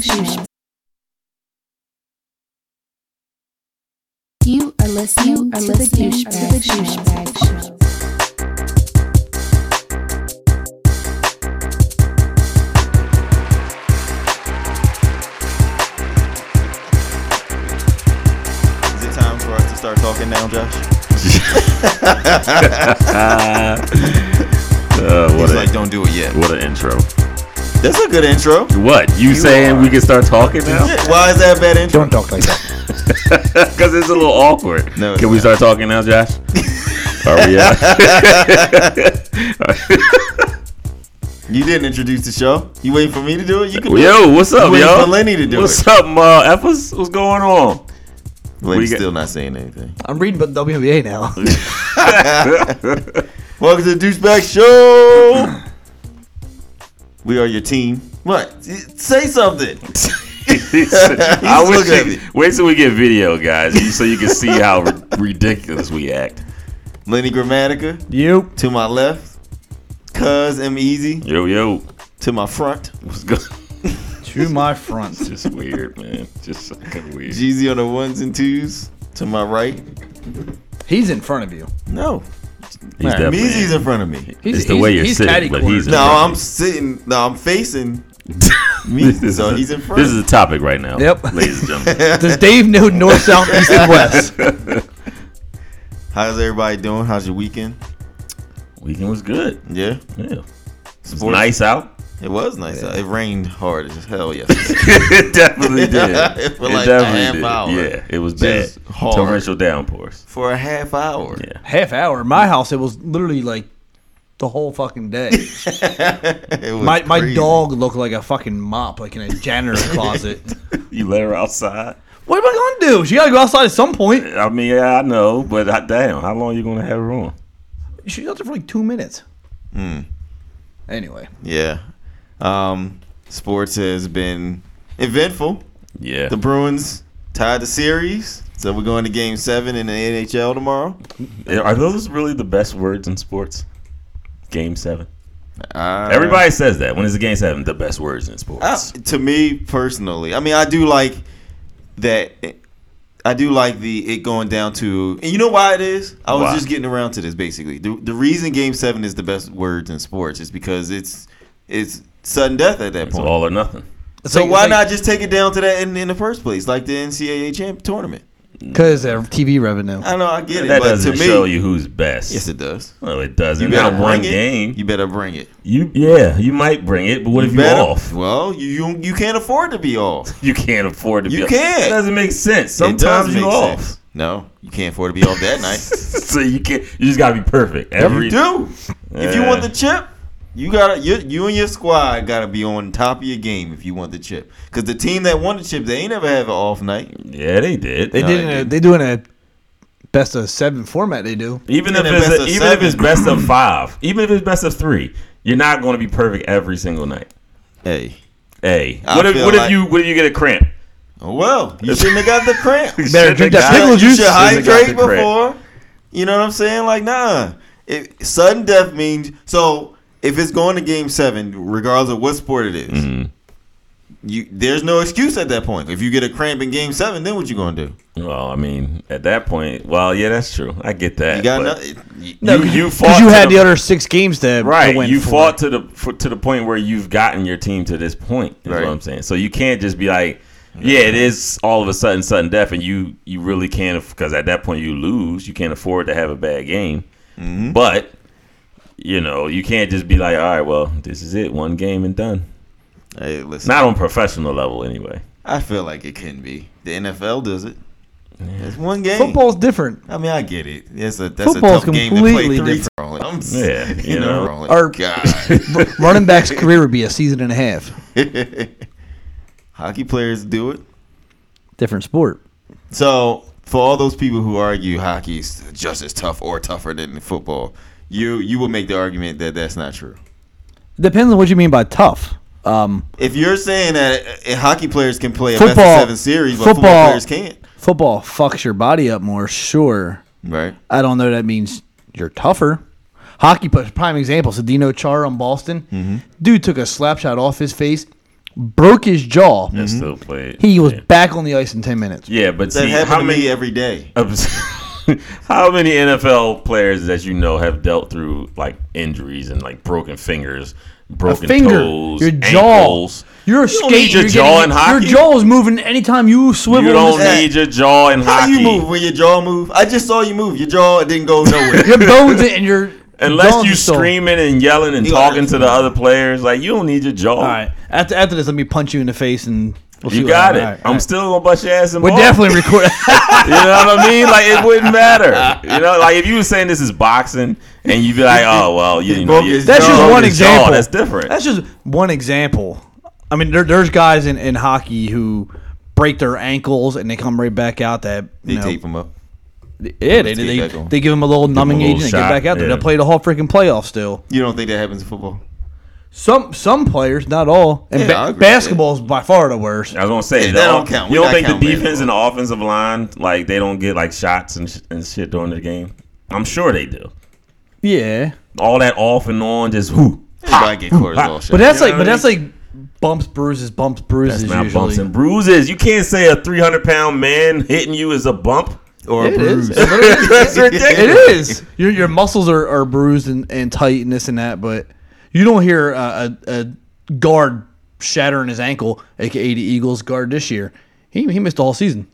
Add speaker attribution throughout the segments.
Speaker 1: Juice. You are listening, you are to, listening the to the Douchebag Show.
Speaker 2: Is it time for us to start talking now, Josh?
Speaker 3: Uh, what,
Speaker 2: He's
Speaker 3: a,
Speaker 2: like, don't do it yet.
Speaker 3: what an intro.
Speaker 2: That's a good intro.
Speaker 3: What? You, saying
Speaker 2: are-
Speaker 3: we can start talking now?
Speaker 2: Yeah, Why is that a bad intro?
Speaker 4: Don't talk like that.
Speaker 3: Because it's a little awkward.
Speaker 2: No, it's
Speaker 3: can we
Speaker 2: not.
Speaker 3: start talking now, Josh? Are we uh,
Speaker 2: You didn't introduce the show. You waiting for me to do it? You can do it.
Speaker 3: Yo, what's up,
Speaker 2: Wait
Speaker 3: yo?
Speaker 2: for Lenny to do
Speaker 3: what's
Speaker 2: it.
Speaker 3: up, uh, Efforts? What's going on?
Speaker 2: Wait,
Speaker 3: We
Speaker 2: he's
Speaker 3: got-
Speaker 2: still not saying anything.
Speaker 4: I'm reading about WNBA now.
Speaker 2: Welcome to the Douchebag Show. we are your team. What? Say something.
Speaker 3: I wish
Speaker 2: looking at
Speaker 3: you-
Speaker 2: me.
Speaker 3: wait till we get video, guys, you- so you can see how ri- ridiculous we act.
Speaker 2: Lenny Grammatica
Speaker 4: you.
Speaker 2: to my left. Cuz M Easy
Speaker 3: Yo, yo,
Speaker 2: to my front.
Speaker 3: what's good?
Speaker 4: To my front.
Speaker 3: Just weird, man. Just fucking weird.
Speaker 2: Jeezy on the ones and twos to my right.
Speaker 4: He's in front of you.
Speaker 2: No.
Speaker 3: He's
Speaker 2: Nah,
Speaker 3: definitely-
Speaker 2: Meezy's in front of me.
Speaker 4: He's,
Speaker 3: It's the way you're sitting, but
Speaker 4: catty-cornered.
Speaker 3: he's in
Speaker 2: No,
Speaker 3: front of
Speaker 2: I'm
Speaker 3: you.
Speaker 2: sitting. No, I'm facing.
Speaker 3: this, this
Speaker 2: so
Speaker 3: is a,
Speaker 2: he's in front.
Speaker 3: This is a topic right now.
Speaker 4: Yep.
Speaker 3: Ladies and gentlemen.
Speaker 4: Does Dave know north, south, east, and west?
Speaker 2: How's everybody doing? How's your weekend?
Speaker 3: Weekend was good.
Speaker 2: Yeah,
Speaker 3: Yeah. It's
Speaker 2: Sports-
Speaker 3: nice out.
Speaker 2: It was nice. out. It rained hard as hell yesterday.
Speaker 3: it definitely did.
Speaker 2: It for like a half hour.
Speaker 3: Yeah, it was bad.
Speaker 2: Just hard.
Speaker 3: Torrential downpours.
Speaker 2: For a half hour.
Speaker 3: Yeah.
Speaker 4: Half hour. My house, it was literally like the whole fucking day.
Speaker 2: It was
Speaker 4: My, my
Speaker 2: crazy.
Speaker 4: dog looked like a fucking mop, like in a janitor closet.
Speaker 3: You let her outside.
Speaker 4: what am I gonna do? She gotta go outside at some point.
Speaker 3: I mean, yeah, I know, but I, damn, how long you gonna have her on?
Speaker 4: She was out there for like two minutes.
Speaker 2: Hmm.
Speaker 4: Anyway,
Speaker 2: Yeah. Um, sports has been eventful.
Speaker 3: Yeah.
Speaker 2: The Bruins tied the series, so we're going to Game Seven in the NHL tomorrow.
Speaker 3: Are those really the best words in sports? Game seven.
Speaker 2: Uh,
Speaker 3: Everybody says that. When is the game seven? The best words in sports.
Speaker 2: Uh, to me personally, I mean, I do like that. I do like the it going down to, and you know why it is. I was
Speaker 3: Why?
Speaker 2: just getting around to this basically. The, the reason Game Seven is the best words in sports is because it's it's sudden death at that
Speaker 3: it's
Speaker 2: point.
Speaker 3: all or nothing.
Speaker 2: so why not just take it down to that in, in the first place, like the NCAA champ tournament?
Speaker 4: Because TV revenue.
Speaker 2: I know I get it,
Speaker 3: That
Speaker 2: but to
Speaker 3: doesn't
Speaker 2: me,
Speaker 3: show you who's best.
Speaker 2: yes, it does.
Speaker 3: No, it doesn't.
Speaker 2: You
Speaker 3: Not
Speaker 2: better
Speaker 3: one
Speaker 2: bring it.
Speaker 3: game.
Speaker 2: You better bring it.
Speaker 3: You yeah, you might bring it, but what if
Speaker 2: better-
Speaker 3: you're off?
Speaker 2: Well, you, you you can't afford to be off.
Speaker 3: You can't afford to be
Speaker 2: You
Speaker 3: off.
Speaker 2: can't.
Speaker 3: It doesn't make sense.
Speaker 2: It does
Speaker 3: Sometimes you're
Speaker 2: make
Speaker 3: off.
Speaker 2: sense. No, you can't afford to be off that night.
Speaker 3: so you can't you just gotta be perfect. Every
Speaker 2: You do. If you
Speaker 3: Yeah.
Speaker 2: want the chip, you gotta you, you and your squad gotta be on top of your game if you want the chip. Cause the team that won the chip, they ain't never have an off night.
Speaker 3: Yeah, they did.
Speaker 4: They
Speaker 2: No,
Speaker 4: did.
Speaker 2: they
Speaker 4: In a,
Speaker 2: didn't.
Speaker 4: they do in a best of seven format. They do.
Speaker 3: even if
Speaker 2: And
Speaker 3: it's
Speaker 2: best
Speaker 3: a,
Speaker 2: of
Speaker 3: even if
Speaker 2: seven.
Speaker 3: it's best of five, even if it's best of three, you're not gonna be perfect every single night.
Speaker 2: Hey.
Speaker 3: Hey.
Speaker 2: I
Speaker 3: What if
Speaker 2: feel
Speaker 3: what if
Speaker 2: like-
Speaker 3: you what if you get a cramp?
Speaker 2: Oh well, you shouldn't have got the cramp. You
Speaker 4: Better drink that
Speaker 2: should-
Speaker 4: pickle
Speaker 2: You
Speaker 4: juice.
Speaker 2: should
Speaker 3: Shouldn't have got
Speaker 2: hydrate
Speaker 3: the cramp.
Speaker 2: before. You know what I'm saying? Like nah. It, sudden death means so if it's going to game seven, regardless of what sport it is,
Speaker 3: Mm-hmm.
Speaker 2: you there's no excuse at that point. If you get a cramp in game seven, then what you gonna do?
Speaker 3: Well, I mean, at that point, well, yeah, that's true. I get that.
Speaker 2: You got
Speaker 3: Eh, but
Speaker 2: nothing.
Speaker 3: you, you fought
Speaker 4: Because you
Speaker 3: to
Speaker 4: had
Speaker 3: the-
Speaker 4: the other six games to to
Speaker 3: Right,
Speaker 4: win
Speaker 3: you
Speaker 4: for.
Speaker 3: fought to the for, to the point where you've gotten your team to this point. Is
Speaker 2: Right.
Speaker 3: what I'm saying. So you can't just be like, yeah, it is all of a sudden sudden death, and you you really can't because at that point you lose. You can't afford to have a bad game.
Speaker 2: Mm-hmm.
Speaker 3: But you know you can't just be like, all right, well, this is it, one game and done.
Speaker 2: Hey, listen.
Speaker 3: Not on professional level, anyway.
Speaker 2: I feel like it can be. The NFL does it. It's one game.
Speaker 4: Football's different.
Speaker 2: I mean, I get it. That's a that's
Speaker 4: Football's
Speaker 2: a tough game to play
Speaker 4: completely
Speaker 2: three
Speaker 4: different.
Speaker 2: times. I'm s-
Speaker 3: Yeah, you know.
Speaker 2: rolling.
Speaker 4: Or-
Speaker 2: God.
Speaker 4: R- Running back's career would be a season and a half.
Speaker 2: Hockey players do it.
Speaker 4: Different sport.
Speaker 2: So for all those people who argue hockey's just as tough or tougher than football, you you would make the argument that that's not true.
Speaker 4: Depends on what you mean by tough. Um,
Speaker 2: If you're saying that uh, hockey players can play a best
Speaker 4: Football-
Speaker 2: of seven series, but
Speaker 4: football-
Speaker 2: football players can't,
Speaker 4: football fucks your body up more. Sure,
Speaker 2: right?
Speaker 4: I don't know. That means you're tougher.
Speaker 3: Mm-hmm.
Speaker 4: Hockey, but prime example. So Dino Char on Boston, dude took a slap shot off his face, broke his jaw. Mm-hmm.
Speaker 3: and still played.
Speaker 4: He was
Speaker 3: Yeah,
Speaker 4: back on the ice in ten minutes.
Speaker 3: yeah but
Speaker 2: Mm-hmm. That
Speaker 3: see,
Speaker 2: happened
Speaker 3: how
Speaker 2: to
Speaker 3: many
Speaker 2: me every day.
Speaker 3: how many NFL players that you know have dealt through like injuries and like broken fingers, broken
Speaker 4: Finger,
Speaker 3: toes,
Speaker 4: your jaw,
Speaker 3: ankles?
Speaker 4: your
Speaker 3: You don't need
Speaker 4: skate,
Speaker 3: your
Speaker 4: you're
Speaker 3: jaw in
Speaker 4: getting-
Speaker 3: hockey.
Speaker 4: Your jaw is moving anytime you swivel.
Speaker 3: You don't
Speaker 4: this-
Speaker 2: that.
Speaker 3: need your jaw in
Speaker 2: How
Speaker 3: hockey.
Speaker 2: do you move when your jaw move? I just saw you move. Your jaw didn't go nowhere.
Speaker 4: your bones and your
Speaker 3: Unless
Speaker 4: jaws
Speaker 3: you
Speaker 4: are still-
Speaker 3: screaming and yelling and
Speaker 2: You
Speaker 3: talking
Speaker 2: are-
Speaker 3: to the other players, like you don't need your jaw.
Speaker 4: All right. After after this, let me punch you in the face and we'll see
Speaker 3: You
Speaker 4: what
Speaker 3: got
Speaker 4: happens.
Speaker 3: it.
Speaker 4: All right, all
Speaker 3: I'm
Speaker 4: right.
Speaker 3: still gonna bust your ass and
Speaker 4: We're definitely recording.
Speaker 3: You know what I mean? Like it wouldn't matter. You know, like if you were saying this is boxing and you'd be like, oh well, you, know,
Speaker 2: broke
Speaker 3: you-
Speaker 2: his
Speaker 4: That's
Speaker 2: jaw.
Speaker 3: you
Speaker 4: just
Speaker 3: broke
Speaker 4: one
Speaker 3: his jaw.
Speaker 4: example.
Speaker 3: That's different.
Speaker 4: That's just one example. I mean, there, there's guys in, in hockey who break their ankles and they come right back out. That
Speaker 2: They
Speaker 4: you know,
Speaker 2: tape them up.
Speaker 4: yeah, they,
Speaker 2: Let's get
Speaker 4: they,
Speaker 2: back on.
Speaker 4: they give them a little numbing
Speaker 3: little
Speaker 4: agent and get
Speaker 3: shot,
Speaker 4: back out there.
Speaker 3: yeah.
Speaker 4: They play the whole freaking playoff still.
Speaker 2: You don't think that happens in football?
Speaker 4: Some some players, not all. And
Speaker 2: Yeah, I agree
Speaker 4: ba-
Speaker 2: with
Speaker 4: basketball is by far the worst.
Speaker 3: I was gonna say
Speaker 2: Yeah,
Speaker 3: they
Speaker 2: that
Speaker 3: don't-
Speaker 2: don't count.
Speaker 3: You
Speaker 2: We
Speaker 3: don't
Speaker 2: not
Speaker 3: think the
Speaker 2: counting
Speaker 3: defense and the offensive line like they don't get like shots and, sh- and shit during the game? I'm sure they do.
Speaker 4: Yeah,
Speaker 3: All that off and on, just who?
Speaker 2: Everybody get cortisol shot.
Speaker 4: but that's
Speaker 3: You know
Speaker 4: like but
Speaker 3: what I
Speaker 4: that's like bumps, bruises, bumps, bruises.
Speaker 3: It's not
Speaker 4: usually.
Speaker 3: bumps and bruises. You can't say a 300 pound man hitting you is a bump.
Speaker 2: or
Speaker 4: It
Speaker 2: bruise.
Speaker 4: is.
Speaker 3: That's ridiculous.
Speaker 4: It is. Your your muscles are, are bruised and, and tight and this and that, but you don't hear a, a, a guard shattering his ankle, aka the Eagles guard this year. He he missed all season.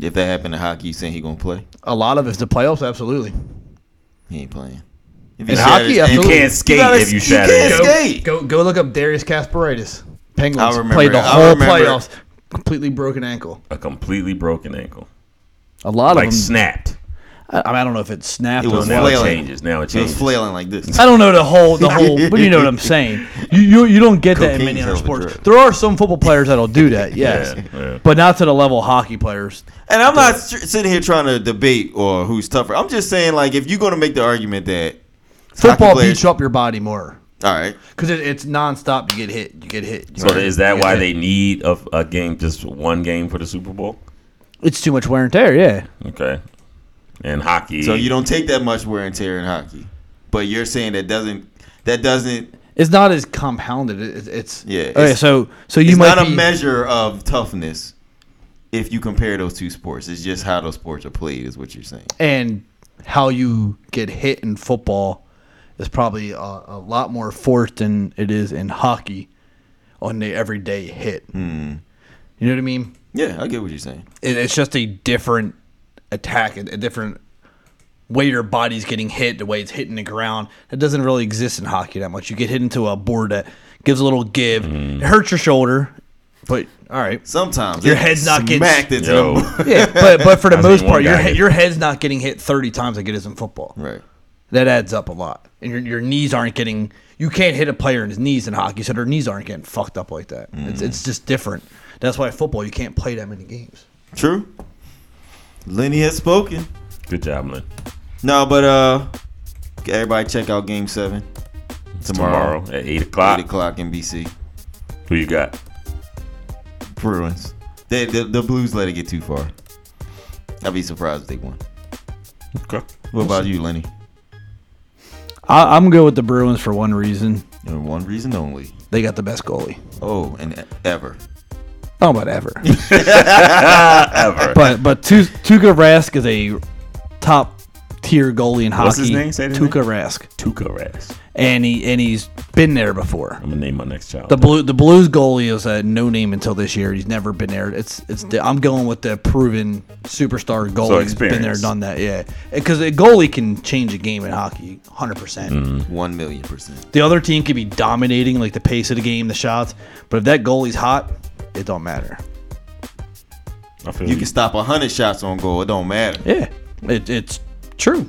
Speaker 2: If that happened in hockey, you saying he gonna play?
Speaker 4: A lot of it's the playoffs, absolutely.
Speaker 2: He ain't playing. If
Speaker 4: In
Speaker 2: shatters
Speaker 4: hockey,
Speaker 2: his
Speaker 3: You
Speaker 4: absolutely.
Speaker 2: ankle-
Speaker 3: can't skate
Speaker 2: gotta-
Speaker 3: if you shatter.
Speaker 2: can't
Speaker 3: your-
Speaker 2: skate. Hey!
Speaker 4: Go go look up Darius Kasparaitis.
Speaker 2: I
Speaker 4: Penguins
Speaker 2: remember
Speaker 4: played the
Speaker 2: it. I
Speaker 4: whole
Speaker 2: remember it.
Speaker 4: playoffs, completely broken ankle.
Speaker 3: A completely broken ankle,
Speaker 4: A lot
Speaker 3: like
Speaker 4: of them.
Speaker 3: snapped.
Speaker 4: I, I mean, I don't know if it snapped.
Speaker 2: It
Speaker 4: or
Speaker 2: was
Speaker 4: what.
Speaker 3: Now it
Speaker 2: flailing.
Speaker 3: changes. Now it
Speaker 2: He was
Speaker 3: changes.
Speaker 2: flailing like this.
Speaker 4: I don't know the whole the whole, but you know what I'm saying. You you, you don't get that in many
Speaker 2: Cocaine's
Speaker 4: other
Speaker 2: hell of a
Speaker 4: sports.
Speaker 2: drug.
Speaker 4: There are some football players that'll do that, yes,
Speaker 3: yeah.
Speaker 4: but not to the level of hockey players.
Speaker 2: And I'm not s- sitting here trying to debate or who's tougher. I'm just saying, like, if you're gonna make the argument that
Speaker 4: Football
Speaker 2: players-
Speaker 4: beats up your body more
Speaker 2: all right,
Speaker 4: because it, it's nonstop. You get hit, you get hit. you
Speaker 3: So
Speaker 4: get hit,
Speaker 3: is that
Speaker 4: you get
Speaker 3: why
Speaker 4: hit.
Speaker 3: they need a, a game, just one game for the Super Bowl?
Speaker 4: It's too much wear and tear. Yeah,
Speaker 3: Okay. And hockey.
Speaker 2: so you don't take that much wear and tear in hockey, but you're saying that doesn't that doesn't
Speaker 4: it's not as compounded. It, it- it's
Speaker 2: Yeah,
Speaker 4: Okay,
Speaker 2: it's-
Speaker 4: so so you
Speaker 2: it's
Speaker 4: might
Speaker 2: not
Speaker 4: be,
Speaker 2: a measure of toughness if you compare those two sports. It's just how those sports are played, is what you're saying.
Speaker 4: and how you get hit in football is probably a, a lot more forced than it is in hockey on the everyday hit.
Speaker 2: Hmm.
Speaker 4: You know what I mean?
Speaker 2: Yeah, I get what you're saying.
Speaker 4: It, it's just a different attack, a, a different way your body's getting hit, the way it's hitting the ground. That doesn't really exist in hockey that much. You get hit into a board that gives a little give, it hurts your shoulder, but all right.
Speaker 2: Sometimes
Speaker 4: Your
Speaker 2: it
Speaker 4: head's not getting-
Speaker 2: smacked into
Speaker 3: Yo.
Speaker 2: the
Speaker 4: Yeah, but but for the
Speaker 3: I've seen
Speaker 4: most
Speaker 3: one
Speaker 4: part, your
Speaker 3: guy
Speaker 4: he-
Speaker 3: get-
Speaker 4: your head's not getting hit thirty times like it is in football.
Speaker 2: right.
Speaker 4: That adds up a lot. And your, your knees aren't getting you can't hit a player in his knees in hockey, so their knees aren't getting fucked up like that. It's
Speaker 3: Mm.
Speaker 4: it's just different. That's why football you can't play that many games.
Speaker 2: True. Lenny has spoken.
Speaker 3: Good job, Lynn.
Speaker 2: No, but uh, everybody check out Game Seven
Speaker 3: Tomorrow, Ah.
Speaker 2: tomorrow,
Speaker 3: at 8 o'clock.
Speaker 2: eight o'clock NBC
Speaker 3: Who you got?
Speaker 2: Bruins. They, the the Blues let it get too far. I'd be surprised if they won.
Speaker 3: Okay.
Speaker 2: What about you, Lenny?
Speaker 4: I, I'm good with the Bruins for one reason.
Speaker 2: And one reason only.
Speaker 4: They got the best goalie.
Speaker 2: Oh, and e- ever.
Speaker 4: Oh, whatever.
Speaker 3: Ever.
Speaker 4: but but Tu- Tuukka Rask is a top tier goalie in hockey.
Speaker 3: What's his name? Say the name.
Speaker 4: Tuukka Rask,
Speaker 3: Tuka Rask.
Speaker 4: and he and he's been there before.
Speaker 3: I'm going to name my next child.
Speaker 4: The blue the Blues goalie is a no name until this year. He's never been there. It's it's the, I'm going with the proven superstar goalie. who's Been there,
Speaker 3: experience.
Speaker 4: done that. Yeah, because a goalie can change a game in hockey, hundred
Speaker 3: Mm.
Speaker 4: percent.
Speaker 2: One million percent.
Speaker 4: The other team could be dominating like the pace of the game, the shots, but if that goalie's hot, it don't matter.
Speaker 3: I feel
Speaker 2: You can stop a hundred shots on goal. It don't matter.
Speaker 4: Yeah, it, it's true.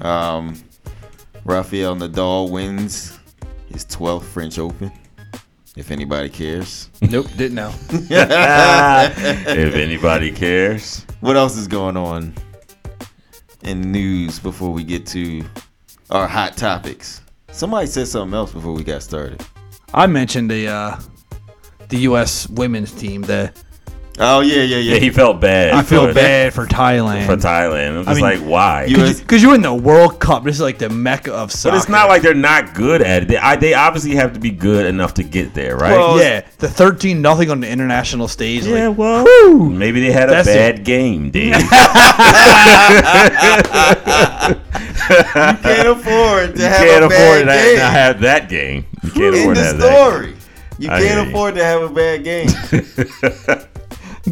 Speaker 2: Um, Rafael Nadal wins his 12th French Open. If anybody cares,
Speaker 4: Nope, didn't know.
Speaker 3: if anybody cares.
Speaker 2: what else is going on in the news before we get to our hot topics? Somebody said something else before we got started.
Speaker 4: I mentioned the uh, the U.S. women's team, the
Speaker 2: Oh yeah, yeah, yeah.
Speaker 3: Yeah, he felt bad.
Speaker 4: I feel
Speaker 3: for-
Speaker 4: bad for Thailand.
Speaker 3: for Thailand. I'm just
Speaker 4: mean,
Speaker 3: like, why?
Speaker 2: you-
Speaker 4: Because you, are in the World Cup. This is like the mecca of soccer.
Speaker 3: but it's not like they're not good at it. They, I, they obviously have to be good enough to get there, right?
Speaker 2: Well,
Speaker 4: yeah, the thirteen nothing on the international stage.
Speaker 3: yeah,
Speaker 4: like,
Speaker 3: well, maybe they had a
Speaker 4: That's
Speaker 3: bad game, Dave.
Speaker 2: can't afford to
Speaker 3: you
Speaker 2: have
Speaker 3: can't
Speaker 2: a bad
Speaker 3: afford that,
Speaker 2: game.
Speaker 3: to have that game. You can't
Speaker 2: In
Speaker 3: afford to
Speaker 2: the
Speaker 3: have that
Speaker 2: story, you
Speaker 3: I hear
Speaker 2: can't
Speaker 3: you.
Speaker 2: afford to have a bad game.
Speaker 3: game.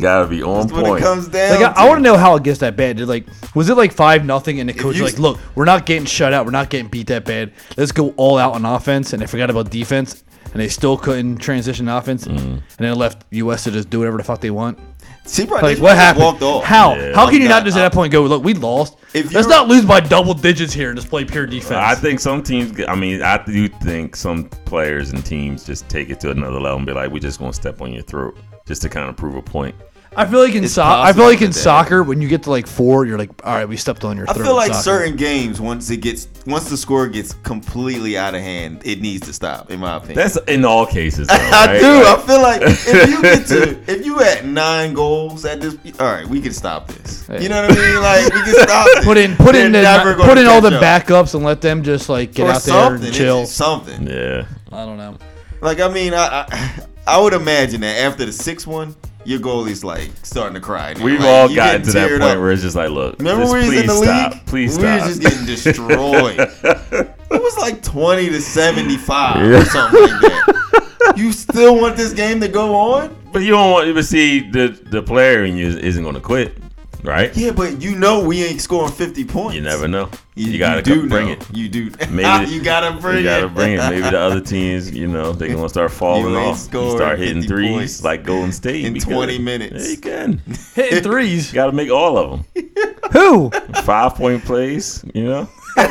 Speaker 3: Gotta be on
Speaker 2: when it
Speaker 3: point.
Speaker 2: comes down,
Speaker 4: like I,
Speaker 2: to
Speaker 4: want to know how it gets that bad. Did like was it like five nothing and the coach was
Speaker 2: you-
Speaker 4: like, look, we're not getting shut out. We're not getting beat that bad. Let's go all out on offense. And they forgot about defense. And they still couldn't transition to offense,
Speaker 3: Mm.
Speaker 4: and then left U.S. to just do whatever the fuck they want.
Speaker 2: it. she probably
Speaker 4: Like
Speaker 2: she
Speaker 4: what
Speaker 2: just
Speaker 4: happened?
Speaker 2: Walked off.
Speaker 4: How?
Speaker 3: Yeah.
Speaker 4: how can you
Speaker 2: Nah,
Speaker 4: not just at that point go? Look, we lost.
Speaker 2: If
Speaker 4: Let's
Speaker 2: you're-
Speaker 4: not lose by double digits here and just play pure defense.
Speaker 3: I think some teams. get- I mean, I do think some players and teams just take it to another level and be like, "We're just gonna step on your throat just to kind of prove a point."
Speaker 4: I feel like in so- I
Speaker 2: possible
Speaker 4: feel like in
Speaker 2: that-
Speaker 4: soccer when you get to like four, you're like, all right, we stepped on your.
Speaker 2: I
Speaker 4: throat
Speaker 2: feel
Speaker 4: in
Speaker 2: like
Speaker 4: soccer."
Speaker 2: certain games once it gets once the score gets completely out of hand, it needs to stop. In my opinion,
Speaker 3: That's in all cases. Though,
Speaker 2: I
Speaker 3: right?
Speaker 2: do.
Speaker 3: Like,
Speaker 2: I feel like if you get to if you at nine goals at this, all right, we can stop this. You know what I mean? Like we can stop. This.
Speaker 4: Put in put
Speaker 2: They're
Speaker 4: in the,
Speaker 2: never gonna
Speaker 4: put in all the
Speaker 2: catch up.
Speaker 4: backups and let them just like get
Speaker 2: Or
Speaker 4: out there and
Speaker 2: It's
Speaker 4: chill.
Speaker 2: just Something.
Speaker 3: yeah.
Speaker 4: I don't know.
Speaker 2: Like I mean, I, I I would imagine that after the sixth one, your goalie's like starting to cry. dude.
Speaker 3: We've
Speaker 2: Like,
Speaker 3: all
Speaker 2: you
Speaker 3: gotten
Speaker 2: getting
Speaker 3: to that
Speaker 2: teared
Speaker 3: point
Speaker 2: up.
Speaker 3: where it's just like, look,
Speaker 2: remember
Speaker 3: just
Speaker 2: when we was
Speaker 3: please
Speaker 2: in the
Speaker 3: stop,
Speaker 2: league?
Speaker 3: please
Speaker 2: we were
Speaker 3: stop.
Speaker 2: just getting destroyed. it was like twenty to seventy five or something like that. You still want this game to go on?
Speaker 3: but you don't want to see the the player in you isn't going to quit, right?
Speaker 2: Yeah, but you know we ain't scoring fifty points.
Speaker 3: You never know. You, gotta come bring
Speaker 2: know.
Speaker 3: it.
Speaker 2: You do.
Speaker 3: Maybe-
Speaker 2: you gotta bring
Speaker 3: you gotta bring it. Maybe the
Speaker 2: the
Speaker 3: other teams, you know, they're gonna start falling
Speaker 2: You ain't
Speaker 3: off, and
Speaker 2: scored
Speaker 3: start hitting
Speaker 2: 50
Speaker 3: threes
Speaker 2: points
Speaker 3: like Golden State
Speaker 2: in
Speaker 3: because-
Speaker 2: 20 minutes.
Speaker 3: Yeah, you can. You
Speaker 4: Hitting threes.
Speaker 3: gotta make all of them.
Speaker 4: Who?
Speaker 3: Five point plays, you know,
Speaker 4: What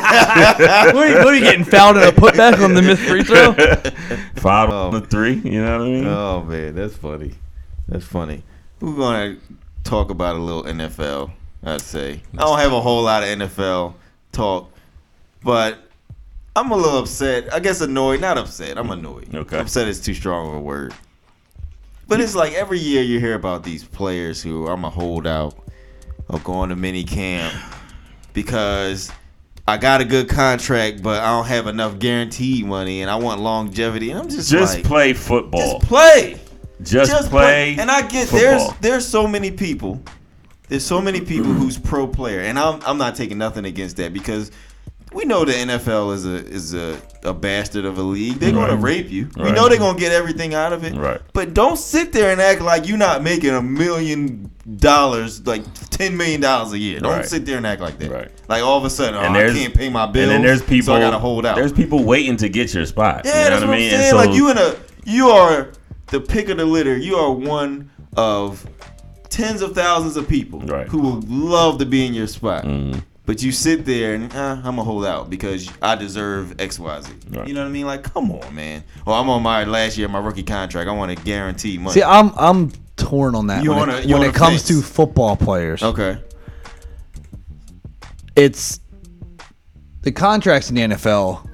Speaker 4: are, you, what are you getting fouled at a putback on the missed free throw?
Speaker 3: five
Speaker 2: Oh.
Speaker 3: on the three. You know what I mean?
Speaker 2: oh man, that's funny. That's funny. We're gonna talk about a little NFL. I'd say I don't have a whole lot of NFL talk, but I'm a little upset. I guess annoyed. Not upset. I'm annoyed.
Speaker 3: Okay.
Speaker 2: Upset is too strong of a word. But it's like every year you hear about these players who I'm a holdout or going to mini camp because I got a good contract, but I don't have enough guaranteed money and I want longevity. And I'm just
Speaker 3: Just
Speaker 2: like,
Speaker 3: play football.
Speaker 2: just play.
Speaker 3: Just, play.
Speaker 2: And I get
Speaker 3: football.
Speaker 2: there's there's so many people. There's so many people who's pro player, and I'm I'm not taking nothing against that because we know the NFL is a is a, a bastard of a league. They're gonna
Speaker 3: Right.
Speaker 2: rape you. We
Speaker 3: Right.
Speaker 2: know they're gonna get everything out of it.
Speaker 3: Right.
Speaker 2: But don't sit there and act like you're not making a million dollars, like ten million dollars a year. Don't
Speaker 3: Right.
Speaker 2: sit there and act like that.
Speaker 3: Right.
Speaker 2: Like all of a sudden, oh,
Speaker 3: And
Speaker 2: I
Speaker 3: there's-
Speaker 2: can't pay my bills.
Speaker 3: and then there's people.
Speaker 2: so I gotta hold out.
Speaker 3: There's people waiting to get your spot.
Speaker 2: Yeah,
Speaker 3: you know
Speaker 2: that's
Speaker 3: what
Speaker 2: what,
Speaker 3: I mean.
Speaker 2: I'm saying.
Speaker 3: And so
Speaker 2: like you in a you are the pick of the litter. You are one of tens of thousands of people
Speaker 3: Right.
Speaker 2: who would love to be in your spot.
Speaker 3: Mhm.
Speaker 2: But you sit there and uh, I'm gonna hold out because I deserve X, Y, Z.
Speaker 3: Right.
Speaker 2: You know what I mean? Like, come on, man. Well, I'm on my last year, of my rookie contract. I want to guarantee money.
Speaker 4: See, I'm I'm torn on that.
Speaker 2: You
Speaker 4: when
Speaker 2: on a-
Speaker 4: it,
Speaker 2: you
Speaker 4: when
Speaker 2: on
Speaker 4: it
Speaker 2: a
Speaker 4: comes
Speaker 2: fence.
Speaker 4: to football players,
Speaker 2: okay.
Speaker 4: it's the contracts in the NFL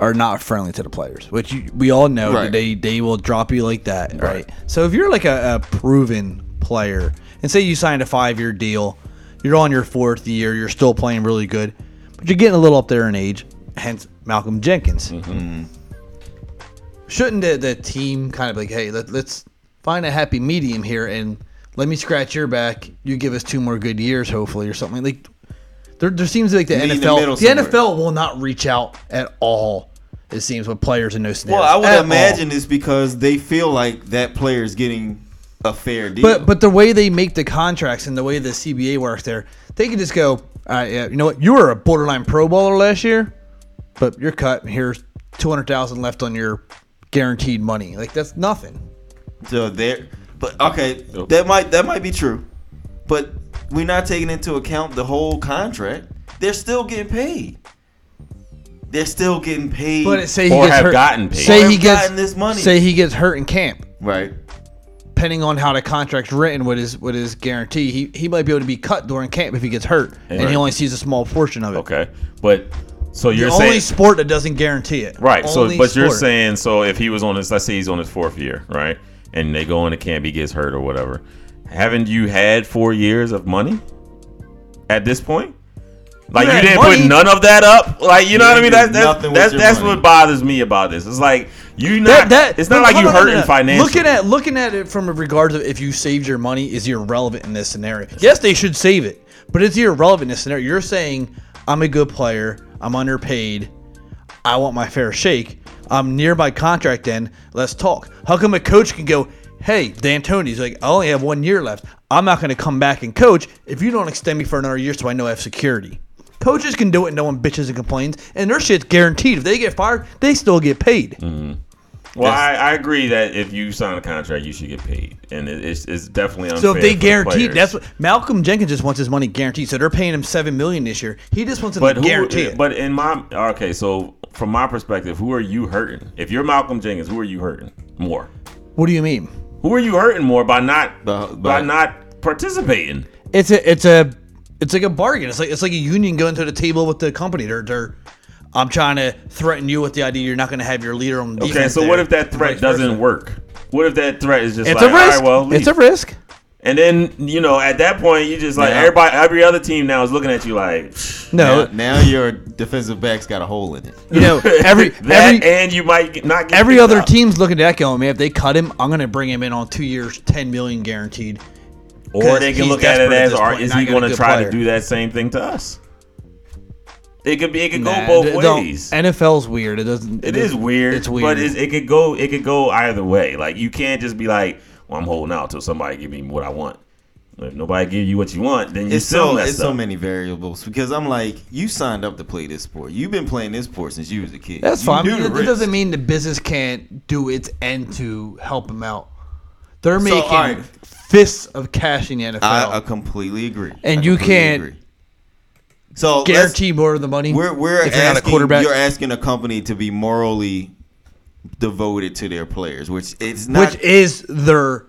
Speaker 4: are not friendly to the players, which you, we all know
Speaker 2: Right.
Speaker 4: that they they will drop you like that, right? So if you're like a, a proven player, and say you signed a five year deal, you're on your fourth year, you're still playing really good, but you're getting a little up there in age. Hence Malcolm Jenkins. Shouldn't the, the team kind of like, hey, let, let's find a happy medium here and let me scratch your back. You give us two more good years, hopefully, or something like. There, there seems like the
Speaker 2: Meet in the
Speaker 4: NFL,
Speaker 2: middle
Speaker 4: the,
Speaker 2: somewhere.
Speaker 4: NFL will not reach out at all. It seems with players in those
Speaker 2: Well,
Speaker 4: scenarios.
Speaker 2: I would
Speaker 4: at all.
Speaker 2: imagine it's because they feel like that player is getting a fair deal.
Speaker 4: But but the way they make the contracts and the way the CBA works there, they can just go, all right, yeah, you know what? You were a borderline Pro Bowler last year, but you're cut. Here's two hundred thousand left on your guaranteed money. Like that's nothing.
Speaker 2: So there, but
Speaker 3: Oh.
Speaker 2: okay, that might that might be true, but we're not taking into account the whole contract. They're still getting paid. They're still getting paid.
Speaker 4: But it, say he
Speaker 3: Or
Speaker 4: gets
Speaker 3: have
Speaker 4: hurt,
Speaker 3: gotten paid.
Speaker 2: Or
Speaker 4: Say he
Speaker 2: have
Speaker 4: gets
Speaker 2: gotten this money.
Speaker 4: Say he gets hurt in camp.
Speaker 2: right.
Speaker 4: Depending on how the contract's written with his with his guarantee, he, he might be able to be cut during camp if he gets hurt, and
Speaker 3: Right.
Speaker 4: he only sees a small portion of it.
Speaker 3: okay, but so
Speaker 4: The
Speaker 3: you're
Speaker 4: only
Speaker 3: saying
Speaker 4: sport that doesn't guarantee it.
Speaker 3: Right. So,
Speaker 4: Only
Speaker 3: but you're
Speaker 4: sport.
Speaker 3: saying so if he was on his, let's say he's on his fourth year, right, and they go into camp, he gets hurt or whatever, haven't you had four years of money at this point? Like
Speaker 2: You
Speaker 3: you,
Speaker 2: had
Speaker 3: didn't
Speaker 2: money.
Speaker 3: put none of that up. Like you know what I
Speaker 2: ain't did
Speaker 3: mean? That's that's
Speaker 2: nothing with
Speaker 3: that's,
Speaker 2: your
Speaker 3: that's
Speaker 2: money.
Speaker 3: what bothers me about this. It's like you not.
Speaker 4: That, that
Speaker 3: it's not like
Speaker 4: but hold
Speaker 3: you
Speaker 4: on, no, no,
Speaker 3: hurting
Speaker 4: no.
Speaker 3: financially.
Speaker 4: Looking at looking at it from a regard of if you saved your money is irrelevant in this scenario. Yes, they should save it, but it's irrelevant in this scenario. You're saying I'm a good player, I'm underpaid, I want my fair shake, I'm near my contract end. Let's talk. How come a coach can go, hey, D'Antoni's like, I only have one year left. I'm not going to come back and coach if you don't extend me for another year, so I know I have security. Coaches can do it, and no one bitches and complains, and their shit's guaranteed. If they get fired, they still get paid.
Speaker 3: well, I, I agree that if you sign a contract, you should get paid, and it, it's, it's definitely unfair.
Speaker 4: So if they
Speaker 3: for the
Speaker 4: guarantee,
Speaker 3: players.
Speaker 4: that's what Malcolm Jenkins just wants his money guaranteed. So they're paying him seven million this year. He just wants them
Speaker 3: but
Speaker 4: to
Speaker 3: who,
Speaker 4: guarantee it.
Speaker 3: But in my okay, so from my perspective, who are you hurting? If you're Malcolm Jenkins, who are you hurting more?
Speaker 4: what do you mean?
Speaker 3: Who are you hurting more by not
Speaker 2: By-
Speaker 3: by,
Speaker 2: by-
Speaker 3: not participating?
Speaker 4: It's a, it's a, it's like a bargain. It's like it's like a union going to the table with the company. They're they're. I'm trying to threaten you with the idea you're not going to have your leader on the
Speaker 3: Okay, so what if that threat doesn't work? What if that threat is just
Speaker 4: It's
Speaker 3: like,
Speaker 4: a risk.
Speaker 3: all right, well, leave.
Speaker 4: it's a risk.
Speaker 3: and then you know at that point you just like
Speaker 2: Yeah.
Speaker 3: everybody, every other team now is looking at you like
Speaker 4: No,
Speaker 2: now, now your defensive back's got a hole in it.
Speaker 4: you know every
Speaker 3: that,
Speaker 4: every
Speaker 3: and you might get- not get
Speaker 4: every
Speaker 3: picked
Speaker 4: other
Speaker 3: up.
Speaker 4: team's looking at that going, man. If they cut him, I'm going to bring him in on two years, ten million guaranteed.
Speaker 3: or they can
Speaker 4: he's
Speaker 3: look at it
Speaker 4: desperate at
Speaker 3: as
Speaker 4: this
Speaker 3: all right,
Speaker 4: point,
Speaker 3: is
Speaker 4: not
Speaker 3: he
Speaker 4: got a
Speaker 3: going to
Speaker 4: good
Speaker 3: try
Speaker 4: player.
Speaker 3: to do that same thing to us? It could be, it could
Speaker 4: Nah,
Speaker 3: go both
Speaker 4: d- don't.
Speaker 3: ways.
Speaker 4: NFL's weird. It doesn't.
Speaker 3: it is weird.
Speaker 4: It's weird.
Speaker 3: But it's, it could go it could go either way. Like you can't just be like, well, I'm holding out till somebody give me what I want. If nobody give you what you want, then you
Speaker 2: It's
Speaker 3: still
Speaker 2: so
Speaker 3: messed
Speaker 2: it's
Speaker 3: up.
Speaker 2: so many variables because I'm like, you signed up to play this sport. You've been playing this sport since you was a kid.
Speaker 4: That's
Speaker 2: You
Speaker 4: fine.
Speaker 2: knew
Speaker 4: It,
Speaker 2: the
Speaker 4: it
Speaker 2: risk.
Speaker 4: doesn't mean the business can't do its end to help them out. They're
Speaker 2: So,
Speaker 4: making
Speaker 2: all right.
Speaker 4: fists of cash in the NFL.
Speaker 2: I, I completely agree.
Speaker 4: And
Speaker 2: I
Speaker 4: you
Speaker 2: completely
Speaker 4: can't
Speaker 2: So let's-
Speaker 4: Guarantee more of the money.
Speaker 2: We're we're
Speaker 4: if
Speaker 2: asking,
Speaker 4: you're not a quarterback.
Speaker 2: You're asking a company to be morally devoted to their players, which it's not.
Speaker 4: which is their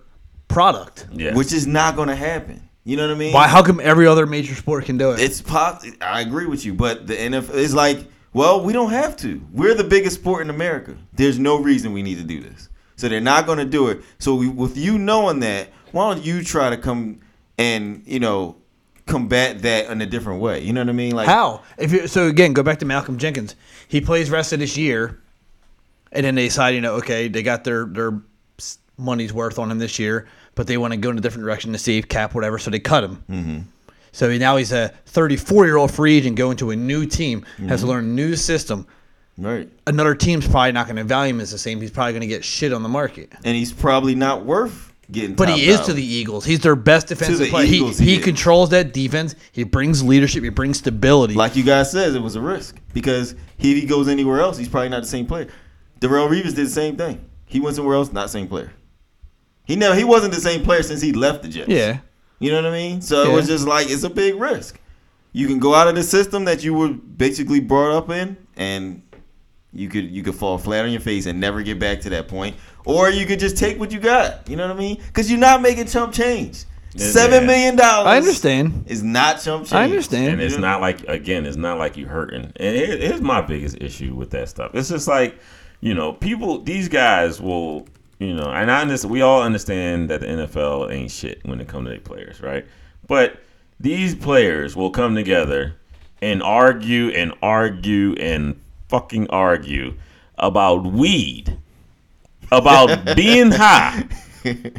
Speaker 4: product.
Speaker 3: Yeah.
Speaker 2: which is not going to happen. You know what I mean?
Speaker 4: Why? How come every other major sport can do it?
Speaker 2: It's pop. I agree with you, but the NFL is like, well, we don't have to. We're the biggest sport in America. There's no reason we need to do this. So they're not going to do it. So we, with you knowing that, why don't you try to come and you know combat that in a different way? You know what I mean? Like
Speaker 4: How? If you so again, go back to Malcolm Jenkins. He plays rest of this year, and then they decide, you know, okay, they got their their s- money's worth on him this year, but they want to go in a different direction to save cap, whatever. So they cut him. Mm-hmm. So he- now he's a 34 year old free agent going to a new team, has
Speaker 2: Mm-hmm.
Speaker 4: to learn a new system.
Speaker 2: right.
Speaker 4: Another team's probably not going to value him as the same. He's probably going to get shit on the market.
Speaker 2: And he's probably not worth getting.
Speaker 4: But
Speaker 2: top
Speaker 4: he is
Speaker 2: dollar.
Speaker 4: to the Eagles. He's their best defensive
Speaker 2: the
Speaker 4: player.
Speaker 2: Eagles,
Speaker 4: he,
Speaker 2: he
Speaker 4: he
Speaker 2: is.
Speaker 4: controls that defense. He brings leadership. He brings stability.
Speaker 2: like you guys says, it was a risk because if he goes anywhere else, he's probably not the same player. Darrell Reeves did the same thing. He went somewhere else, not same player. He never he wasn't the same player since he left the Jets.
Speaker 4: yeah.
Speaker 2: you know what I mean. So it
Speaker 4: Yeah.
Speaker 2: was just like it's a big risk. You can go out of the system that you were basically brought up in, and you could you could fall flat on your face and never get back to that point, or you could just take what you got. You know what I mean? Because you're not making chump change.
Speaker 3: Yeah.
Speaker 2: Seven million dollars.
Speaker 4: I understand.
Speaker 2: Is not chump change.
Speaker 4: I understand.
Speaker 3: And it's not like again, it's not like you hurting. And here, here's my biggest issue with that stuff. It's just like, you know, people these guys will, you know, and I understand we all understand that the NFL ain't shit when it comes to their players, right? But these players will come together and argue and argue and fucking argue about weed, about being high.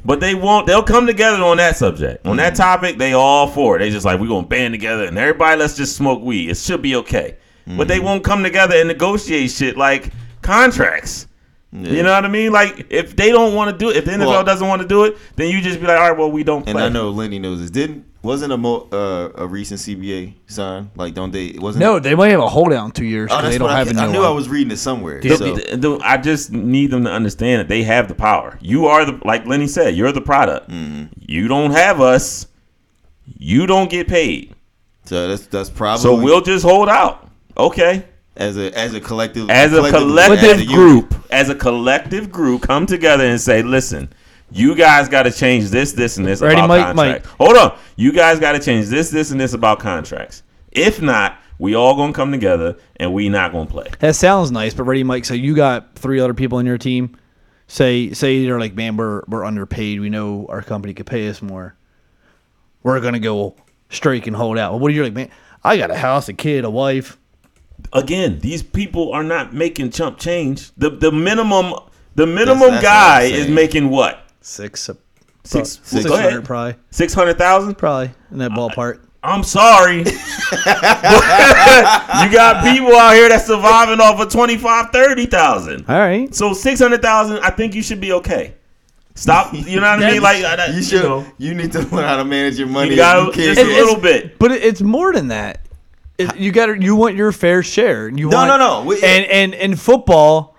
Speaker 3: But they won't. They'll come together on that subject, on that
Speaker 2: Mm-hmm.
Speaker 3: topic. They all for it. They just like we're gonna band together and everybody let's just smoke weed. It should be okay. But
Speaker 2: Mm-hmm.
Speaker 3: they won't come together and negotiate shit like contracts. You know what I mean? Like if they don't want to do it, if the NFL
Speaker 2: Well-
Speaker 3: doesn't want to do it, then you just be like, all right, well we don't. Play.
Speaker 2: And I know Lenny knows this. Didn't wasn't a mo, uh, a recent CBA sign like don't they? It wasn't
Speaker 4: No, they might have a holdout in two years.
Speaker 2: Oh,
Speaker 4: 'cause
Speaker 2: that's
Speaker 4: they don't
Speaker 2: what
Speaker 4: have
Speaker 2: I,
Speaker 4: a new
Speaker 2: I knew
Speaker 4: one.
Speaker 2: I was reading it somewhere.
Speaker 4: Dude,
Speaker 2: so.
Speaker 3: Th- th- I just need them to understand that they have the power. You are the like Lenny said, you're the product.
Speaker 2: Mm-hmm.
Speaker 3: You don't have us. You don't get paid.
Speaker 2: so that's that's probably
Speaker 3: So we'll just hold out. Okay.
Speaker 2: as a as a collective
Speaker 3: as a
Speaker 2: collectively,
Speaker 3: collective
Speaker 2: as a unit.
Speaker 3: group, as a collective group, come together and say, "Listen, you guys got to change this, this, and this
Speaker 4: Ready,
Speaker 3: about
Speaker 4: Mike?
Speaker 3: contracts." Hold on, you guys got to change this, this, and this about contracts. If not, we all gonna come together and we not gonna play.
Speaker 4: That sounds nice, but ready, Mike. So you got three other people in your team. Say, say they're like, man, we're we're underpaid. We know our company could pay us more. we're gonna go streak and hold out. Well, what are you like, man? I got a house, a kid, a wife.
Speaker 3: Again, these people are not making chump change. The the minimum the minimum
Speaker 2: that's what I'm
Speaker 3: guy is
Speaker 2: saying.
Speaker 3: making what?
Speaker 4: Six,
Speaker 3: Six
Speaker 4: six
Speaker 3: go
Speaker 4: hundred,
Speaker 3: ahead.
Speaker 4: probably,
Speaker 3: Six hundred thousand?
Speaker 4: probably in that ballpark.
Speaker 3: I'm sorry. you got people out here that's surviving off of 25, 30,000.
Speaker 4: All right,
Speaker 3: So 600,000, I think you should be okay. Stop, you know what I mean? Like uh, that-
Speaker 2: You should. You,
Speaker 3: know,
Speaker 2: need to learn how to manage your money.
Speaker 3: you got
Speaker 2: if you can't
Speaker 3: just a
Speaker 2: do it.
Speaker 3: little bit.
Speaker 4: but it, it's more than that. It- you got to you want your fair share. You
Speaker 2: No,
Speaker 4: want,
Speaker 2: no, no. We-
Speaker 4: and and in football,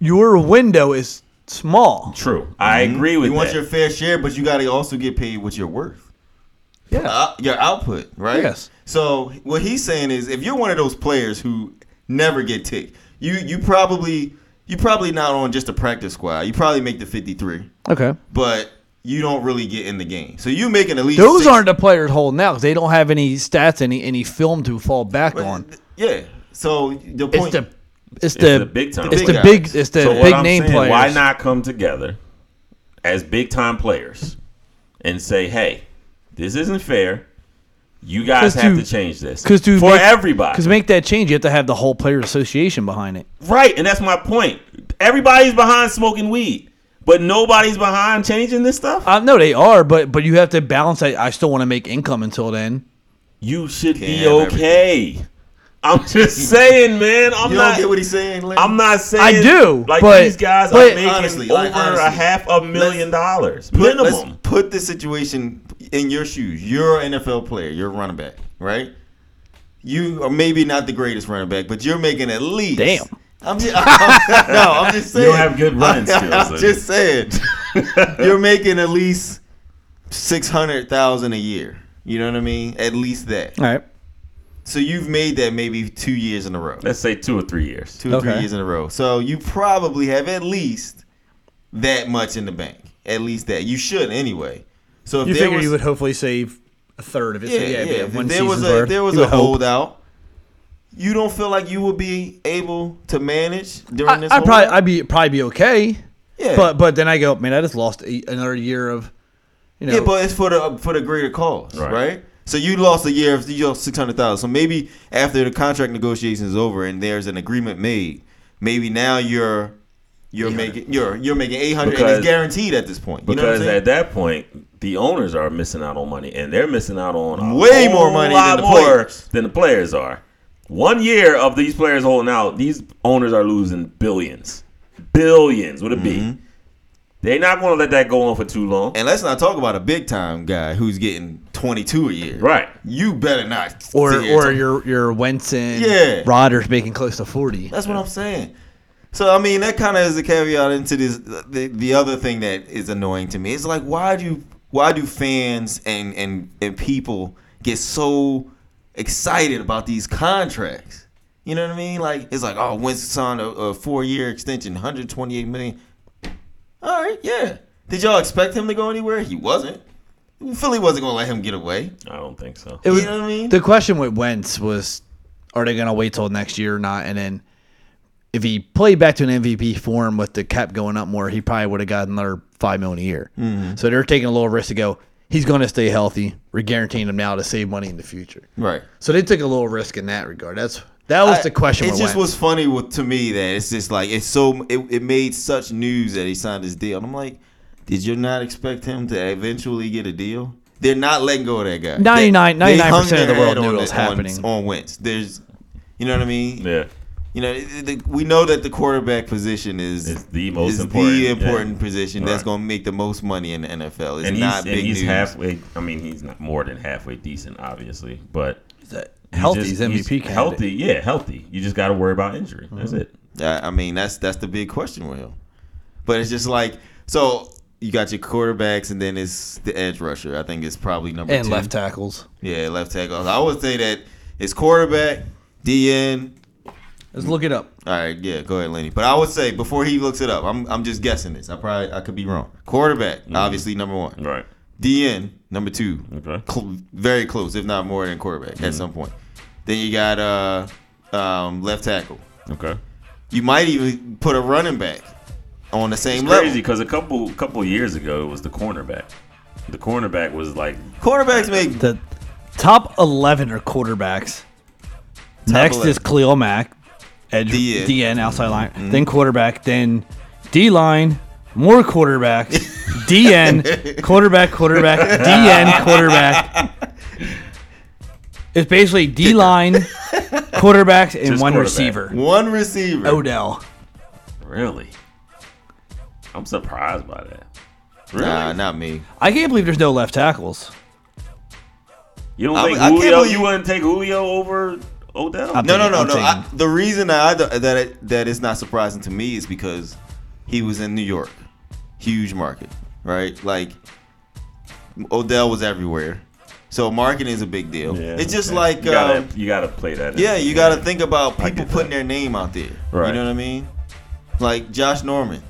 Speaker 4: your window is small.
Speaker 3: True. I agree with
Speaker 2: Mm-hmm. You want
Speaker 3: that.
Speaker 2: your fair share, but you got to also get paid what you're worth.
Speaker 4: Yeah.
Speaker 2: Uh, your output, right?
Speaker 4: Yes.
Speaker 2: So what he's saying is, if you're one of those players who never get ticked, you you probably you probably not on just a practice squad. You probably make the 53,
Speaker 4: Okay.
Speaker 2: but you don't really get in the game. So you making at least
Speaker 4: Those
Speaker 2: six-
Speaker 4: aren't the players holding out because they don't have any stats, any any film to fall back on.
Speaker 2: Yeah. So the
Speaker 4: It's
Speaker 2: point.
Speaker 4: the it's the,
Speaker 3: the big time
Speaker 4: it's
Speaker 2: players.
Speaker 4: the big
Speaker 2: guys.
Speaker 4: it's the
Speaker 3: So what
Speaker 4: big
Speaker 3: I'm
Speaker 4: name
Speaker 3: saying,
Speaker 4: players.
Speaker 3: Why not come together as big time players and say, hey, this isn't fair. You guys
Speaker 4: 'Cause
Speaker 3: have
Speaker 4: to-
Speaker 3: to change this.
Speaker 4: Because to
Speaker 3: For
Speaker 4: make-
Speaker 3: everybody.
Speaker 4: Because make that change, you have to have the whole player association behind it.
Speaker 3: Right, and that's my point. Everybody's behind smoking weed, but nobody's behind changing this stuff.
Speaker 4: I know Uh, they are, but but you have to balance. that I still want to make income until then.
Speaker 3: You should be
Speaker 2: Can't have
Speaker 3: okay. I'm just saying, man. I'm
Speaker 2: you
Speaker 3: not.
Speaker 2: don't get what he's saying. Larry?
Speaker 3: I'm not saying.
Speaker 4: I do,
Speaker 3: Like
Speaker 4: but-
Speaker 3: these guys
Speaker 4: but-
Speaker 3: are making
Speaker 2: Honestly,
Speaker 3: over
Speaker 2: like, honestly.
Speaker 3: a half a million dollars
Speaker 2: Put, let's
Speaker 3: minimum.
Speaker 2: put the situation in your shoes. You're an NFL player. You're a running back, right? You are maybe not the greatest running back, but you're making at least.
Speaker 4: Damn.
Speaker 2: I'm just, I'm, no, I'm just saying.
Speaker 3: You don't have good running skills,
Speaker 2: I'm
Speaker 3: then.
Speaker 2: just saying. you're making at least six hundred thousand a year. You know what I mean? At least that.
Speaker 4: All right.
Speaker 2: So you've made that maybe two years in a row,
Speaker 3: Let's say two or three years.
Speaker 2: two or
Speaker 4: Okay.
Speaker 2: three years in a row. So you probably have at least that much in the bank. At least that you should anyway. So if
Speaker 4: You
Speaker 2: there
Speaker 4: figure
Speaker 2: was,
Speaker 4: you would hopefully save a third of it.
Speaker 2: yeah,
Speaker 4: so yeah,
Speaker 2: yeah,
Speaker 4: it'd be a
Speaker 2: if
Speaker 4: one
Speaker 2: there was
Speaker 4: season's
Speaker 2: a
Speaker 4: worth.
Speaker 2: if there was
Speaker 4: You
Speaker 2: a
Speaker 4: would hope.
Speaker 2: holdout, you don't feel like you will be able to manage during
Speaker 4: I,
Speaker 2: this.
Speaker 4: I probably
Speaker 2: holdout?
Speaker 4: I'd be probably be okay.
Speaker 2: Yeah.
Speaker 4: But but then I go, man, I just lost a, another year of, you know.
Speaker 2: Yeah, but it's for the for the greater cause,
Speaker 3: Right.
Speaker 2: right? So you lost a year of you lost six hundred thousand. So maybe after the contract negotiations is over and there's an agreement made, maybe now you're you're making you're you're making eight hundred and
Speaker 3: Because-
Speaker 2: it's guaranteed at this point. You know what
Speaker 3: Because
Speaker 2: I'm saying?
Speaker 3: at that point, the owners are missing out on money, and they're missing out on a
Speaker 2: Way
Speaker 3: whole
Speaker 2: more money than
Speaker 3: lot
Speaker 2: the
Speaker 3: more
Speaker 2: players.
Speaker 3: than the players are. One year of these players holding out, these owners are losing billions, billions with a B.
Speaker 2: Mm-hmm.
Speaker 3: They're not going to let that go on for too long,
Speaker 2: and let's not talk about a big time guy who's getting twenty two a year.
Speaker 3: right?
Speaker 2: You better not.
Speaker 4: or
Speaker 2: sit here
Speaker 4: or
Speaker 2: talking-
Speaker 4: your your Wentz and
Speaker 2: Yeah.
Speaker 4: Rodgers making close to forty.
Speaker 2: That's what I'm saying. So I mean, that kind of is the caveat into this. The, the other thing that is annoying to me is like, why do why do fans and and and people get so excited about these contracts? You know what I mean? Like it's like, oh, Winston signed a, a four year extension, 128 million. All right, yeah. Did y'all expect him to go anywhere? He wasn't. Philly wasn't gonna let him get away.
Speaker 3: I don't think so.
Speaker 4: It was,
Speaker 2: You know what I mean?
Speaker 4: The question with Wentz was, are they going to wait till next year or not? And then if he played back to an MVP form with the cap going up more, he probably would have gotten another five million a year.
Speaker 2: Mm-hmm.
Speaker 4: So they're taking a little risk to go. He's going to stay healthy. We're guaranteeing him now to save money in the future.
Speaker 2: Right.
Speaker 4: So they took a little risk in that regard. That's that was
Speaker 2: I-
Speaker 4: the question.
Speaker 2: It
Speaker 4: with
Speaker 2: just
Speaker 4: Wentz.
Speaker 2: was funny with, to me that it's just like it's so it, it made such news that he signed his deal. And I'm like, did you not expect him to eventually get a deal? They're not letting go of that guy.
Speaker 4: 99
Speaker 2: They- they hung
Speaker 4: 99% of the
Speaker 2: their
Speaker 4: world
Speaker 2: head
Speaker 4: knew
Speaker 2: on
Speaker 4: it was
Speaker 2: the- on-
Speaker 4: happening.
Speaker 2: on Wentz. There's, you know what I mean.
Speaker 3: Yeah,
Speaker 2: You know, it- it- we know that the quarterback position is
Speaker 3: It's the most
Speaker 2: is the
Speaker 3: important, yeah.
Speaker 2: important position that's
Speaker 3: Right.
Speaker 2: going to make the most money in the NFL. It's
Speaker 3: and he's,
Speaker 2: not
Speaker 3: and
Speaker 2: big
Speaker 3: he's
Speaker 2: news.
Speaker 3: halfway. I mean, he's not more than halfway decent, obviously, but you
Speaker 4: healthy
Speaker 3: just-
Speaker 4: is
Speaker 3: he's
Speaker 4: MVP. candidate.
Speaker 3: Healthy, yeah, healthy. You just got to worry about injury. That's it.
Speaker 2: I I mean, that's that's the big question with him. But it's just like so you got your quarterbacks and then it's the edge rusher. I think it's probably number
Speaker 4: and
Speaker 2: two.
Speaker 4: left tackles.
Speaker 2: Yeah, left tackle. I would say that it's quarterback, DN.
Speaker 4: Let's look it up.
Speaker 2: All right, yeah, go ahead, Lenny. But I would say before he looks it up, I'm I'm just guessing this. I probably I could be wrong. Quarterback, obviously number one.
Speaker 3: Mm-hmm. Right.
Speaker 2: DN number two.
Speaker 3: Okay. Mm-hmm.
Speaker 2: Cl- very close, if not more than quarterback at some point. Then you got uh um, left tackle.
Speaker 3: Okay.
Speaker 2: You might even put a running back on the same
Speaker 3: It's
Speaker 2: level.
Speaker 3: crazy because a couple couple years ago it was the cornerback. The cornerback was like
Speaker 2: Quarterbacks make
Speaker 4: The top 11 are quarterbacks. Next
Speaker 2: 11.
Speaker 4: is Cleo Mack, edge
Speaker 2: DN.
Speaker 4: DN outside line,
Speaker 3: Mm-hmm.
Speaker 4: then quarterback, then D line, more quarterbacks, DN, quarterback, quarterback, DN, quarterback. It's basically D line, quarterbacks, and
Speaker 3: Just
Speaker 4: one
Speaker 3: quarterback.
Speaker 4: receiver.
Speaker 2: one receiver.
Speaker 4: Odell.
Speaker 3: really. I'm surprised by that. Really?
Speaker 2: Nah, not me.
Speaker 4: I can't believe there's no left tackles.
Speaker 3: you don't
Speaker 2: I-
Speaker 3: think
Speaker 2: I can't
Speaker 3: Julio?
Speaker 2: believe-
Speaker 3: You wouldn't take Julio over Odell?
Speaker 4: I'm
Speaker 2: No, no,
Speaker 4: taking-
Speaker 2: no,
Speaker 4: I'm
Speaker 2: no.
Speaker 4: taking-
Speaker 2: I, the reason that I, don't- that it, that is not surprising to me is because he was in New York, huge market, right? Like Odell was everywhere, so marketing is a big deal.
Speaker 3: Yeah,
Speaker 2: it's just
Speaker 3: okay.
Speaker 2: like,
Speaker 3: you gotta,
Speaker 2: um,
Speaker 3: you gotta play that. in.
Speaker 2: yeah, you got to think about
Speaker 3: I
Speaker 2: people
Speaker 3: get
Speaker 2: putting
Speaker 3: that.
Speaker 2: their name out there. You
Speaker 3: Right.
Speaker 2: know what I mean? Like Josh Norman.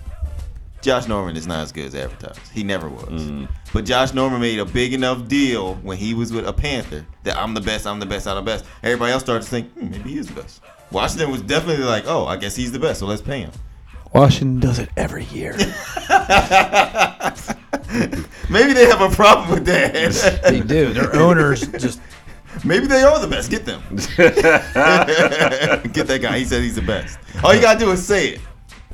Speaker 2: Josh Norman is not as good as advertised. He never was.
Speaker 3: Mm.
Speaker 2: But Josh Norman made a big enough deal when he was with a Panther that I'm the best, I'm the best, I'm the best. Everybody else started to think, hmm, maybe he is the best. Washington was definitely like, oh, I guess he's the best, so let's pay him.
Speaker 4: Washington does it every year.
Speaker 2: Maybe they have a problem with that.
Speaker 4: they do. Their owners just
Speaker 2: maybe they are the best. Get them. Get that guy. He said he's the best. All you got to do is say it.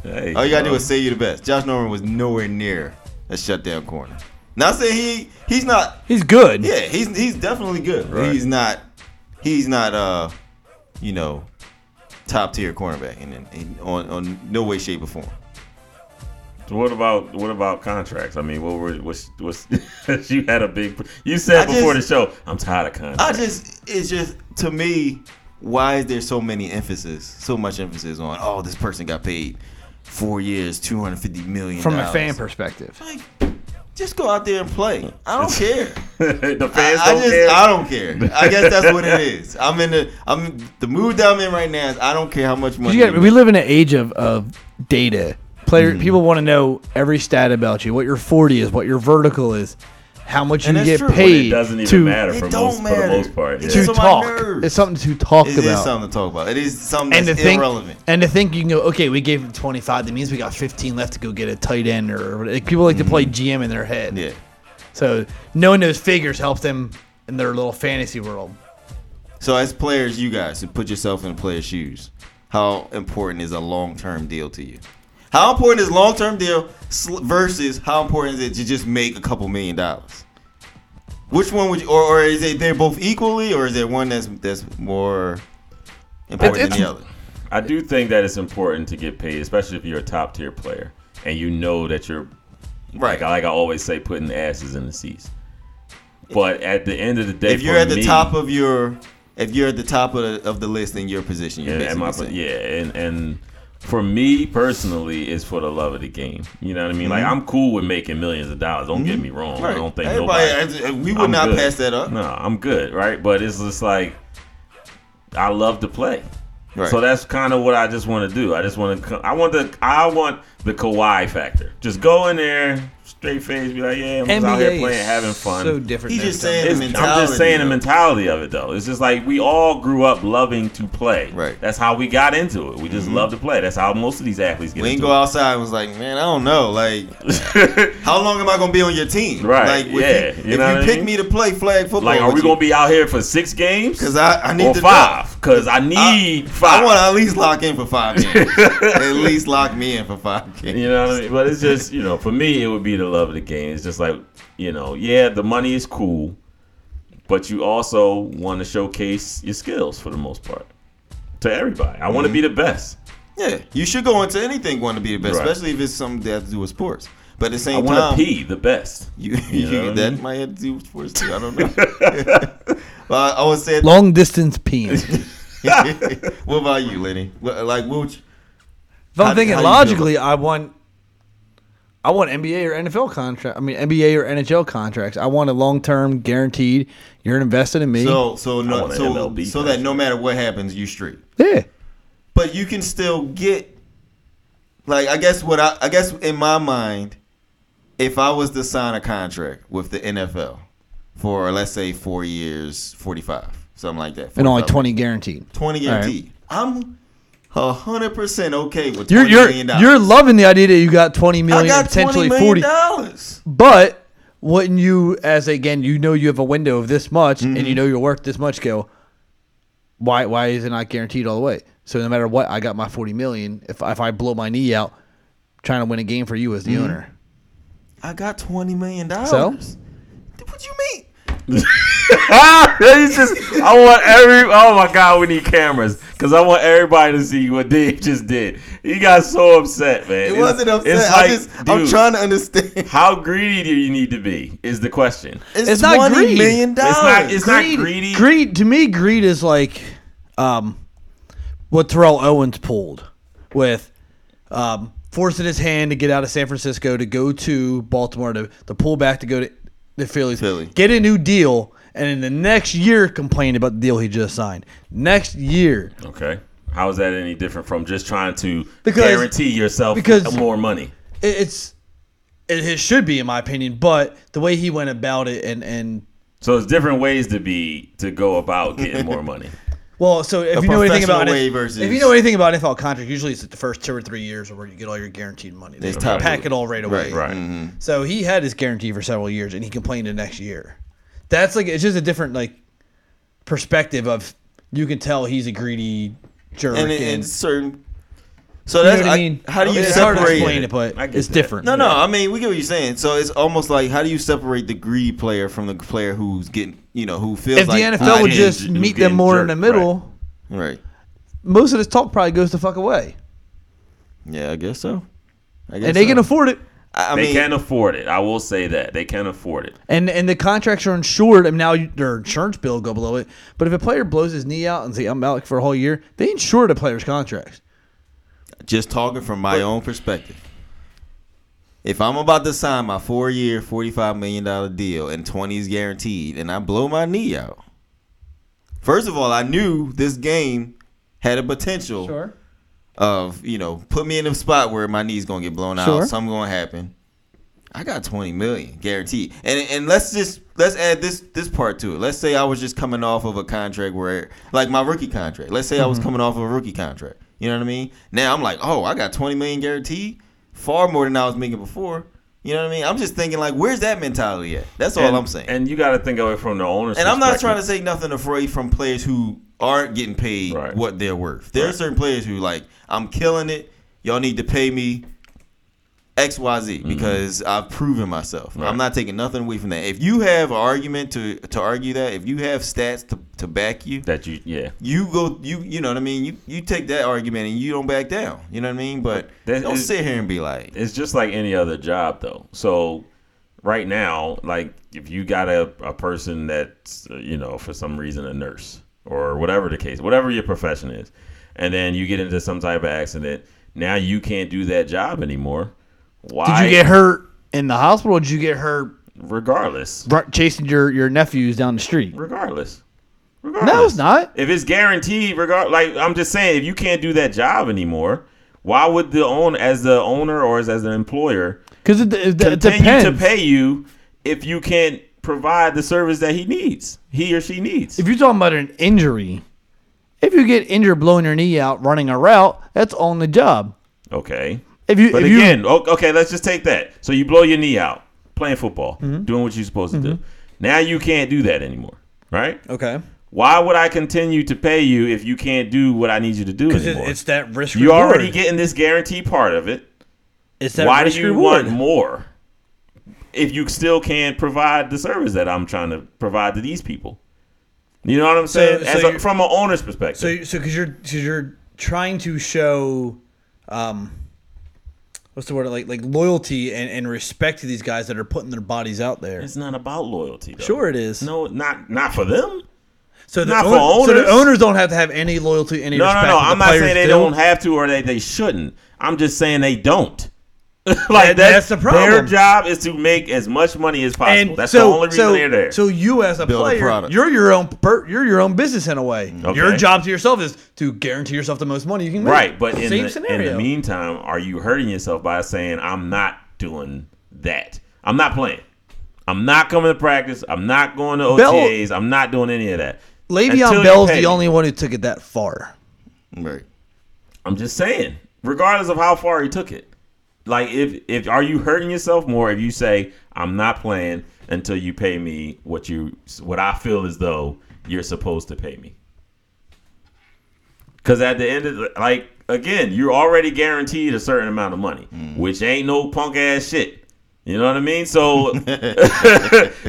Speaker 3: Hey,
Speaker 2: All you gotta do
Speaker 3: bro.
Speaker 2: is say you're the best. Josh Norman was nowhere near a shutdown corner. Not saying he he's not.
Speaker 4: he's good.
Speaker 2: Yeah, he's he's definitely good. but
Speaker 3: Right.
Speaker 2: He's not. He's not. Uh, you know, top tier cornerback, and, and, and on on no way, shape, or form.
Speaker 3: So What about what about contracts? I mean, what were what's what's you had a big you said
Speaker 2: I just-
Speaker 3: before the show. I'm tired of
Speaker 2: I
Speaker 3: contracts.
Speaker 2: just it's just to me, why is there so many emphasis, so much emphasis on oh this person got paid four years, two hundred fifty million
Speaker 4: From a fan
Speaker 2: dollars."
Speaker 4: perspective.
Speaker 2: Like, just go out there and play. I don't care.
Speaker 3: the
Speaker 2: I,
Speaker 3: fans
Speaker 2: I
Speaker 3: don't
Speaker 2: just
Speaker 3: care.
Speaker 2: I don't care. I guess that's what it is. I'm in the I'm the mood that I'm in right now is I don't care how much money.
Speaker 4: You get-
Speaker 2: you
Speaker 4: we live in an age of, of data. Player,
Speaker 2: Hmm.
Speaker 4: people want to know every stat about you, what your forty is, what your vertical is, how much
Speaker 2: And
Speaker 4: you
Speaker 2: that's
Speaker 4: get
Speaker 2: true. But it
Speaker 4: paid.
Speaker 3: it doesn't even
Speaker 4: to,
Speaker 3: matter
Speaker 2: It
Speaker 3: for
Speaker 2: don't
Speaker 3: most for
Speaker 2: matter.
Speaker 3: the most part.
Speaker 2: It
Speaker 3: yeah.
Speaker 4: to
Speaker 2: It's on my
Speaker 4: talk.
Speaker 2: nerves.
Speaker 4: It's something to talk
Speaker 2: It is
Speaker 4: about.
Speaker 2: something to talk about. It is something
Speaker 4: and to
Speaker 2: that's
Speaker 4: think,
Speaker 2: irrelevant.
Speaker 4: and to think you can go, okay, we gave him twenty five. That means we got fifteen left to go get a tight end, or like, people like to play GM in their head.
Speaker 2: Mm-hmm. yeah.
Speaker 4: So knowing those figures helps them in their little fantasy world.
Speaker 2: So as players, you guys should put yourself in the player's shoes. How important is a long term deal to you? How important is long term deal sl- versus how important is it to just make a couple million dollars? Which one would you, or, or is it they're both equally, or is there one that's that's more important
Speaker 4: It's-
Speaker 2: than the other?
Speaker 3: I do think that it's important to get paid, especially if you're a top tier player and you know that you're
Speaker 2: Right.
Speaker 3: Like, like I always say, putting asses in the seats. But at the end of the day,
Speaker 2: if you're
Speaker 3: for
Speaker 2: at the
Speaker 3: me-
Speaker 2: top of your if you're at the top of the, of the list in your position you're
Speaker 3: and, and
Speaker 2: basically
Speaker 3: my,
Speaker 2: saying.
Speaker 3: yeah, and and for me personally, it's for the love of the game. You know what I mean?
Speaker 2: Mm-hmm.
Speaker 3: Like I'm cool with making millions of dollars. Don't get me wrong. I don't think
Speaker 2: Everybody,
Speaker 3: nobody.
Speaker 2: I- I- we would
Speaker 3: I'm
Speaker 2: not
Speaker 3: good.
Speaker 2: pass that up
Speaker 3: No, I'm good, right? But it's just like I love to play.
Speaker 2: right
Speaker 3: So that's kind of what I just want to do. I just want to. I want the. I want the Kawhi factor. Just go in there, straight face, be like, yeah, I'm just out here playing, having fun.
Speaker 4: So different.
Speaker 2: He's
Speaker 4: than
Speaker 2: just
Speaker 4: everything.
Speaker 2: saying-
Speaker 3: It's-
Speaker 2: the
Speaker 3: I'm
Speaker 2: mentality
Speaker 3: just saying
Speaker 2: of
Speaker 3: the
Speaker 2: it.
Speaker 3: mentality of it though. It's just like we all grew up loving to play.
Speaker 2: Right. Mm-hmm.
Speaker 3: That's how we got into it. We just love to play. That's how most of these athletes get
Speaker 2: we ain't
Speaker 3: into
Speaker 2: go outside and was like man i don't know like
Speaker 3: it.
Speaker 2: how long am i gonna be on your team like
Speaker 3: Right,
Speaker 2: if
Speaker 3: yeah,
Speaker 2: you,
Speaker 3: you
Speaker 2: if
Speaker 3: know
Speaker 2: you
Speaker 3: what I
Speaker 2: pick
Speaker 3: mean?
Speaker 2: me to play flag football
Speaker 3: like, are we gonna be out here for six games
Speaker 2: because i i need
Speaker 3: or
Speaker 2: to
Speaker 3: five? Because I need five.
Speaker 2: i want to at least lock in for five games at least lock me in for five games
Speaker 3: You know what I mean? But it's just, you know, for me, it would be the love of the game. It's just like, you know, yeah, the money is cool, but you also want to showcase your skills for the most part to everybody. I want
Speaker 2: Mm-hmm.
Speaker 3: to be the best.
Speaker 2: yeah you should go into anything wanting to be the best
Speaker 3: Right.
Speaker 2: especially if it's something that has to do with sports but at the
Speaker 3: I
Speaker 2: same
Speaker 3: want
Speaker 2: time
Speaker 3: to pee the best.
Speaker 2: you,
Speaker 3: You know
Speaker 2: you
Speaker 3: what I
Speaker 2: that
Speaker 3: mean?
Speaker 2: might have to do with sports too i don't know well, i would say
Speaker 4: long distance peeing.
Speaker 2: what about you, Lenny? What- Like, what would you,
Speaker 4: If I'm
Speaker 2: How-
Speaker 4: thinking
Speaker 2: how you feel
Speaker 4: logically, I want I want NBA or NFL contract. I mean NBA or NHL contracts. I want a long term guaranteed. You're invested in me.
Speaker 2: so so no
Speaker 3: want an
Speaker 2: so,
Speaker 3: MLB
Speaker 2: so that no matter what happens, you straight.
Speaker 4: yeah,
Speaker 2: But you can still get like I guess what I I guess in my mind, if I was to sign a contract with the NFL for let's say four years, forty five, something like that,
Speaker 4: and only
Speaker 2: 45,
Speaker 4: twenty guaranteed.
Speaker 2: 20
Speaker 4: All right.
Speaker 2: guaranteed. I'm a hundred percent okay with
Speaker 4: You're
Speaker 2: twenty
Speaker 4: you're
Speaker 2: million dollars.
Speaker 4: you're loving the idea that you got twenty
Speaker 2: I
Speaker 4: million,
Speaker 2: got
Speaker 4: potentially
Speaker 2: twenty million
Speaker 4: forty,
Speaker 2: dollars.
Speaker 4: but wouldn't you, as again, you know, you have a window of this much, and you know you're worth this much. Go, why? Why is it not guaranteed all the way? So no matter what, I got my forty million. If if I blow my knee out, trying to win a game for you as the owner.
Speaker 2: I got twenty million dollars.
Speaker 4: So?
Speaker 2: What you mean?
Speaker 3: Ah, it's just, I want every. Oh my god, we need cameras because I want everybody to see what Dave just did. He got so upset, man.
Speaker 2: It
Speaker 3: It's-
Speaker 2: wasn't upset.
Speaker 3: It's
Speaker 2: I
Speaker 3: like,
Speaker 2: just I'm
Speaker 3: dude,
Speaker 2: trying to understand.
Speaker 3: How greedy do you need to be? Is the question.
Speaker 4: It's not
Speaker 2: $20
Speaker 4: greed.
Speaker 2: million dollars.
Speaker 3: It's not. It's not greedy.
Speaker 4: Greed to me, greed is like um, what Terrell Owens pulled with um, forcing his hand to get out of San Francisco to go to Baltimore to, to pull back to go to the Phillies,
Speaker 2: Philly.
Speaker 4: get a new deal, and in the next year complain about the deal he just signed. Next year,
Speaker 3: Okay. How is that any different from just trying to
Speaker 4: Because-
Speaker 3: guarantee yourself
Speaker 4: because-
Speaker 3: more money?
Speaker 4: it, it's it, it should be in my opinion, but the way he went about it and and
Speaker 3: So it's different ways to be to go about getting more money.
Speaker 4: Well, so if you know anything
Speaker 2: professional
Speaker 4: about
Speaker 2: way
Speaker 4: it,
Speaker 2: versus-
Speaker 4: if you know anything about NFL contract, usually it's the first two or three years where you get all your guaranteed money. They
Speaker 2: It's top-
Speaker 4: pack it all right away.
Speaker 3: Right.
Speaker 4: So he had his guarantee for several years, and he complained the next year. That's like it's just a different like perspective of you can tell he's a greedy jerk.
Speaker 2: And,
Speaker 4: And,
Speaker 2: it- and certain. So
Speaker 4: you
Speaker 2: that's
Speaker 4: know what I mean?
Speaker 2: How do you
Speaker 4: it's hard to
Speaker 2: separate?
Speaker 4: explain it, but
Speaker 3: I get
Speaker 4: it's
Speaker 3: that.
Speaker 4: different.
Speaker 2: No, no. I mean, we get what you're saying. So it's almost like how do you separate the greed player from the player who's getting, you know, who feels
Speaker 4: If the
Speaker 2: like
Speaker 4: NFL would
Speaker 3: getting-
Speaker 4: just
Speaker 3: I'm
Speaker 4: meet them
Speaker 3: getting
Speaker 4: more in the
Speaker 3: jerked,
Speaker 4: middle,
Speaker 3: right.
Speaker 2: right?
Speaker 4: most of this talk probably goes the fuck away,
Speaker 2: Yeah, I guess so. I guess
Speaker 4: and they
Speaker 2: so.
Speaker 4: can afford it.
Speaker 2: I I
Speaker 3: they
Speaker 2: mean,
Speaker 3: can afford it. I will say that they can afford it.
Speaker 4: and and the contracts are insured, and now you, their insurance bill will go below it. But if a player blows his knee out and say I'm out for a whole year, they insure the player's contracts.
Speaker 2: just talking from my own perspective. If I'm about to sign my four-year, forty-five million dollar deal and twenty is guaranteed, and I blow my knee out, first of all, I knew this game had a potential of you know put me in a spot where my knee's gonna get blown
Speaker 4: Sure.
Speaker 2: out. Something gonna happen. I got twenty million guaranteed, and and let's just let's add this this part to it. Let's say I was just coming off of a contract where like my rookie contract. Let's say I was coming off of a rookie contract. You know what I mean? Now I'm like, oh, I got twenty million guaranteed, far more than I was making before. You know what I mean? I'm just thinking like, where's that mentality at? That's all
Speaker 3: and,
Speaker 2: I'm saying.
Speaker 3: And you got to think of it from the owner's.
Speaker 2: And I'm not
Speaker 3: perspective.
Speaker 2: trying to say nothing afraid from players who aren't getting paid
Speaker 3: Right.
Speaker 2: what they're worth. There are certain players who like, I'm killing it. Y'all need to pay me XYZ because I've proven myself.
Speaker 3: Mm-hmm. Right.
Speaker 2: I'm not taking nothing away from that. If you have an argument to to argue that, if you have stats to, to back you,
Speaker 3: that you. Yeah.
Speaker 2: you go you you know what I mean, you you take that argument and you don't back down. You know what I mean? But
Speaker 3: That
Speaker 2: don't
Speaker 3: is-
Speaker 2: sit here and be like
Speaker 3: it's just like any other job though so right now like if you got a, a person that's uh, you know for some reason a nurse or whatever the case whatever your profession is and then you get into some type of accident now you can't do that job anymore
Speaker 4: Did
Speaker 3: why
Speaker 4: you get hurt in the hospital? Or did you get hurt
Speaker 3: regardless
Speaker 4: br- chasing your your nephews down the street?
Speaker 3: regardless
Speaker 4: No, it's not.
Speaker 3: if it's guaranteed regard like i'm just saying if you can't do that job anymore why would the own as the owner or as, as an employer
Speaker 4: Because it, it, it
Speaker 3: continue
Speaker 4: depends.
Speaker 3: to pay you if you can't provide the service that he needs, he or she needs.
Speaker 4: If you're talking about an injury, if you get injured blowing your knee out running a route, that's on the job.
Speaker 3: Okay.
Speaker 4: If you
Speaker 3: But
Speaker 4: if
Speaker 3: again,
Speaker 4: you,
Speaker 3: o- okay, let's just take that. So you blow your knee out playing football,
Speaker 4: Mm-hmm.
Speaker 3: doing what you're supposed to do. Now you can't do that anymore, right?
Speaker 4: okay,
Speaker 3: Why would I continue to pay you if you can't do what I need you to do anymore?
Speaker 4: that risk.
Speaker 3: you're already getting this guaranteed part of it.
Speaker 4: It's
Speaker 3: Why do you want more if you still can't provide the service that I'm trying to provide to these people? You know what I'm saying?
Speaker 4: so
Speaker 3: As a,
Speaker 4: you're-
Speaker 3: from an owner's perspective.
Speaker 4: So, so because you're, cause you're trying to show, um, what's the word like, like loyalty and, and respect to these guys that are putting their bodies out there.
Speaker 3: It's not about loyalty. Though.
Speaker 4: Sure it is.
Speaker 3: No, not not for them.
Speaker 4: So the
Speaker 3: not for
Speaker 4: own- so
Speaker 3: owners.
Speaker 4: the owners don't have to have any loyalty, any
Speaker 3: No, no,
Speaker 4: respect.
Speaker 3: no.
Speaker 4: that the
Speaker 3: I'm not saying
Speaker 4: players
Speaker 3: they
Speaker 4: do.
Speaker 3: don't have to or they, they shouldn't. I'm just saying they don't. like
Speaker 4: That- that's the
Speaker 3: Their
Speaker 4: problem.
Speaker 3: job is to make as much money as possible.
Speaker 4: And
Speaker 3: that's
Speaker 4: so,
Speaker 3: the only reason
Speaker 4: so,
Speaker 3: they're there.
Speaker 4: so you as a
Speaker 2: Build a
Speaker 4: player,
Speaker 2: product.
Speaker 4: you're your own, per, you're your own business in a way.
Speaker 3: Mm, Okay.
Speaker 4: Your job to yourself is to guarantee yourself the most money you can make.
Speaker 3: right, but in
Speaker 4: same
Speaker 3: the, in
Speaker 4: scenario.
Speaker 3: the meantime, are you hurting yourself by saying I'm not doing that? I'm not playing. I'm not coming to practice. I'm not going to
Speaker 4: Bell-
Speaker 3: OTAs. I'm not doing any of that. Until you
Speaker 4: Le'Veon Bell's
Speaker 3: pay
Speaker 4: the
Speaker 3: me.
Speaker 4: only one who took it that far.
Speaker 2: right.
Speaker 3: I'm just saying, regardless of how far he took it, like if if are you hurting yourself more if you say I'm not playing until you pay me what you what I feel as though you're supposed to pay me? Because at the end of the, like again, you're already guaranteed a certain amount of money, which ain't no punk ass shit. You know what I mean? So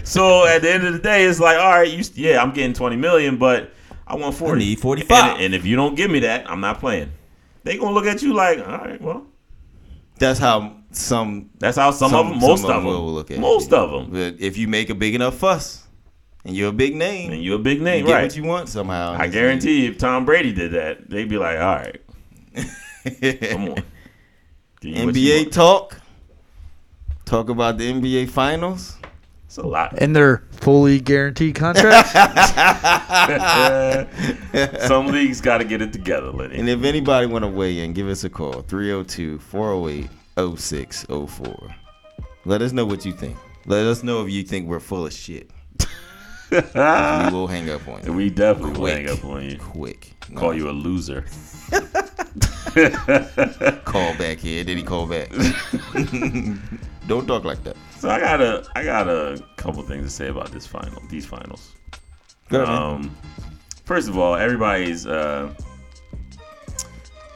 Speaker 3: so at the end of the day, it's like all right, you yeah, I'm getting 20 million, but I want 40.
Speaker 5: need 45.
Speaker 3: And, and if you don't give me that, I'm not playing. They gonna look at you like all right, well.
Speaker 2: That's how some
Speaker 3: That's how some, of them, most of them,
Speaker 2: will look at
Speaker 3: most
Speaker 2: you.
Speaker 3: of them,
Speaker 2: But if you make a big enough fuss and you're a big name,
Speaker 3: and
Speaker 2: you,
Speaker 3: you a big name,
Speaker 2: get
Speaker 3: right?
Speaker 2: what you want somehow.
Speaker 3: I guarantee you, if Tom Brady did that, they'd be like, "All right, come on." Give you what you
Speaker 2: NBA
Speaker 3: want.
Speaker 2: talk. Talk about the NBA finals.
Speaker 3: it's a lot.
Speaker 4: And they're fully guaranteed contracts.
Speaker 3: some leagues got to get it together, Lenny.
Speaker 2: And if anybody want to weigh in, give us a call 302-408-0604. Let us know what you think. Let us know if you think we're full of shit. 'Cause we will hang up on you.
Speaker 3: we definitely will
Speaker 2: Quick.
Speaker 3: hang up on you,
Speaker 2: Quick.
Speaker 3: call you a loser.
Speaker 2: Call back here. Did he call back? Don't talk like that.
Speaker 3: So I got a, I got a couple things to say about this final, these finals.
Speaker 2: Go ahead, man.
Speaker 3: Um, first of all, everybody's uh,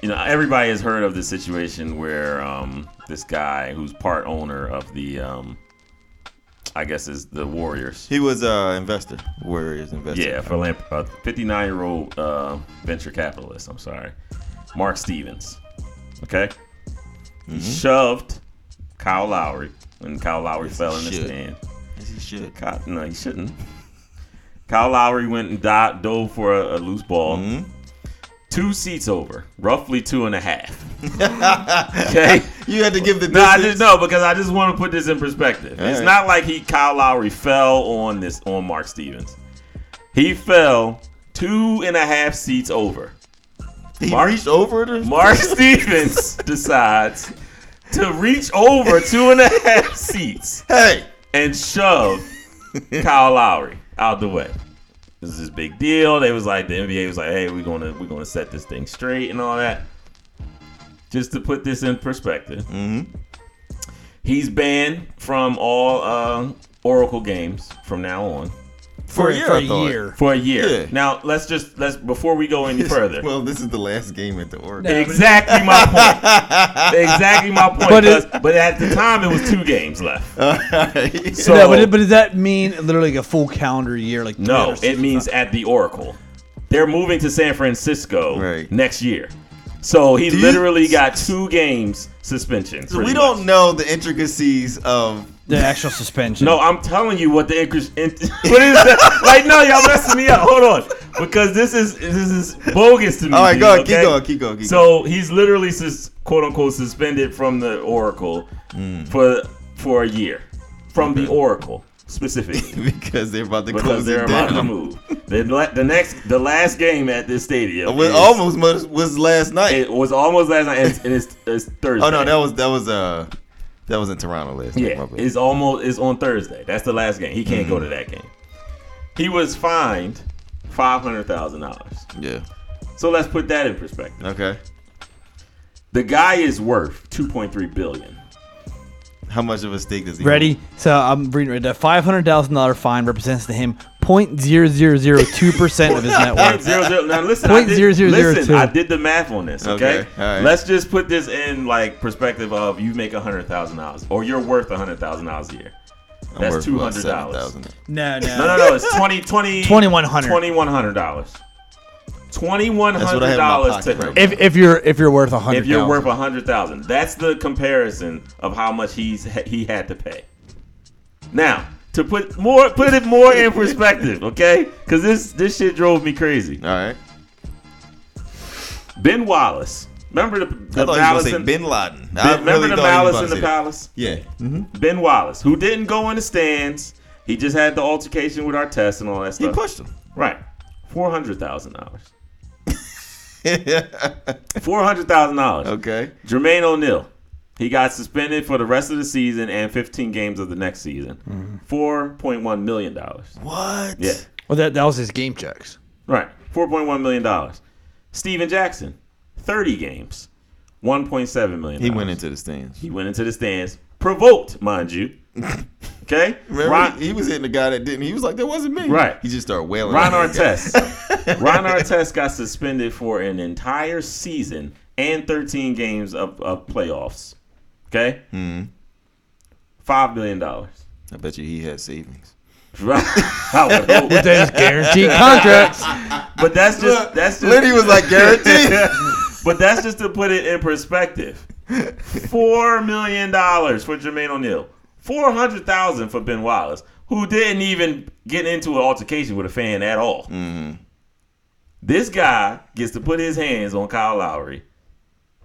Speaker 3: you know everybody has heard of the situation where um, this guy who's part owner of the um, I guess is the Warriors.
Speaker 2: He was uh investor. Warriors investor.
Speaker 3: Yeah, philanthrop- uh, 59 year old uh, venture capitalist. I'm sorry, Mark Stevens. Okay, he shoved Kyle Lowry, and Kyle Lowry fell in the
Speaker 2: should.
Speaker 3: stand.
Speaker 2: Yes, he should.
Speaker 3: Kyle, no, he shouldn't. Kyle Lowry went and di- dove for a, a loose ball.
Speaker 2: Mm-hmm. Hmm?
Speaker 3: Two seats over, roughly two and a half. okay.
Speaker 2: You had to give the
Speaker 3: No, I
Speaker 2: distance.
Speaker 3: just know because I just want to put this in perspective.
Speaker 2: All
Speaker 3: it's
Speaker 2: right.
Speaker 3: not like he Kyle Lowry fell on this on Mark Stevens. He fell two and a half seats over.
Speaker 2: He
Speaker 3: Mark-
Speaker 2: reached over to
Speaker 3: Mark Stevens decides to reach over two and a half seats
Speaker 2: Hey,
Speaker 3: and shove Kyle Lowry out the way. This is this big deal. They was like the NBA was like, hey, we're gonna we're gonna set this thing straight and all that. Just to put this in perspective,
Speaker 2: Mm-hmm.
Speaker 3: he's banned from all uh, Oracle games from now on
Speaker 2: for a year.
Speaker 4: for a
Speaker 2: I thought.
Speaker 4: year.
Speaker 3: for a year.
Speaker 2: Yeah.
Speaker 3: Now let's just let's before we go any
Speaker 2: This-
Speaker 3: further.
Speaker 2: Well, this is the last game at the Oregon.
Speaker 3: Exactly my point. exactly my point.
Speaker 4: But
Speaker 3: But,
Speaker 4: it-
Speaker 3: but at the time, it was two games left.
Speaker 2: Alright.
Speaker 3: So
Speaker 4: no, but, it- but does that mean literally like a full calendar year? Like
Speaker 3: No, it
Speaker 4: 365?
Speaker 3: means at the Oracle. They're moving to San Francisco
Speaker 2: Right.
Speaker 3: next year. So he
Speaker 2: Do you-
Speaker 3: literally got two games suspension.
Speaker 2: So
Speaker 3: pretty
Speaker 2: we don't
Speaker 3: much.
Speaker 2: know the intricacies of
Speaker 4: the actual suspension.
Speaker 3: No, I'm telling you what the increase. In- what is that? like, no, y'all messing me up. Hold on, because this is this is bogus to me.
Speaker 2: All right,
Speaker 3: dude,
Speaker 2: go on,
Speaker 3: okay?
Speaker 2: keep going, keep going, keep
Speaker 3: so he's literally sus- quote unquote suspended from the Oracle
Speaker 2: Mm.
Speaker 3: for for a year from the Oracle specifically.
Speaker 2: because they're about to
Speaker 3: because
Speaker 2: close
Speaker 3: they're
Speaker 2: it
Speaker 3: about to
Speaker 2: down.
Speaker 3: move. The, la- the next, the last game at this stadium
Speaker 2: Well,
Speaker 3: is-
Speaker 2: almost was, was last night.
Speaker 3: It was almost last night, and it's, and it's, it's Thursday.
Speaker 2: oh no, that was that was uh that was in Toronto last night.
Speaker 3: yeah.
Speaker 2: my bad. Mm-hmm.
Speaker 3: It's almost it's on Thursday. That's the last game. He can't go to that game. He was fined five hundred thousand dollars.
Speaker 2: yeah.
Speaker 3: So let's put that in perspective.
Speaker 2: Okay.
Speaker 3: The guy is worth two point three billion.
Speaker 2: How much of a stake does he
Speaker 4: Ready? So I'm reading right. The five hundred thousand dollar fine represents to him 0002 percent of his net
Speaker 3: Point
Speaker 4: worth.
Speaker 3: zero zero. Now listen, I
Speaker 4: Point
Speaker 3: did,
Speaker 4: zero zero zero
Speaker 3: listen,
Speaker 4: two.
Speaker 3: I did the math on this. Okay,
Speaker 2: Okay, all right.
Speaker 3: let's just put this in like perspective of you make a hundred thousand dollars, or you're worth a hundred thousand dollars a year.
Speaker 2: I'm
Speaker 3: That's
Speaker 2: worth
Speaker 3: two
Speaker 2: about
Speaker 3: hundred dollars.
Speaker 2: $7,000.
Speaker 4: No,
Speaker 3: No, no, no. It's 20, 20,
Speaker 4: $2,100.
Speaker 3: dollars. Twenty one
Speaker 2: That's what I
Speaker 3: hundred
Speaker 2: have in my
Speaker 3: dollars to
Speaker 2: pocket right
Speaker 3: if,
Speaker 4: If if you're if you're worth a hundred.
Speaker 3: if you're worth a hundred thousand. That's the comparison of how much he's he had to pay. Now to put more put it more in perspective, okay? Because this this shit drove me crazy.
Speaker 2: All right.
Speaker 3: Ben Wallace, remember the, the
Speaker 2: I thought you were
Speaker 3: Malice
Speaker 2: gonna say
Speaker 3: and
Speaker 2: Bin Laden. I
Speaker 3: Ben- remember
Speaker 2: really
Speaker 3: the
Speaker 2: thought you
Speaker 3: Malice
Speaker 2: was
Speaker 3: in the
Speaker 2: about
Speaker 3: Palace.
Speaker 2: to say that. Yeah. Mm-hmm.
Speaker 3: Ben Wallace, who didn't go in the stands. He just had the altercation with Artest and all that
Speaker 2: He
Speaker 3: stuff.
Speaker 2: pushed him.
Speaker 3: Right. Four hundred thousand dollars. Four hundred thousand dollars.
Speaker 2: okay.
Speaker 3: Jermaine O'Neal. He got suspended for the rest of the season and fifteen games of the next season.
Speaker 2: Mm-hmm.
Speaker 3: point one million dollars.
Speaker 2: What?
Speaker 3: Yeah.
Speaker 4: well, that that was his game checks.
Speaker 3: Right. Four point one million dollars. Steven Jackson, thirty games. One point seven million.
Speaker 2: He went into the stands.
Speaker 3: He went into the stands, provoked, mind you. Okay,
Speaker 2: Remember,
Speaker 3: Ron,
Speaker 2: he, he was hitting the guy that didn't. He was like, "That wasn't me."
Speaker 3: Right.
Speaker 2: He just started wailing.
Speaker 3: Ron
Speaker 2: at that
Speaker 3: Artest. Ron Artest got suspended for an entire season and 13 games of, of playoffs. Okay,
Speaker 2: Hmm.
Speaker 3: five million dollars.
Speaker 2: guy. I bet you he had savings.
Speaker 3: Right. I would hope.
Speaker 4: Those guaranteed contracts.
Speaker 3: But that's just that's just
Speaker 2: Liddy was like, "Guaranteed."
Speaker 3: But that's just to put it in perspective. Four million dollars for Jermaine O'Neal. Four hundred thousand for Ben Wallace, who didn't even get into an altercation with a fan at all. This guy gets to put his hands on Kyle Lowry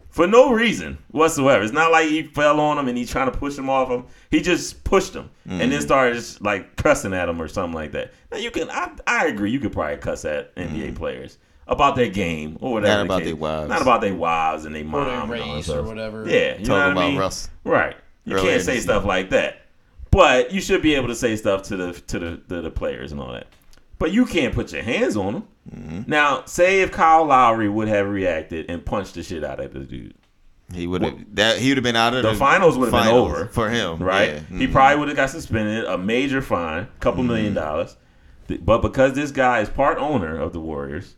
Speaker 3: for no reason whatsoever. It's not like he fell on him and he's trying to push him off him. He just pushed him and then started just like cussing at him or something like that. Now you can, I, I agree, you could probably cuss at NBA players about their game or whatever.
Speaker 2: Not
Speaker 3: the
Speaker 2: about
Speaker 3: case.
Speaker 2: their wives.
Speaker 3: Not about their wives and their
Speaker 5: Or
Speaker 3: mom
Speaker 5: their
Speaker 3: and all that
Speaker 5: race
Speaker 3: stuff.
Speaker 5: or whatever.
Speaker 3: Yeah, you know
Speaker 2: Talking
Speaker 3: what
Speaker 2: about
Speaker 3: I mean?
Speaker 2: Russ.
Speaker 3: Right. You
Speaker 2: Earlier
Speaker 3: can't
Speaker 2: this
Speaker 3: say
Speaker 2: year.
Speaker 3: stuff like that. But you should be able to say stuff to the to the to the players and all that. But you can't put your hands on them.
Speaker 2: Mm-hmm.
Speaker 3: Now, say if Kyle Lowry would have reacted and punched the shit out of the dude,
Speaker 2: He would have that. He would have been out of
Speaker 3: The finals would've been
Speaker 2: finals
Speaker 3: over.
Speaker 2: for him,
Speaker 3: right?
Speaker 2: Yeah. Mm-hmm.
Speaker 3: He
Speaker 2: Mhm.
Speaker 3: probably would have got suspended, a major fine, couple million dollars. Th- But because this guy is part owner of the Warriors,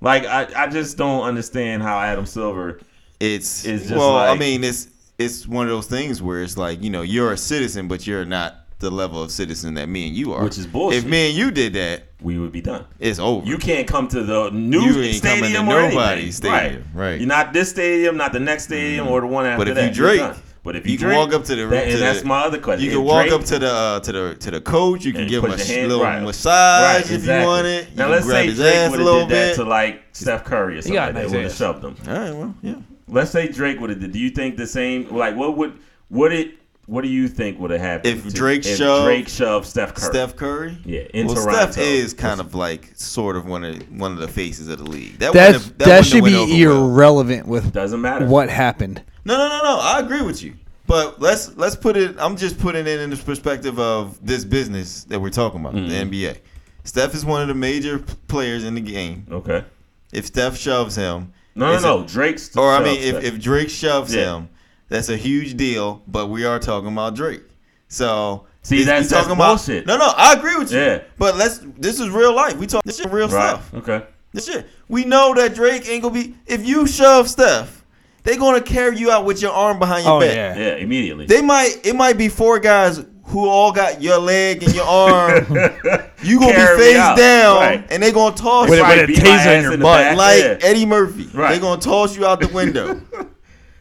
Speaker 3: like I, I just don't understand how Adam Silver.
Speaker 2: It's,
Speaker 3: It's just
Speaker 2: well, I
Speaker 3: like-
Speaker 2: mean, it's it's one of those things where it's like you know you're a citizen, but you're not the level of citizen that me and you are.
Speaker 3: Which is
Speaker 2: If
Speaker 3: bullshit.
Speaker 2: me and you did that,
Speaker 3: We would be done.
Speaker 2: it's over.
Speaker 3: You can't come to the new
Speaker 2: You ain't coming to
Speaker 3: stadium or anything.
Speaker 2: nobody's stadium,
Speaker 3: Right.
Speaker 2: right.
Speaker 3: You're not this stadium, not the next stadium, or the one after
Speaker 2: But if
Speaker 3: that.
Speaker 2: you
Speaker 3: You're
Speaker 2: Drake,
Speaker 3: done. but if
Speaker 2: you
Speaker 3: you
Speaker 2: can
Speaker 3: Drake,
Speaker 2: walk up to the-
Speaker 3: that-
Speaker 2: to
Speaker 3: and that's
Speaker 2: the-
Speaker 3: my other question.
Speaker 2: you
Speaker 3: If
Speaker 2: can walk
Speaker 3: Drake-
Speaker 2: up to the uh, to the to the coach. You can
Speaker 3: and
Speaker 2: give him a
Speaker 3: put
Speaker 2: sh-
Speaker 3: your hand-
Speaker 2: little
Speaker 3: right.
Speaker 2: massage
Speaker 3: Right,
Speaker 2: if
Speaker 3: exactly.
Speaker 2: you want it. You
Speaker 3: Now
Speaker 2: can
Speaker 3: let's
Speaker 2: grab
Speaker 3: say
Speaker 2: his
Speaker 3: Drake
Speaker 2: ass
Speaker 3: would
Speaker 2: a
Speaker 3: have
Speaker 2: little
Speaker 3: did that
Speaker 2: bit.
Speaker 3: to like Steph Curry or something like
Speaker 4: got a
Speaker 3: that.
Speaker 4: nice
Speaker 3: Would have
Speaker 4: ass.
Speaker 3: shoved him.
Speaker 2: All right, well, yeah.
Speaker 3: Let's say Drake would have did. Do you think the same? Like, what would what it? What do you think would have happened
Speaker 2: If
Speaker 3: to-
Speaker 2: Drake
Speaker 3: if
Speaker 2: shoved-
Speaker 3: Drake shoved Steph Curry?
Speaker 2: Steph Curry.
Speaker 3: Yeah, in
Speaker 2: well,
Speaker 3: Toronto.
Speaker 2: Steph is kind of like sort of one of one of the faces of the league. That
Speaker 4: That's,
Speaker 2: wouldn't have-
Speaker 4: that,
Speaker 2: wouldn't have
Speaker 4: should
Speaker 2: went
Speaker 4: be
Speaker 2: over well.
Speaker 4: irrelevant with
Speaker 3: doesn't matter.
Speaker 4: what happened.
Speaker 2: No, no, no, no. I agree with you. But let's let's put it. I'm just putting it in the perspective of this business that we're talking about,
Speaker 3: Mm-hmm.
Speaker 2: the NBA. Steph is one of the major p- players in the game.
Speaker 3: Okay.
Speaker 2: If Steph shoves him,
Speaker 3: No, no,
Speaker 2: it's a-
Speaker 3: no. Drake's.
Speaker 2: or I
Speaker 3: shoved
Speaker 2: mean, if,
Speaker 3: Steph.
Speaker 2: if Drake shoves
Speaker 3: Yeah.
Speaker 2: him, that's a huge deal. But we are talking about Drake, so
Speaker 3: See,
Speaker 2: this-
Speaker 3: that's-
Speaker 2: we talking
Speaker 3: that's
Speaker 2: about
Speaker 3: bullshit.
Speaker 2: no, no, I agree with you.
Speaker 3: Yeah.
Speaker 2: but let's. This is real life. We talk this is real
Speaker 3: right.
Speaker 2: stuff.
Speaker 3: Okay.
Speaker 2: This shit. We know that Drake ain't gonna be. If you shove Steph, they gonna carry you out with your arm behind your
Speaker 4: Oh,
Speaker 2: back.
Speaker 4: yeah.
Speaker 3: Yeah. Immediately.
Speaker 2: They might. It might be four guys who all got your leg and your arm. you gonna
Speaker 3: Carry
Speaker 2: be
Speaker 3: me
Speaker 2: face
Speaker 3: out.
Speaker 2: down,
Speaker 3: Right.
Speaker 2: and they gonna toss
Speaker 4: With
Speaker 2: you
Speaker 4: a-
Speaker 3: Probably
Speaker 4: with a
Speaker 3: beat my
Speaker 4: taser in
Speaker 3: ass
Speaker 4: your
Speaker 3: the
Speaker 4: butt.
Speaker 3: back.
Speaker 2: like
Speaker 3: Yeah.
Speaker 2: Eddie Murphy.
Speaker 3: Right.
Speaker 2: They gonna toss you out the window.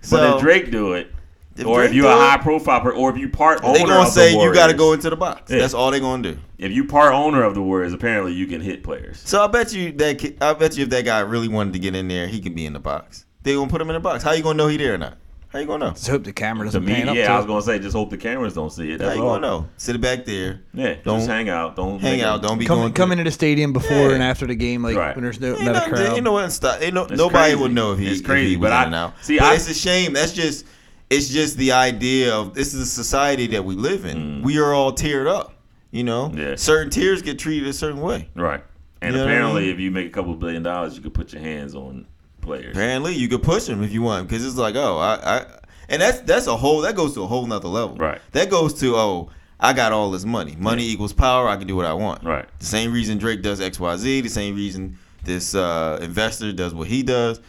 Speaker 2: so
Speaker 3: But if Drake do it,
Speaker 2: If
Speaker 3: or if
Speaker 2: Drake
Speaker 3: you a
Speaker 2: do it,
Speaker 3: high profile, per- or if you part owner,
Speaker 2: they gonna
Speaker 3: of
Speaker 2: say
Speaker 3: the
Speaker 2: you got to
Speaker 3: Warriors.
Speaker 2: go into the box.
Speaker 3: Yeah.
Speaker 2: That's all they gonna do.
Speaker 3: If you part owner of the Warriors, apparently you can hit players.
Speaker 2: So I bet you that ki- I bet you if that guy really wanted to get in there, he could be in the box. They gonna put him in the box. How you gonna know he there or not? How you gonna know?
Speaker 4: Let's hope the camera
Speaker 3: To
Speaker 4: doesn't
Speaker 3: me,
Speaker 4: pan up.
Speaker 3: yeah,
Speaker 4: to
Speaker 3: I
Speaker 4: it.
Speaker 3: was gonna say just hope the cameras don't see it.
Speaker 2: How
Speaker 3: That's
Speaker 2: you
Speaker 3: all.
Speaker 2: gonna know? Sit back there.
Speaker 3: Yeah,
Speaker 2: Don't-
Speaker 3: just hang out. Don't
Speaker 2: Hang
Speaker 3: make a-
Speaker 2: out. Don't be
Speaker 4: come
Speaker 2: going
Speaker 4: come
Speaker 2: through-
Speaker 4: into the stadium before
Speaker 2: Yeah.
Speaker 4: and after the game, like
Speaker 3: Right.
Speaker 4: when there's no,
Speaker 2: Ain't
Speaker 4: not a
Speaker 2: nothing-
Speaker 4: crowd.
Speaker 2: Ain't no one stop. Ain't no,
Speaker 3: It's
Speaker 2: nobody
Speaker 3: crazy.
Speaker 2: would know if he,
Speaker 3: It's
Speaker 2: if
Speaker 3: crazy,
Speaker 2: he was
Speaker 3: but I-
Speaker 2: in and out.
Speaker 3: see,
Speaker 2: but
Speaker 3: I-
Speaker 2: it's a shame. That's just. It's just the idea of this is the society that we live in. We are all teared up. You know,
Speaker 3: Mm. Yeah.
Speaker 2: certain tears get treated a certain way.
Speaker 3: Right. And
Speaker 2: You know what I
Speaker 3: apparently,
Speaker 2: mean?
Speaker 3: if you make a couple billion dollars, you could put your hands on players.
Speaker 2: Apparently, you could push him if you want because it's like, oh, I, I, and that's that's a whole that goes to a whole nother level.
Speaker 3: Right.
Speaker 2: That goes to oh, I got all this money. Money equals power. I can do what I want.
Speaker 3: Right.
Speaker 2: The same reason Drake does X Y Z. The same reason this uh, investor does what he does.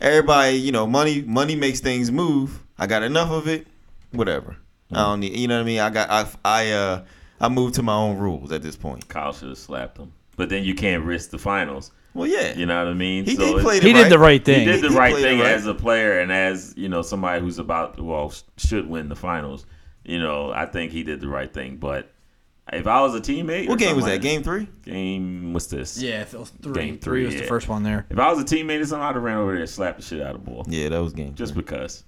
Speaker 2: Everybody, you know, money money makes things move. I got enough of it. Whatever. I
Speaker 3: Mm.
Speaker 2: don't need. You know what I mean? I got I I uh I moved to my own rules at this point.
Speaker 3: Kyle should have slapped them, but then you can't risk the finals.
Speaker 2: Well, yeah.
Speaker 3: You know what I mean?
Speaker 2: he,
Speaker 3: So
Speaker 2: he
Speaker 3: it's-
Speaker 2: played.
Speaker 4: he
Speaker 2: it
Speaker 4: did the right
Speaker 3: He
Speaker 4: thing.
Speaker 3: did the
Speaker 2: He
Speaker 3: right
Speaker 2: played it
Speaker 3: thing
Speaker 2: right.
Speaker 3: as a player and as you know somebody who's about well sh- should win the finals. You know, I think he did the right thing. But if I was a teammate,
Speaker 2: What
Speaker 3: or
Speaker 2: game was that?
Speaker 3: somebody-
Speaker 2: Game three.
Speaker 3: Game. What's this?
Speaker 5: Yeah, if it was three.
Speaker 3: Game
Speaker 4: Three
Speaker 3: three.
Speaker 4: was the
Speaker 3: yeah.
Speaker 4: first one there.
Speaker 3: If I was a teammate or something, I'd have ran over there and slapped the shit out of the ball.
Speaker 2: Yeah, that was game.
Speaker 3: Just because.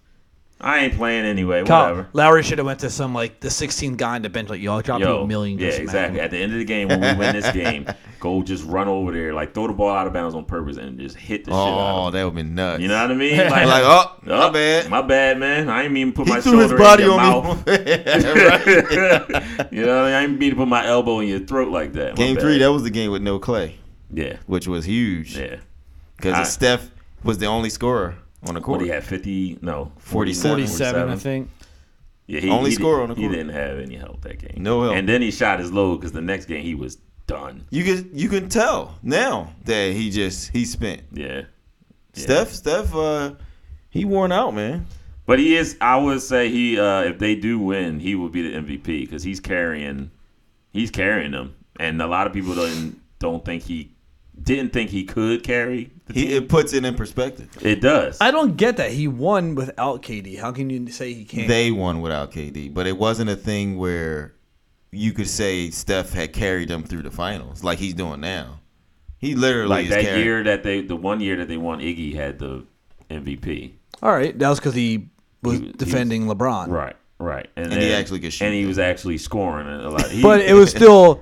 Speaker 3: I ain't playing anyway.
Speaker 4: Kyle,
Speaker 3: whatever.
Speaker 4: Lowry should have went to some like the 16th guy in the bench, like y'all drop me a million.
Speaker 3: yeah,
Speaker 4: just
Speaker 3: exactly.
Speaker 4: smack
Speaker 3: At the end of the game, when we win this game, go just run over there, like throw the ball out of bounds on purpose, and just hit the shit out.
Speaker 2: Oh,
Speaker 3: of
Speaker 2: that would be nuts.
Speaker 3: him. You know what I mean?
Speaker 2: I'm like, oh, my
Speaker 3: oh,
Speaker 2: bad.
Speaker 3: my bad, man. I ain't mean to put my
Speaker 2: he threw
Speaker 3: shoulder
Speaker 2: his body
Speaker 3: in your
Speaker 2: on
Speaker 3: mouth.
Speaker 2: me. Right.
Speaker 3: you know, what I, mean? I ain't mean to put my elbow in your throat like that. My
Speaker 2: Game
Speaker 3: bad.
Speaker 2: three, that was the game with no Clay,
Speaker 3: yeah,
Speaker 2: which was huge
Speaker 3: yeah,
Speaker 2: because
Speaker 3: I-
Speaker 2: Steph was the only scorer on the
Speaker 3: What
Speaker 2: court.
Speaker 3: do you have? Fifty? No,
Speaker 2: 47.
Speaker 5: 47, I think.
Speaker 3: Yeah, he,
Speaker 2: Only
Speaker 3: he
Speaker 2: scorer
Speaker 3: didn't-
Speaker 2: on the
Speaker 3: He
Speaker 2: court.
Speaker 3: didn't have any help that game.
Speaker 2: No help.
Speaker 3: And then he shot his load because the next game he was done.
Speaker 2: You can you can tell now that he just he spent.
Speaker 3: Yeah. Yeah.
Speaker 2: Steph Steph uh he worn out man.
Speaker 3: But he is. I would say he. Uh, if they do win, he will be the MVP because he's carrying. He's carrying them, and a lot of people don't don't think he didn't think he could carry. The team.
Speaker 2: He it puts it in perspective.
Speaker 3: It does.
Speaker 4: I don't get that. He won without KD. How can you say he can't?
Speaker 2: They won without KD, but it wasn't a thing where you could say Steph had carried them through the finals like he's doing now. He literally
Speaker 3: like
Speaker 2: is
Speaker 3: that
Speaker 2: carrying-
Speaker 3: year that they, the one year that they won, Iggy had the MVP.
Speaker 4: All right, that was because he was
Speaker 3: He was-
Speaker 4: defending LeBron.
Speaker 3: Right. Right. And,
Speaker 2: he
Speaker 3: then-
Speaker 2: actually could shoot.
Speaker 3: And he was actually scoring a lot. He,
Speaker 4: But it was still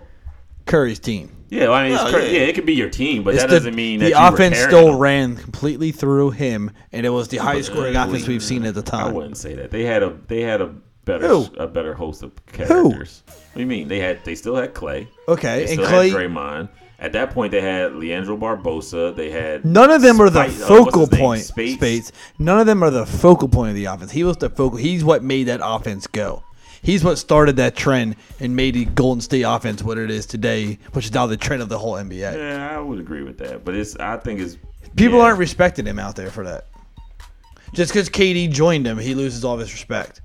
Speaker 4: Curry's team.
Speaker 3: yeah. well, I mean, it's
Speaker 2: No,
Speaker 3: cur-
Speaker 2: yeah.
Speaker 3: Oh, yeah. it could be your team, but
Speaker 4: It's
Speaker 3: that
Speaker 4: the-
Speaker 3: doesn't mean that
Speaker 4: the
Speaker 3: you were
Speaker 4: offense
Speaker 3: carrying
Speaker 4: still
Speaker 3: them.
Speaker 4: ran completely through him, and it was the highest scoring
Speaker 3: uh,
Speaker 4: offense we've seen at the
Speaker 3: I
Speaker 4: time.
Speaker 3: wouldn't say that. They had a they had a better
Speaker 4: Who?
Speaker 3: a better host of characters. What do you mean? They had they still had Clay.
Speaker 4: Okay,
Speaker 3: They
Speaker 4: and
Speaker 3: still
Speaker 4: Clay.
Speaker 3: had Draymond. At that point, they had Leandro Barbosa. They had
Speaker 4: None of them are the
Speaker 3: Spite- uh, what's
Speaker 4: focal
Speaker 3: his name?
Speaker 4: point. Spates.
Speaker 3: Spates.
Speaker 4: None of them are the focal point of the offense. He was the focal. He's what made that offense go. He's what started that trend and made the Golden State offense what it is today, which is now the trend of the whole NBA.
Speaker 3: Yeah, I would agree with that. But it's I think it's
Speaker 4: People
Speaker 3: yeah.
Speaker 4: aren't respecting him out there for that. Just because KD joined him, he loses all of his respect.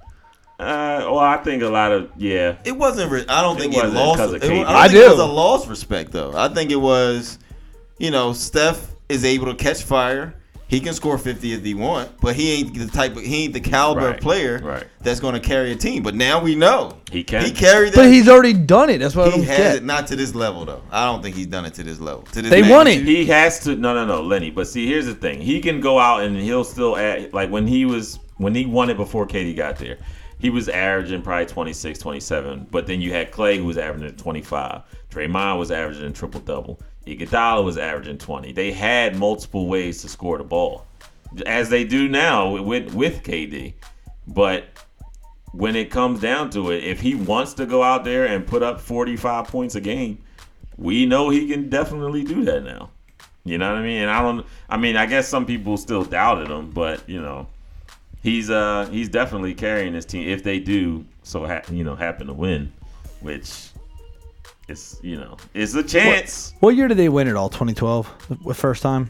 Speaker 3: Uh, well, I think a lot of yeah.
Speaker 2: It wasn't. Re- I don't
Speaker 3: It
Speaker 2: think it,
Speaker 3: wasn't
Speaker 2: lost.
Speaker 3: 'cause of
Speaker 2: It, wa- I,
Speaker 3: KD.
Speaker 2: don't
Speaker 4: I
Speaker 2: think It
Speaker 4: do.
Speaker 2: was a lost respect though. I think it was, you know, Steph is able to catch fire. He can score fifty if he want, but he ain't the type. Of, he ain't the caliber of
Speaker 3: Right,
Speaker 2: player
Speaker 3: right.
Speaker 2: that's going to carry a team. But now we know
Speaker 3: He can.
Speaker 2: He carried
Speaker 4: But
Speaker 2: that.
Speaker 4: he's already done it. That's what I
Speaker 2: he
Speaker 4: don't
Speaker 2: has
Speaker 4: get.
Speaker 2: it not to this level though. I don't think he's done it to this level. To this
Speaker 4: They won
Speaker 2: magnitude.
Speaker 3: He has to no no no Lenny. But see, here's the thing. He can go out and he'll still add like when he was when he won it before Katie got there. He was averaging probably 26, 27. But then you had Clay who was averaging 25. Draymond was averaging triple double. Iguodala was averaging 20. They had multiple ways to score the ball, as they do now with with KD. But when it comes down to it, if he wants to go out there and put up 45 points a game, we know he can definitely do that now. You know what I mean? And I don't. I mean, I guess some people still doubted him, but you know, he's uh he's definitely carrying this team if they do so ha- you know happen to win, which it's you know it's a chance.
Speaker 4: What year did they win it all? 2012, the the first time.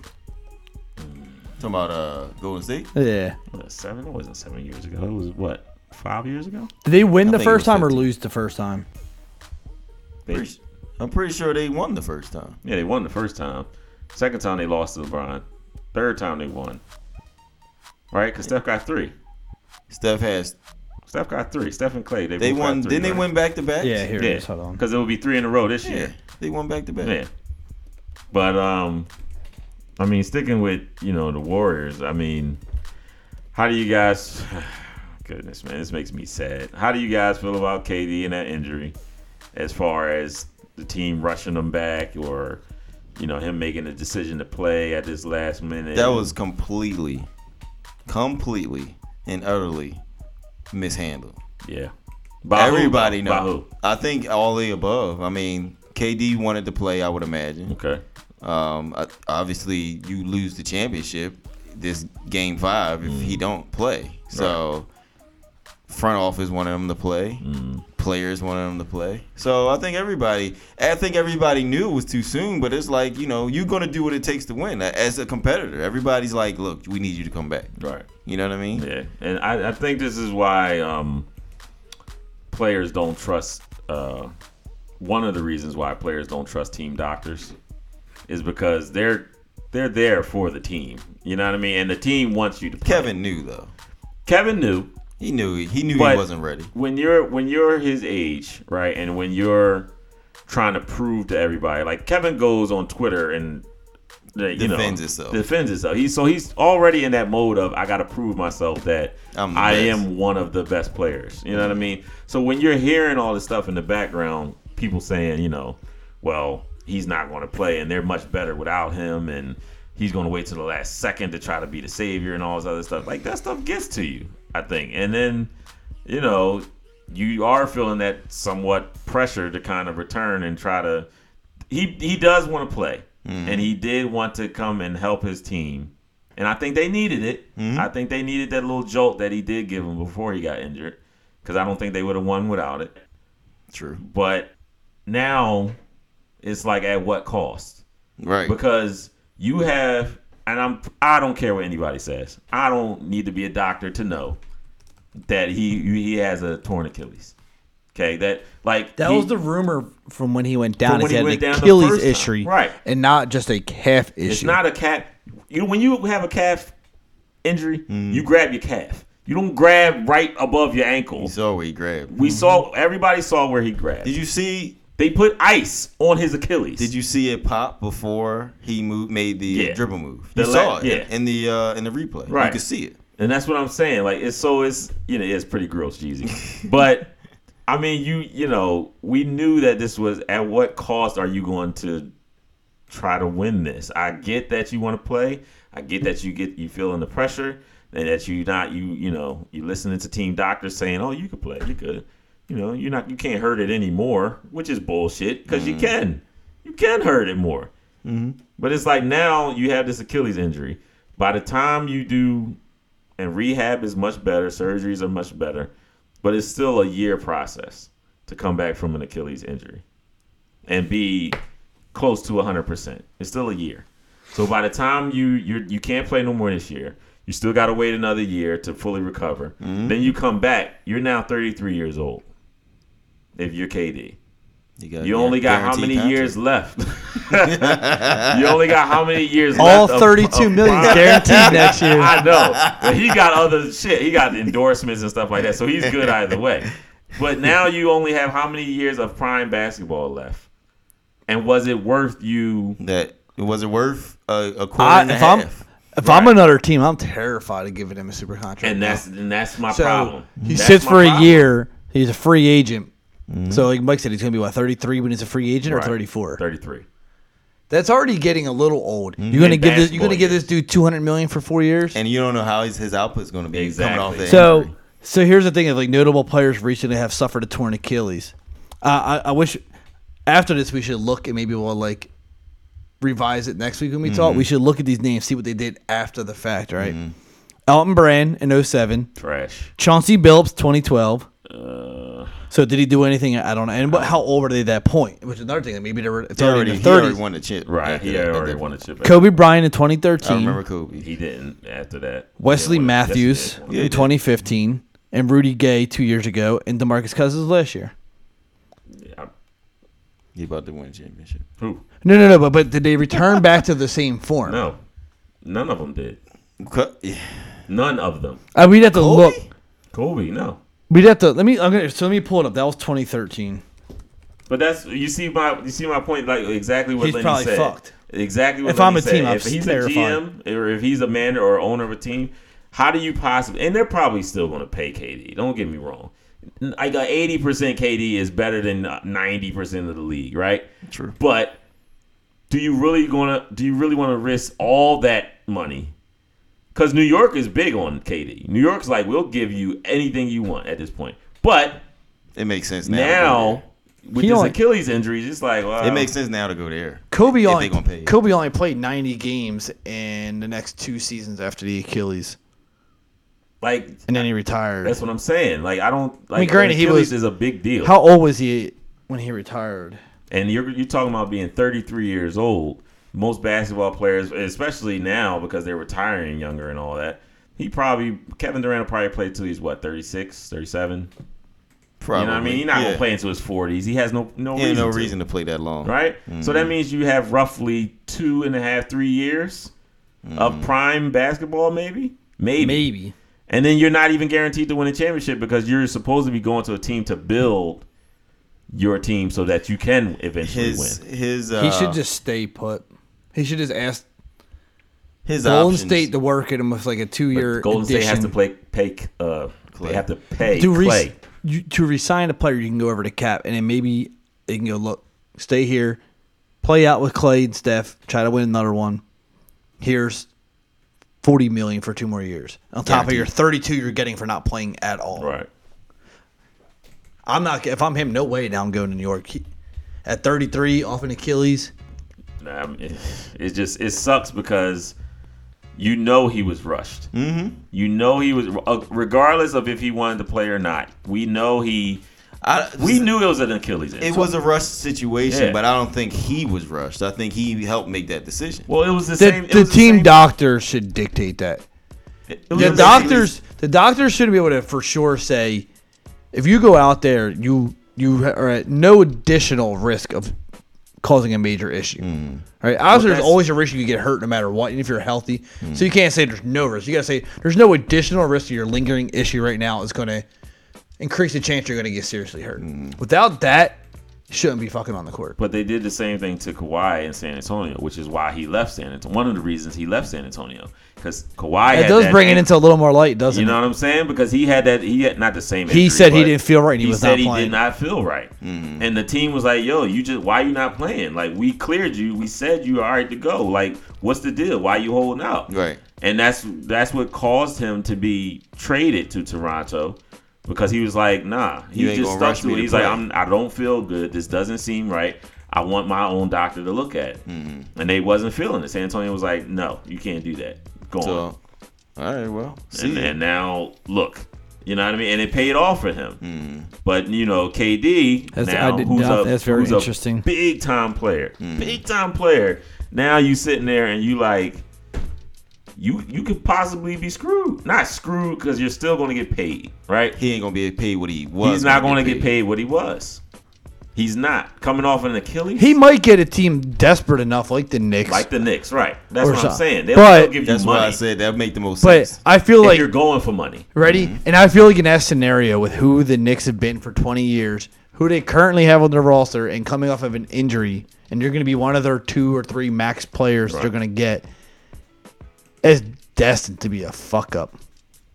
Speaker 2: Talking about uh, Golden State.
Speaker 4: Yeah.
Speaker 3: What, seven? It wasn't seven years ago. It was what five years ago.
Speaker 4: Did they win
Speaker 2: I
Speaker 4: the
Speaker 2: think it was
Speaker 4: first time or
Speaker 2: 15.
Speaker 4: lose the first time?
Speaker 3: They-
Speaker 2: Pretty- I'm pretty sure they won the first time.
Speaker 3: yeah, they won the first time. Second time they lost to LeBron. Third time they won. Right? Because Steph got three.
Speaker 2: Steph has.
Speaker 3: Steph got three. Steph and Clay. They,
Speaker 2: They
Speaker 3: both got
Speaker 2: won.
Speaker 3: three,
Speaker 2: Didn't they
Speaker 3: right?
Speaker 2: win back to back?
Speaker 4: Yeah, here it
Speaker 3: Yeah,
Speaker 4: is. Hold on.
Speaker 3: because it will be three in a row this
Speaker 2: Yeah.
Speaker 3: year.
Speaker 2: They won back to back.
Speaker 3: Yeah, but um, I mean, sticking with you know the Warriors. I mean, how do you guys? Goodness, man, this makes me sad. How do you guys feel about KD and that injury? As far as the team rushing him back, or you know him making a decision to play at this last minute.
Speaker 2: That was completely, completely and utterly mishandled.
Speaker 3: yeah. By who?
Speaker 2: Everybody
Speaker 3: By
Speaker 2: knows. I think all the above. I mean, KD wanted to play. I would
Speaker 3: who?
Speaker 2: imagine.
Speaker 3: Okay.
Speaker 2: Um, I- obviously, you lose the championship this game five if
Speaker 3: Mm.
Speaker 2: he don't play. So, front office wanted him to play.
Speaker 3: Mm.
Speaker 2: Players wanted him to play. So I think everybody, I think everybody knew it was too soon. But it's like you know, you're gonna do what it takes to win uh, as a competitor. Everybody's like, look, we need you to come back.
Speaker 3: Right.
Speaker 2: You know what I mean?
Speaker 3: Yeah, and I, I think this is why um, players don't trust. Uh, one of the reasons why players don't trust team doctors is because they're they're there for the team. You know what I mean? And the team wants you to. Play.
Speaker 2: Kevin knew though.
Speaker 3: Kevin knew
Speaker 2: He knew he knew
Speaker 3: But-
Speaker 2: he wasn't ready.
Speaker 3: when you're when you're his age, right, and when you're trying to prove to everybody, like Kevin goes on Twitter and uh, you
Speaker 2: Defends
Speaker 3: know,
Speaker 2: himself.
Speaker 3: defends himself. He's so he's already in that mode of I got to prove myself that
Speaker 2: I'm the
Speaker 3: I
Speaker 2: best.
Speaker 3: am one of the best players. You know what I mean? So when you're hearing all this stuff in the background, people saying, you know, well, he's not going to play, and they're much better without him, and he's going to wait till the last second to try to be the savior and all this other stuff. Like that stuff gets to you, I think, and then you know, you are feeling that somewhat pressure to kind of return and try to. He he does want to play, and he did want to come and help his team And I think they needed it. I think they needed that little jolt that he did give him before he got injured because I don't think they would have won without it.
Speaker 2: True.
Speaker 3: But now it's like at what cost?
Speaker 2: Right.
Speaker 3: because you have and I'm I don't care what anybody says. I don't need to be a doctor to know that he he has a torn Achilles. Okay, that like
Speaker 4: That
Speaker 3: he-
Speaker 4: was the rumor from when he went down.
Speaker 3: when
Speaker 4: Is he
Speaker 3: he
Speaker 4: had
Speaker 3: went
Speaker 4: an
Speaker 3: down the
Speaker 4: Achilles
Speaker 3: first time.
Speaker 4: issue,
Speaker 3: Right.
Speaker 4: and not just a calf issue.
Speaker 3: it's not a cat. You when you have a calf injury,
Speaker 2: Mm-hmm.
Speaker 3: you grab your calf. You don't grab right above your ankle.
Speaker 2: You saw where he grabbed.
Speaker 3: We saw everybody saw where he grabbed.
Speaker 2: Mm-hmm. Did you see?
Speaker 3: they put ice on his Achilles.
Speaker 2: Did you see it pop before he moved, made the
Speaker 3: Yeah.
Speaker 2: dribble move?
Speaker 3: The
Speaker 2: You
Speaker 3: la-
Speaker 2: saw it
Speaker 3: yeah.
Speaker 2: in the uh, in the replay.
Speaker 3: Right.
Speaker 2: You could see it.
Speaker 3: And that's what I'm saying. Like it's so it's you know it's pretty gross, Jeezy. But I mean, you you know we knew that this was at what cost are you going to try to win this? I get that you want to play. I get that you get you feeling the pressure and that you not you you know you listening to team doctors saying oh you could play you could you know you're not you can't hurt it anymore which is bullshit because you can you can hurt it more. But it's like now you have this Achilles injury. By the time you do and rehab is much better, surgeries are much better, but it's still a year process to come back from an Achilles injury and be close to 100%. It's still a year. So by the time you you you can't play no more this year, you still got to wait another year to fully recover. Then you come back, you're now 33 years old. If you're KD.
Speaker 2: got
Speaker 3: You
Speaker 2: a
Speaker 3: only got how
Speaker 2: guaranteed
Speaker 3: many
Speaker 2: contract.
Speaker 3: years left? you only got how many years
Speaker 4: all
Speaker 3: left? of-
Speaker 4: thirty-two
Speaker 3: of
Speaker 4: million
Speaker 3: prime?
Speaker 4: guaranteed next year.
Speaker 3: I know. But he got other shit. He got endorsements and stuff like that. So he's good either way. But now you only have how many years of prime basketball left? And was it worth you?
Speaker 2: That was it worth a, a quarter
Speaker 4: I,
Speaker 2: and a
Speaker 4: if I'm
Speaker 2: half.
Speaker 4: if I'm another team, I'm terrified of giving him a super contract.
Speaker 3: And that's and that's my
Speaker 4: So,
Speaker 3: problem.
Speaker 4: He
Speaker 3: That's
Speaker 4: sits
Speaker 3: my
Speaker 4: for a
Speaker 3: problem.
Speaker 4: year. He's a free agent. So like Mike said, he's gonna be what thirty-three when he's a free agent
Speaker 3: Right.
Speaker 4: or thirty-four.
Speaker 3: Thirty-three.
Speaker 4: That's already getting a little old. You're gonna
Speaker 3: And
Speaker 4: give this. You're
Speaker 3: basketball
Speaker 4: gonna give
Speaker 3: years.
Speaker 4: this dude two hundred million for four years.
Speaker 2: And you don't know how his, his output's going to be
Speaker 3: Exactly.
Speaker 2: coming off that.
Speaker 4: So,
Speaker 2: injury.
Speaker 4: so here's the thing: of like notable players recently have suffered a torn Achilles. Uh, I, I wish after this we should look and maybe we'll like revise it next week when we talk.
Speaker 2: Mm-hmm.
Speaker 4: We should look at these names, see what they did after the fact, right? Elton Brand in 07.
Speaker 3: Trash.
Speaker 4: Chauncey Billups 2012.
Speaker 2: Uh,
Speaker 4: so did he do anything? I don't know. And what, how old were they at that point? Which is another thing. That maybe they were
Speaker 2: he already,
Speaker 4: already
Speaker 2: he already
Speaker 4: 30s.
Speaker 2: won the chip.
Speaker 3: Right.
Speaker 2: after
Speaker 3: He
Speaker 2: that- at
Speaker 3: already
Speaker 2: that
Speaker 3: won a
Speaker 2: point.
Speaker 3: chip.
Speaker 4: Kobe Bryant in
Speaker 2: I
Speaker 4: 2013.
Speaker 2: remember Kobe.
Speaker 3: He didn't after that.
Speaker 4: Wesley
Speaker 3: Yeah, well, yes, he
Speaker 4: Matthews
Speaker 3: did.
Speaker 2: Yeah,
Speaker 4: in
Speaker 2: he did.
Speaker 4: 2015, and Rudy Gay two years ago, and Demarcus Cousins last year.
Speaker 3: Yeah.
Speaker 2: He about to win a championship.
Speaker 3: Who?
Speaker 4: No, no, no. But but did they return back to the same form?
Speaker 3: No. None of them did.
Speaker 2: Co- yeah.
Speaker 3: None of them.
Speaker 4: Uh, we'd have to
Speaker 2: Kobe?
Speaker 4: look.
Speaker 3: Kobe, no.
Speaker 4: We'd have to. Let me. I'm gonna. So let me pull it up. That was 2013.
Speaker 3: But that's you see my you see my point like exactly what
Speaker 4: He's
Speaker 3: Lenny
Speaker 4: probably
Speaker 3: said.
Speaker 4: fucked.
Speaker 3: Exactly what
Speaker 4: If I'm
Speaker 3: Lenny
Speaker 4: a team,
Speaker 3: said.
Speaker 4: I'm
Speaker 3: if he's
Speaker 4: terrified.
Speaker 3: a GM or if he's a manager or owner of a team, how do you possibly? And they're probably still going to pay KD. Don't get me wrong. Like a eighty percent KD is better than ninety percent of the league, right?
Speaker 2: True.
Speaker 3: But do you really gonna do you really want to risk all that money? Because New York is big on KD. New York's like we'll give you anything you want at this point, but
Speaker 2: It makes sense now. to go
Speaker 3: now um, with
Speaker 4: He
Speaker 3: this
Speaker 4: only-
Speaker 3: Achilles injury, it's like wow.
Speaker 2: there. It makes sense now to go there.
Speaker 4: Kobe
Speaker 2: If
Speaker 4: only
Speaker 2: they gonna pay you.
Speaker 4: Kobe only played 90 games in the next two seasons after the Achilles,
Speaker 3: like
Speaker 4: and then he retired.
Speaker 3: that's what I'm saying. Like I don't. Like,
Speaker 4: granted, he
Speaker 3: Achilles
Speaker 4: was-
Speaker 3: is a big deal,
Speaker 4: How old was he when he retired?
Speaker 3: and you're you're talking about being 33 years old. Most basketball players, especially now because they're retiring younger and all that. He probably Kevin Durant will probably play till he's what 36, 37.
Speaker 2: Probably.
Speaker 3: You know what I mean? He's not
Speaker 2: Yeah.
Speaker 3: gonna play into his 40s. He has no no
Speaker 2: He ain't
Speaker 3: reason.
Speaker 2: no
Speaker 3: to.
Speaker 2: reason to play that long.
Speaker 3: right? So that means you have roughly two and a half, three years of prime basketball, maybe, maybe,
Speaker 4: Maybe.
Speaker 3: and then you're not even guaranteed to win a championship because you're supposed to be going to a team to build your team so that you can eventually
Speaker 2: His
Speaker 3: win.
Speaker 2: his uh,
Speaker 4: He should just stay put. He should just ask
Speaker 2: his
Speaker 4: Golden
Speaker 2: options.
Speaker 4: State to work at him with like a
Speaker 3: But
Speaker 4: two-year.
Speaker 3: Golden State has to
Speaker 4: addition.
Speaker 3: play pay. Uh,
Speaker 2: Clay.
Speaker 3: They have to pay
Speaker 4: to re-
Speaker 3: Clay.
Speaker 4: you, to resign a player, you can go over to cap, and then maybe they can go look, stay here, play out with Clay and Steph, try to win another one. Here's forty million for two more years on top of your thirty-two you're getting for not playing at all.
Speaker 3: Right.
Speaker 4: I'm not. If I'm him, no way. Now I'm going to New York He- at thirty-three off an Achilles.
Speaker 3: Um, Nah, I mean, it, it just it sucks because You know he was rushed. Mm-hmm. You know he was, uh, regardless of if he wanted to play or not. We know he.
Speaker 2: I,
Speaker 3: We knew it was an Achilles.
Speaker 2: it
Speaker 3: injury.
Speaker 2: was a rushed situation,
Speaker 3: Yeah.
Speaker 2: but I don't think he was rushed. I think he helped make that decision.
Speaker 3: Well, it was the,
Speaker 5: The,
Speaker 3: same. it
Speaker 5: the
Speaker 3: was
Speaker 5: team
Speaker 3: same-
Speaker 5: doctor should dictate that.
Speaker 3: it was
Speaker 5: The
Speaker 3: same-
Speaker 5: doctors, the doctors should be able to for sure say, if you go out there, you you are at no additional risk of causing a major issue. All right, obviously, there's
Speaker 3: that's-
Speaker 5: always a risk you could get hurt no matter what, and if you're healthy, so you can't say there's no risk. You gotta say there's no additional risk. to Your lingering issue right now is gonna increase the chance you're gonna get seriously hurt. Without that, you shouldn't be fucking on the court.
Speaker 3: But they did the same thing to Kawhi in San Antonio, which is why he left San Antonio. One of the reasons he left San Antonio because Kawhi
Speaker 5: It
Speaker 3: had
Speaker 5: does
Speaker 3: that-
Speaker 5: bring it into a little more light, doesn't
Speaker 3: You know
Speaker 5: it?
Speaker 3: what I'm saying? Because he had that. He had not the same.
Speaker 5: He
Speaker 3: injury,
Speaker 5: said he
Speaker 3: but
Speaker 5: didn't feel right and he was
Speaker 3: said
Speaker 5: not
Speaker 3: he
Speaker 5: playing.
Speaker 3: did not feel right.
Speaker 2: Mm-hmm.
Speaker 3: And the team was like, "Yo, you just why you not playing? Like we cleared you. We said you all right to go. Like what's the deal? Why you holding out?
Speaker 2: Right.
Speaker 3: And that's that's what caused him to be traded to Toronto because he was like, "Nah, he
Speaker 2: You ain't
Speaker 3: just
Speaker 2: gonna
Speaker 3: stuck
Speaker 2: rush
Speaker 3: to
Speaker 2: me
Speaker 3: it.
Speaker 2: to
Speaker 3: He's
Speaker 2: play.
Speaker 3: like, I'm, I don't feel good. This doesn't seem right." I want my own doctor to look at it,
Speaker 2: Mm-hmm.
Speaker 3: and they wasn't feeling it. San Antonio was like, "No, you can't do that. Go on."
Speaker 2: So, all right, well, see,
Speaker 3: and, and now look, you know what I mean, and it paid off for him.
Speaker 2: Mm-hmm.
Speaker 3: But you know, KD
Speaker 4: That's-
Speaker 3: now,
Speaker 4: I did
Speaker 3: who's
Speaker 4: not-
Speaker 3: a,
Speaker 4: that's very
Speaker 3: who's a
Speaker 4: interesting.
Speaker 3: big time player,
Speaker 2: Mm-hmm.
Speaker 3: big time player. Now you sitting there and you like, you you could possibly be screwed. Not screwed because you're still going to get paid, right?
Speaker 2: he ain't gonna be paid what he was.
Speaker 3: He's not going to get paid what he was. He's not coming off an Achilles.
Speaker 5: He might get a team desperate enough, like the Knicks.
Speaker 3: like the Knicks, right? That's
Speaker 5: Or
Speaker 3: what I'm
Speaker 5: something.
Speaker 3: saying. They'll,
Speaker 5: But-
Speaker 3: they'll give you
Speaker 2: That's
Speaker 3: money.
Speaker 2: why I said that make the most
Speaker 5: but
Speaker 2: sense.
Speaker 5: I feel
Speaker 3: if
Speaker 5: like
Speaker 3: you're going for money.
Speaker 5: Ready?
Speaker 3: Mm-hmm.
Speaker 5: And I feel like in that scenario with who the Knicks have been for 20 years, who they currently have on their roster, and coming off of an injury, and you're going to be one of their two or three max players they're going to get, is destined to be a fuck up.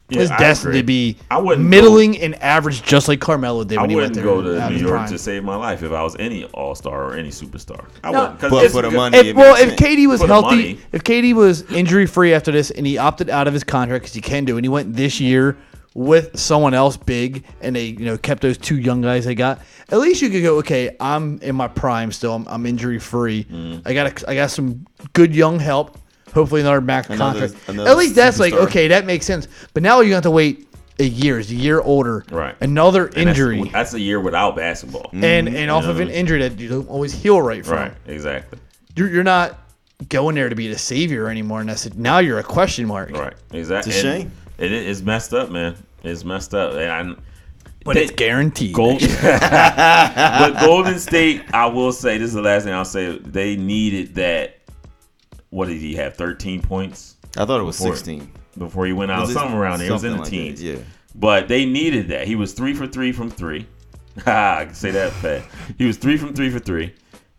Speaker 3: Yeah,
Speaker 5: it's
Speaker 3: I
Speaker 5: destined to
Speaker 3: agree.
Speaker 5: be
Speaker 3: I wouldn't go-
Speaker 5: middling and average, just like Carmelo did
Speaker 3: I
Speaker 5: when he
Speaker 3: wouldn't
Speaker 5: went there.
Speaker 3: go to
Speaker 5: at
Speaker 3: New
Speaker 5: his
Speaker 3: York
Speaker 5: prime.
Speaker 3: to save my life if I was any all star or any superstar. I
Speaker 5: No.
Speaker 3: wouldn't. 'cause
Speaker 2: But
Speaker 3: it's
Speaker 2: for the
Speaker 3: because-
Speaker 2: money-
Speaker 5: If,
Speaker 2: It
Speaker 5: well,
Speaker 2: makes
Speaker 5: if
Speaker 2: sense.
Speaker 5: KD was
Speaker 3: For the
Speaker 5: healthy,
Speaker 3: money.
Speaker 5: if KD was injury free after this, and he opted out of his contract because he can do, and he went this year with someone else big, and they you know kept those two young guys they got, at least you could go, okay, I'm in my prime still, I'm, I'm injury free,
Speaker 3: Mm.
Speaker 5: I got a, I got some good young help, hopefully another max
Speaker 2: Another-
Speaker 5: contract.
Speaker 2: another
Speaker 5: at least that's like
Speaker 2: superstar.
Speaker 5: okay, that makes sense. But now you're gonna have to wait a year, he's a year older,
Speaker 3: Right.
Speaker 5: Another
Speaker 3: and that's-
Speaker 5: injury,
Speaker 3: That's, a year without basketball.
Speaker 2: Mm.
Speaker 5: and and off of an injury that you don't always heal right from
Speaker 3: Mm-hmm. Right. Exactly.
Speaker 5: you're, you're not going there to be the savior anymore. And that's now you're a question mark.
Speaker 3: Right. Exactly.
Speaker 2: It's a
Speaker 3: And
Speaker 2: shame.
Speaker 3: It, is- it's messed up, man. It's messed up. And I,
Speaker 5: But it's guaranteed.
Speaker 3: Gold, but Golden State, I will say this is the last thing I'll say. They needed that. What did he have? Thirteen points
Speaker 2: I thought it was
Speaker 3: Before-
Speaker 2: sixteen.
Speaker 3: before he went out.
Speaker 2: Was it
Speaker 3: Something Oh, around there. It was in the
Speaker 2: something like
Speaker 3: teens.
Speaker 2: that, yeah.
Speaker 3: But they needed that. He was three for three from three. Ha, I can say that fast. He was three from three for three.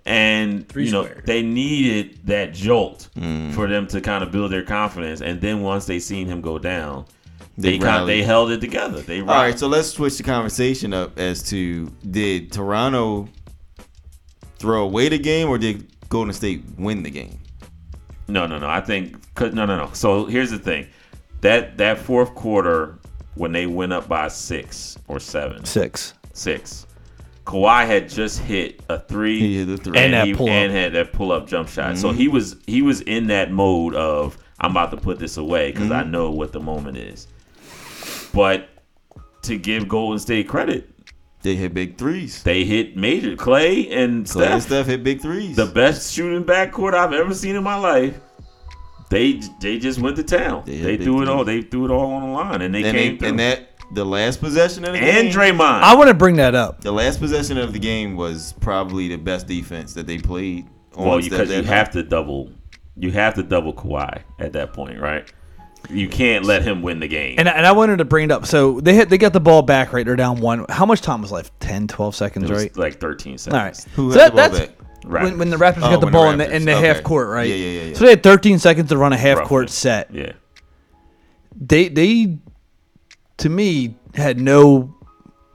Speaker 3: And you know,
Speaker 5: squared.
Speaker 3: they needed that jolt
Speaker 2: Mm.
Speaker 3: for them to kind of build their confidence. And then once they seen him go down,
Speaker 2: They
Speaker 3: they kind of, they
Speaker 2: rallied.
Speaker 3: held it together. They
Speaker 2: All right,
Speaker 3: right.
Speaker 2: so let's switch the conversation up as to did Toronto throw away the game or did Golden State win the game?
Speaker 3: No, no, no. I think 'cause- no, no, no. So here's the thing. That that fourth quarter when they went up by 6 or 7.
Speaker 5: Six.
Speaker 3: 6. Kawhi had just hit a 3.
Speaker 2: He hit the three. Mm-hmm.
Speaker 5: And that
Speaker 3: he,
Speaker 5: pull-up.
Speaker 3: and had that pull up jump shot. So he was he was in that mode of I'm about to put this away because
Speaker 2: Mm-hmm.
Speaker 3: I know what the moment is. But to give Golden State credit,
Speaker 2: They hit big threes.
Speaker 3: they hit major Clay and
Speaker 2: Clay and
Speaker 3: Steph,
Speaker 2: Steph hit big threes.
Speaker 3: the best shooting backcourt I've ever seen in my life. They they just went to town.
Speaker 2: They
Speaker 3: They,
Speaker 2: hit big
Speaker 3: threw it all.
Speaker 2: threes.
Speaker 3: They threw it all on the line, and they
Speaker 2: and,
Speaker 3: came
Speaker 2: they,
Speaker 3: through.
Speaker 2: and
Speaker 3: And,
Speaker 2: that the last possession of the game.
Speaker 3: Draymond.
Speaker 5: I want to bring that up.
Speaker 2: The last possession of the game was probably the best defense that they played. on
Speaker 3: well,
Speaker 2: Steph
Speaker 3: because you
Speaker 2: that
Speaker 3: have to double, you have to double Kawhi at that point, right? You can't let him win the game.
Speaker 5: And, I- and I wanted to bring it up. So they had, they got the ball back, right? They're down one. How much time was left? 10, 12 seconds,
Speaker 3: It was
Speaker 5: right?
Speaker 3: like 13 seconds.
Speaker 5: All right.
Speaker 2: Who
Speaker 5: so
Speaker 2: had the ball
Speaker 5: that's
Speaker 2: back?
Speaker 3: Right.
Speaker 5: when, when the Raptors
Speaker 2: Oh,
Speaker 5: got the
Speaker 2: when the
Speaker 5: ball in the,
Speaker 2: Raptors.
Speaker 5: in the
Speaker 2: Okay.
Speaker 5: half court, right?
Speaker 2: Yeah, yeah, yeah, yeah.
Speaker 5: So they had 13 seconds to run a half
Speaker 3: Roughly.
Speaker 5: court set.
Speaker 3: Yeah.
Speaker 5: They, they, to me, had no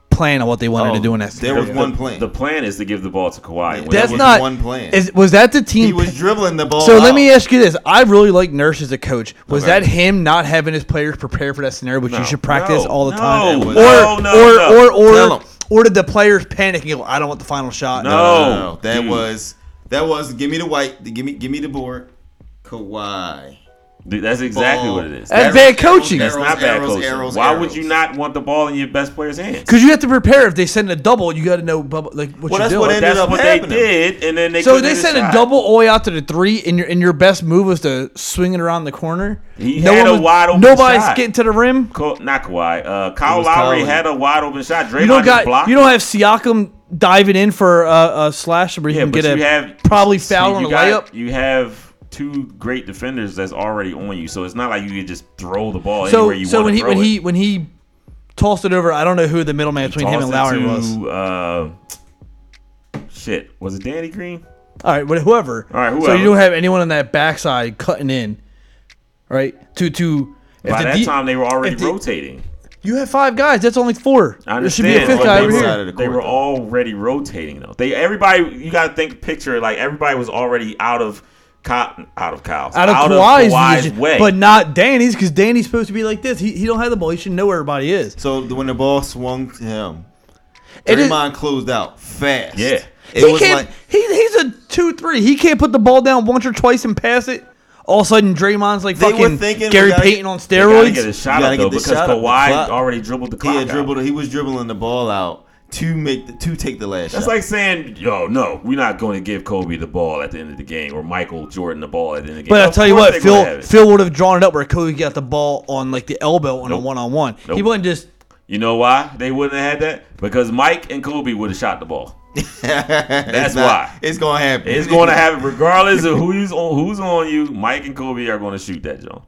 Speaker 5: plan on what they wanted
Speaker 3: Oh,
Speaker 5: to do in that.
Speaker 2: There was
Speaker 3: The-
Speaker 2: one
Speaker 3: the-
Speaker 2: plan.
Speaker 3: The plan is to give the ball to Kawhi. When-
Speaker 2: there
Speaker 5: That's
Speaker 2: was
Speaker 5: not
Speaker 2: one plan.
Speaker 5: Is, was that the team?
Speaker 2: he was dribbling the ball.
Speaker 5: So let
Speaker 2: out.
Speaker 5: me ask you this: I really like Nurse as a coach. Was
Speaker 2: Okay.
Speaker 5: that him not having his players prepare for that scenario, which
Speaker 3: No.
Speaker 5: you should practice
Speaker 3: No.
Speaker 5: all the
Speaker 3: No.
Speaker 5: time?
Speaker 3: That
Speaker 5: Or,
Speaker 2: was-
Speaker 3: No, no,
Speaker 5: or,
Speaker 3: no.
Speaker 5: or, or,
Speaker 2: Tell 'em.
Speaker 5: or did the players panic and go, "I don't want the final shot"?
Speaker 3: No.
Speaker 2: No, no, no. that
Speaker 3: Oh, Dude.
Speaker 2: was that was give me the white, give me give me the board, Kawhi.
Speaker 3: Dude, that's exactly
Speaker 2: Ball.
Speaker 3: what it is. That-
Speaker 4: That's bad coaching.
Speaker 3: That's not bad
Speaker 2: Arrows,
Speaker 3: coaching.
Speaker 2: arrows,
Speaker 3: Why
Speaker 2: arrows.
Speaker 3: would you not want the ball in your best player's hands?
Speaker 4: Because you have to prepare. If they send a double, you got to know bubble, like what
Speaker 2: Well,
Speaker 4: you're
Speaker 2: that's
Speaker 4: doing.
Speaker 2: what ended
Speaker 3: That's
Speaker 2: up
Speaker 3: what
Speaker 2: happening.
Speaker 3: they did, and then they
Speaker 4: so
Speaker 3: couldn't
Speaker 4: they
Speaker 3: hit a
Speaker 4: sent a
Speaker 3: shot.
Speaker 4: double all the way out to the three, and your and your best move was to swing it around the corner.
Speaker 3: He had a wide open
Speaker 4: Nobody's
Speaker 3: shot.
Speaker 4: getting to the rim.
Speaker 3: Co- not Kawhi. Uh, Kyle
Speaker 2: was
Speaker 3: Lowry
Speaker 2: Kyle.
Speaker 3: had a wide open shot. Draymond
Speaker 4: You
Speaker 3: just
Speaker 4: don't got.
Speaker 3: blocked.
Speaker 4: You don't have Siakam diving in for a, a slash where you
Speaker 3: Yeah,
Speaker 4: can
Speaker 3: but
Speaker 4: get a
Speaker 3: you have
Speaker 4: probably
Speaker 3: see,
Speaker 4: foul on
Speaker 3: you
Speaker 4: a
Speaker 3: got-
Speaker 4: layup.
Speaker 3: You have two great defenders that's already on you, so it's not like you can just throw the ball anywhere
Speaker 4: So
Speaker 3: you
Speaker 4: so
Speaker 3: want
Speaker 4: when
Speaker 3: to
Speaker 4: he
Speaker 3: throw
Speaker 4: when
Speaker 3: it.
Speaker 4: he when he tossed it over, I don't know who the middleman between him and
Speaker 3: Tossed it
Speaker 4: Lowry was.
Speaker 3: to, Uh, shit, was it Danny Green?
Speaker 4: All right, but whoever.
Speaker 3: All right,
Speaker 4: So
Speaker 3: whoever.
Speaker 4: you don't have anyone on that backside cutting in, right? To to. if
Speaker 3: By
Speaker 4: the
Speaker 3: that
Speaker 4: de-
Speaker 3: time, they were already
Speaker 4: if the-
Speaker 3: rotating.
Speaker 4: You have five guys. That's only four.
Speaker 3: I
Speaker 4: There
Speaker 3: understand.
Speaker 4: should be a fifth
Speaker 3: but
Speaker 4: guy
Speaker 3: they,
Speaker 4: over
Speaker 3: were,
Speaker 2: Side
Speaker 4: here.
Speaker 2: of the
Speaker 3: they
Speaker 2: court,
Speaker 3: were
Speaker 2: though.
Speaker 3: already rotating though. They everybody, you got to think picture like everybody was already out of Kyle, out of Kyle's
Speaker 4: Out of Kawhi's, vision,
Speaker 3: way.
Speaker 4: but not Danny's because Danny's supposed to be like this. He, he don't have the ball. He should know where everybody is.
Speaker 2: So when the ball swung to him,
Speaker 4: It is-
Speaker 2: Draymond closed out fast.
Speaker 3: Yeah.
Speaker 2: It
Speaker 4: he
Speaker 2: was
Speaker 4: can't.
Speaker 2: like
Speaker 4: he, he's a two three. He can't put the ball down once or twice and pass it. All of a sudden, Draymond's like
Speaker 2: They were
Speaker 4: fucking
Speaker 2: thinking we
Speaker 4: Gary
Speaker 2: gotta
Speaker 4: Payton
Speaker 2: get-
Speaker 4: on
Speaker 3: They gotta get
Speaker 4: steroids.
Speaker 3: a shot
Speaker 2: You
Speaker 3: up
Speaker 2: gotta get
Speaker 3: though
Speaker 2: the
Speaker 3: because
Speaker 2: shot up, the
Speaker 3: Kawhi
Speaker 2: clock.
Speaker 3: already dribbled the
Speaker 2: he
Speaker 3: clock.
Speaker 2: had
Speaker 3: out.
Speaker 2: dribbled. He was dribbling the ball out to make the, to take the last
Speaker 3: That's
Speaker 2: shot.
Speaker 3: like saying, yo, no, we're not going to give Kobe the ball at the end of the game or Michael Jordan the ball at the end of the game.
Speaker 4: But I'll
Speaker 3: Of
Speaker 4: tell you
Speaker 3: course they're
Speaker 4: what,
Speaker 3: gonna
Speaker 4: Phil
Speaker 3: have it.
Speaker 4: Phil would have drawn it up where Kobe got the ball on like the elbow on a
Speaker 3: Nope.
Speaker 4: one on one. He
Speaker 3: Nope.
Speaker 4: wouldn't just.
Speaker 3: You know why they wouldn't have had that? Because Mike and Kobe would have shot the ball.
Speaker 2: That's
Speaker 3: why.
Speaker 2: it's gonna happen.
Speaker 3: It's going to happen regardless of who's on who's on you. Mike and Kobe are going to shoot that John.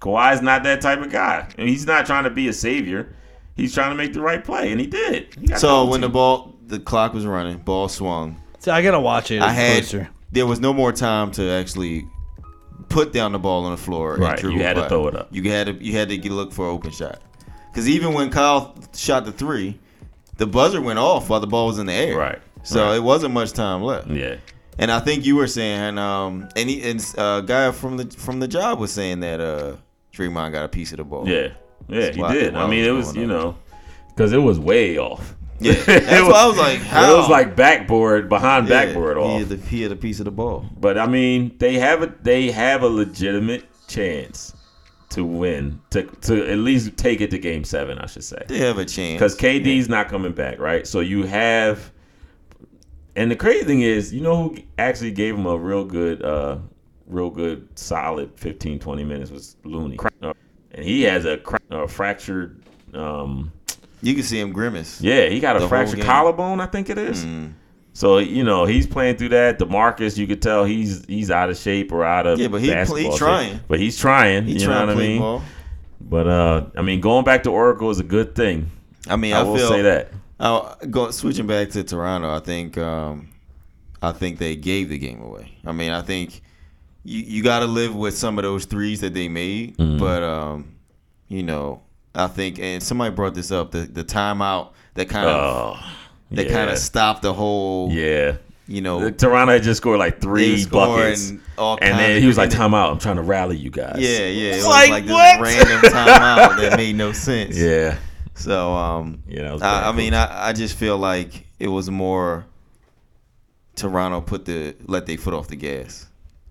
Speaker 3: Kawhi's not that type of guy. And he's not trying to be a savior. He's trying to make the right play, and he did. He got
Speaker 2: So
Speaker 3: double
Speaker 2: when the
Speaker 3: teamed.
Speaker 2: ball, the clock was running, ball swung.
Speaker 4: See, I gotta watch it.
Speaker 2: I
Speaker 4: It's
Speaker 2: had
Speaker 4: closer.
Speaker 2: there was no more time to actually put down the ball on the floor. and
Speaker 3: Right, you
Speaker 2: dribble
Speaker 3: had to
Speaker 2: by.
Speaker 3: throw it up.
Speaker 2: You had to you had to get- look for an open shot. Because even when Kyle shot the three, the buzzer went off while the ball was in the air.
Speaker 3: Right,
Speaker 2: So
Speaker 3: right.
Speaker 2: it wasn't much time left.
Speaker 3: yeah,
Speaker 2: And I think you were saying, um, and he, and uh, guy from the from the job was saying that uh, Draymond got a piece of the ball.
Speaker 3: yeah, yeah, he
Speaker 2: why-
Speaker 3: did.
Speaker 2: why
Speaker 3: I mean,
Speaker 2: was
Speaker 3: it was
Speaker 2: going
Speaker 3: you
Speaker 2: on.
Speaker 3: know because it was way off.
Speaker 2: yeah.
Speaker 3: It
Speaker 2: That's why I was like, how?
Speaker 3: It was like backboard behind
Speaker 2: Yeah,
Speaker 3: backboard
Speaker 2: he
Speaker 3: off.
Speaker 2: had the- he had a piece of the ball.
Speaker 3: But I mean, they have a they have a legitimate chance to win to to at least take it to game seven, I should say,
Speaker 2: They have a chance.
Speaker 3: because KD's not coming back, right? So you have, and the crazy thing is, you know who actually gave him a real good, uh real good, solid 15, 20 minutes was Looney, Uh, and he has a, cra- a fractured. um
Speaker 2: you can see him grimace.
Speaker 3: yeah, he got
Speaker 2: The
Speaker 3: a
Speaker 2: whole
Speaker 3: fractured
Speaker 2: game. Mm.
Speaker 3: collarbone, I think it is. So you know he's playing through that. Demarcus, you could tell he's he's out of shape or out of
Speaker 2: Yeah, but he play- he
Speaker 3: basketball shape.
Speaker 2: trying.
Speaker 3: But he's trying.
Speaker 2: He
Speaker 3: you
Speaker 2: trying to
Speaker 3: know what I
Speaker 2: play
Speaker 3: mean?
Speaker 2: ball.
Speaker 3: But uh, I mean, going back to Oracle is a good thing.
Speaker 2: I mean,
Speaker 3: I,
Speaker 2: I,
Speaker 3: will
Speaker 2: feel,
Speaker 3: say that.
Speaker 2: Uh, go, switching back to Toronto, I think um, I think they gave the game away. I mean, I think you you got to live with some of those threes that they made,
Speaker 3: Mm-hmm.
Speaker 2: but um, you know, I think and somebody brought this up the the timeout that kind of
Speaker 3: Oh,
Speaker 2: that
Speaker 3: yeah.
Speaker 2: kind of stopped the whole
Speaker 3: yeah.
Speaker 2: you know
Speaker 3: The Toronto had just scored like
Speaker 2: They
Speaker 3: three
Speaker 2: scored
Speaker 3: buckets,
Speaker 2: and all
Speaker 3: and
Speaker 2: kinda-
Speaker 3: then he was like,
Speaker 2: and then-
Speaker 3: "Time out! I'm trying to rally you guys."
Speaker 2: yeah yeah it was
Speaker 4: Like,
Speaker 2: like, this
Speaker 4: what?
Speaker 2: random timeout that made no sense
Speaker 3: yeah,
Speaker 2: so um
Speaker 3: yeah. That was bad.
Speaker 2: I, I mean, I, I just feel like it was more Toronto put the let they foot off the gas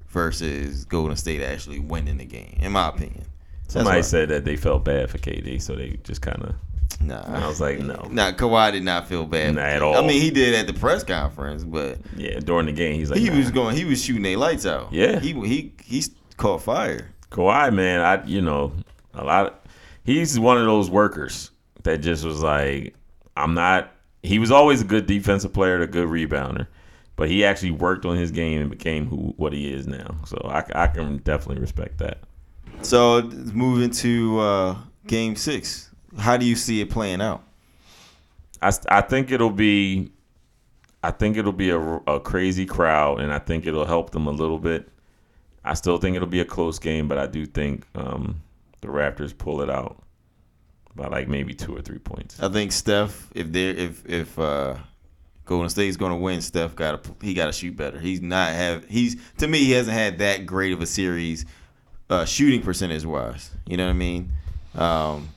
Speaker 2: versus Golden State actually winning the game, in my opinion. That's
Speaker 3: somebody
Speaker 2: why-
Speaker 3: said that they felt bad for KD, so they just kind of.
Speaker 2: nah.
Speaker 3: I was like, no.
Speaker 2: Nah, Kawhi did not feel bad.
Speaker 3: Nah,
Speaker 2: for
Speaker 3: at
Speaker 2: it. I
Speaker 3: all.
Speaker 2: mean, he did at the press conference, but
Speaker 3: Yeah, during the game, he's like,
Speaker 2: he
Speaker 3: "Nah."
Speaker 2: was going. He was shooting their lights out.
Speaker 3: Yeah.
Speaker 2: he he he caught fire.
Speaker 3: Kawhi, man, I you know a lot. he's one of those workers that just was like, I'm not. He was always a good defensive player, and a good rebounder, but he actually worked on his game and became who what he is now. So I, I can definitely respect that.
Speaker 2: So moving to uh, Game Six, how do you see it playing out?
Speaker 3: I, st- I think it'll be I think it'll be a, a crazy crowd and I think it'll help them a little bit. I still think it'll be a close game, but I do think um, the Raptors pull it out by like maybe two or three points.
Speaker 2: I think Steph, if they are if if uh, Golden State's going to win, Steph got to he got to shoot better. He's not have he's to me he hasn't had that great of a series uh, shooting percentage wise. You know what I mean? Um,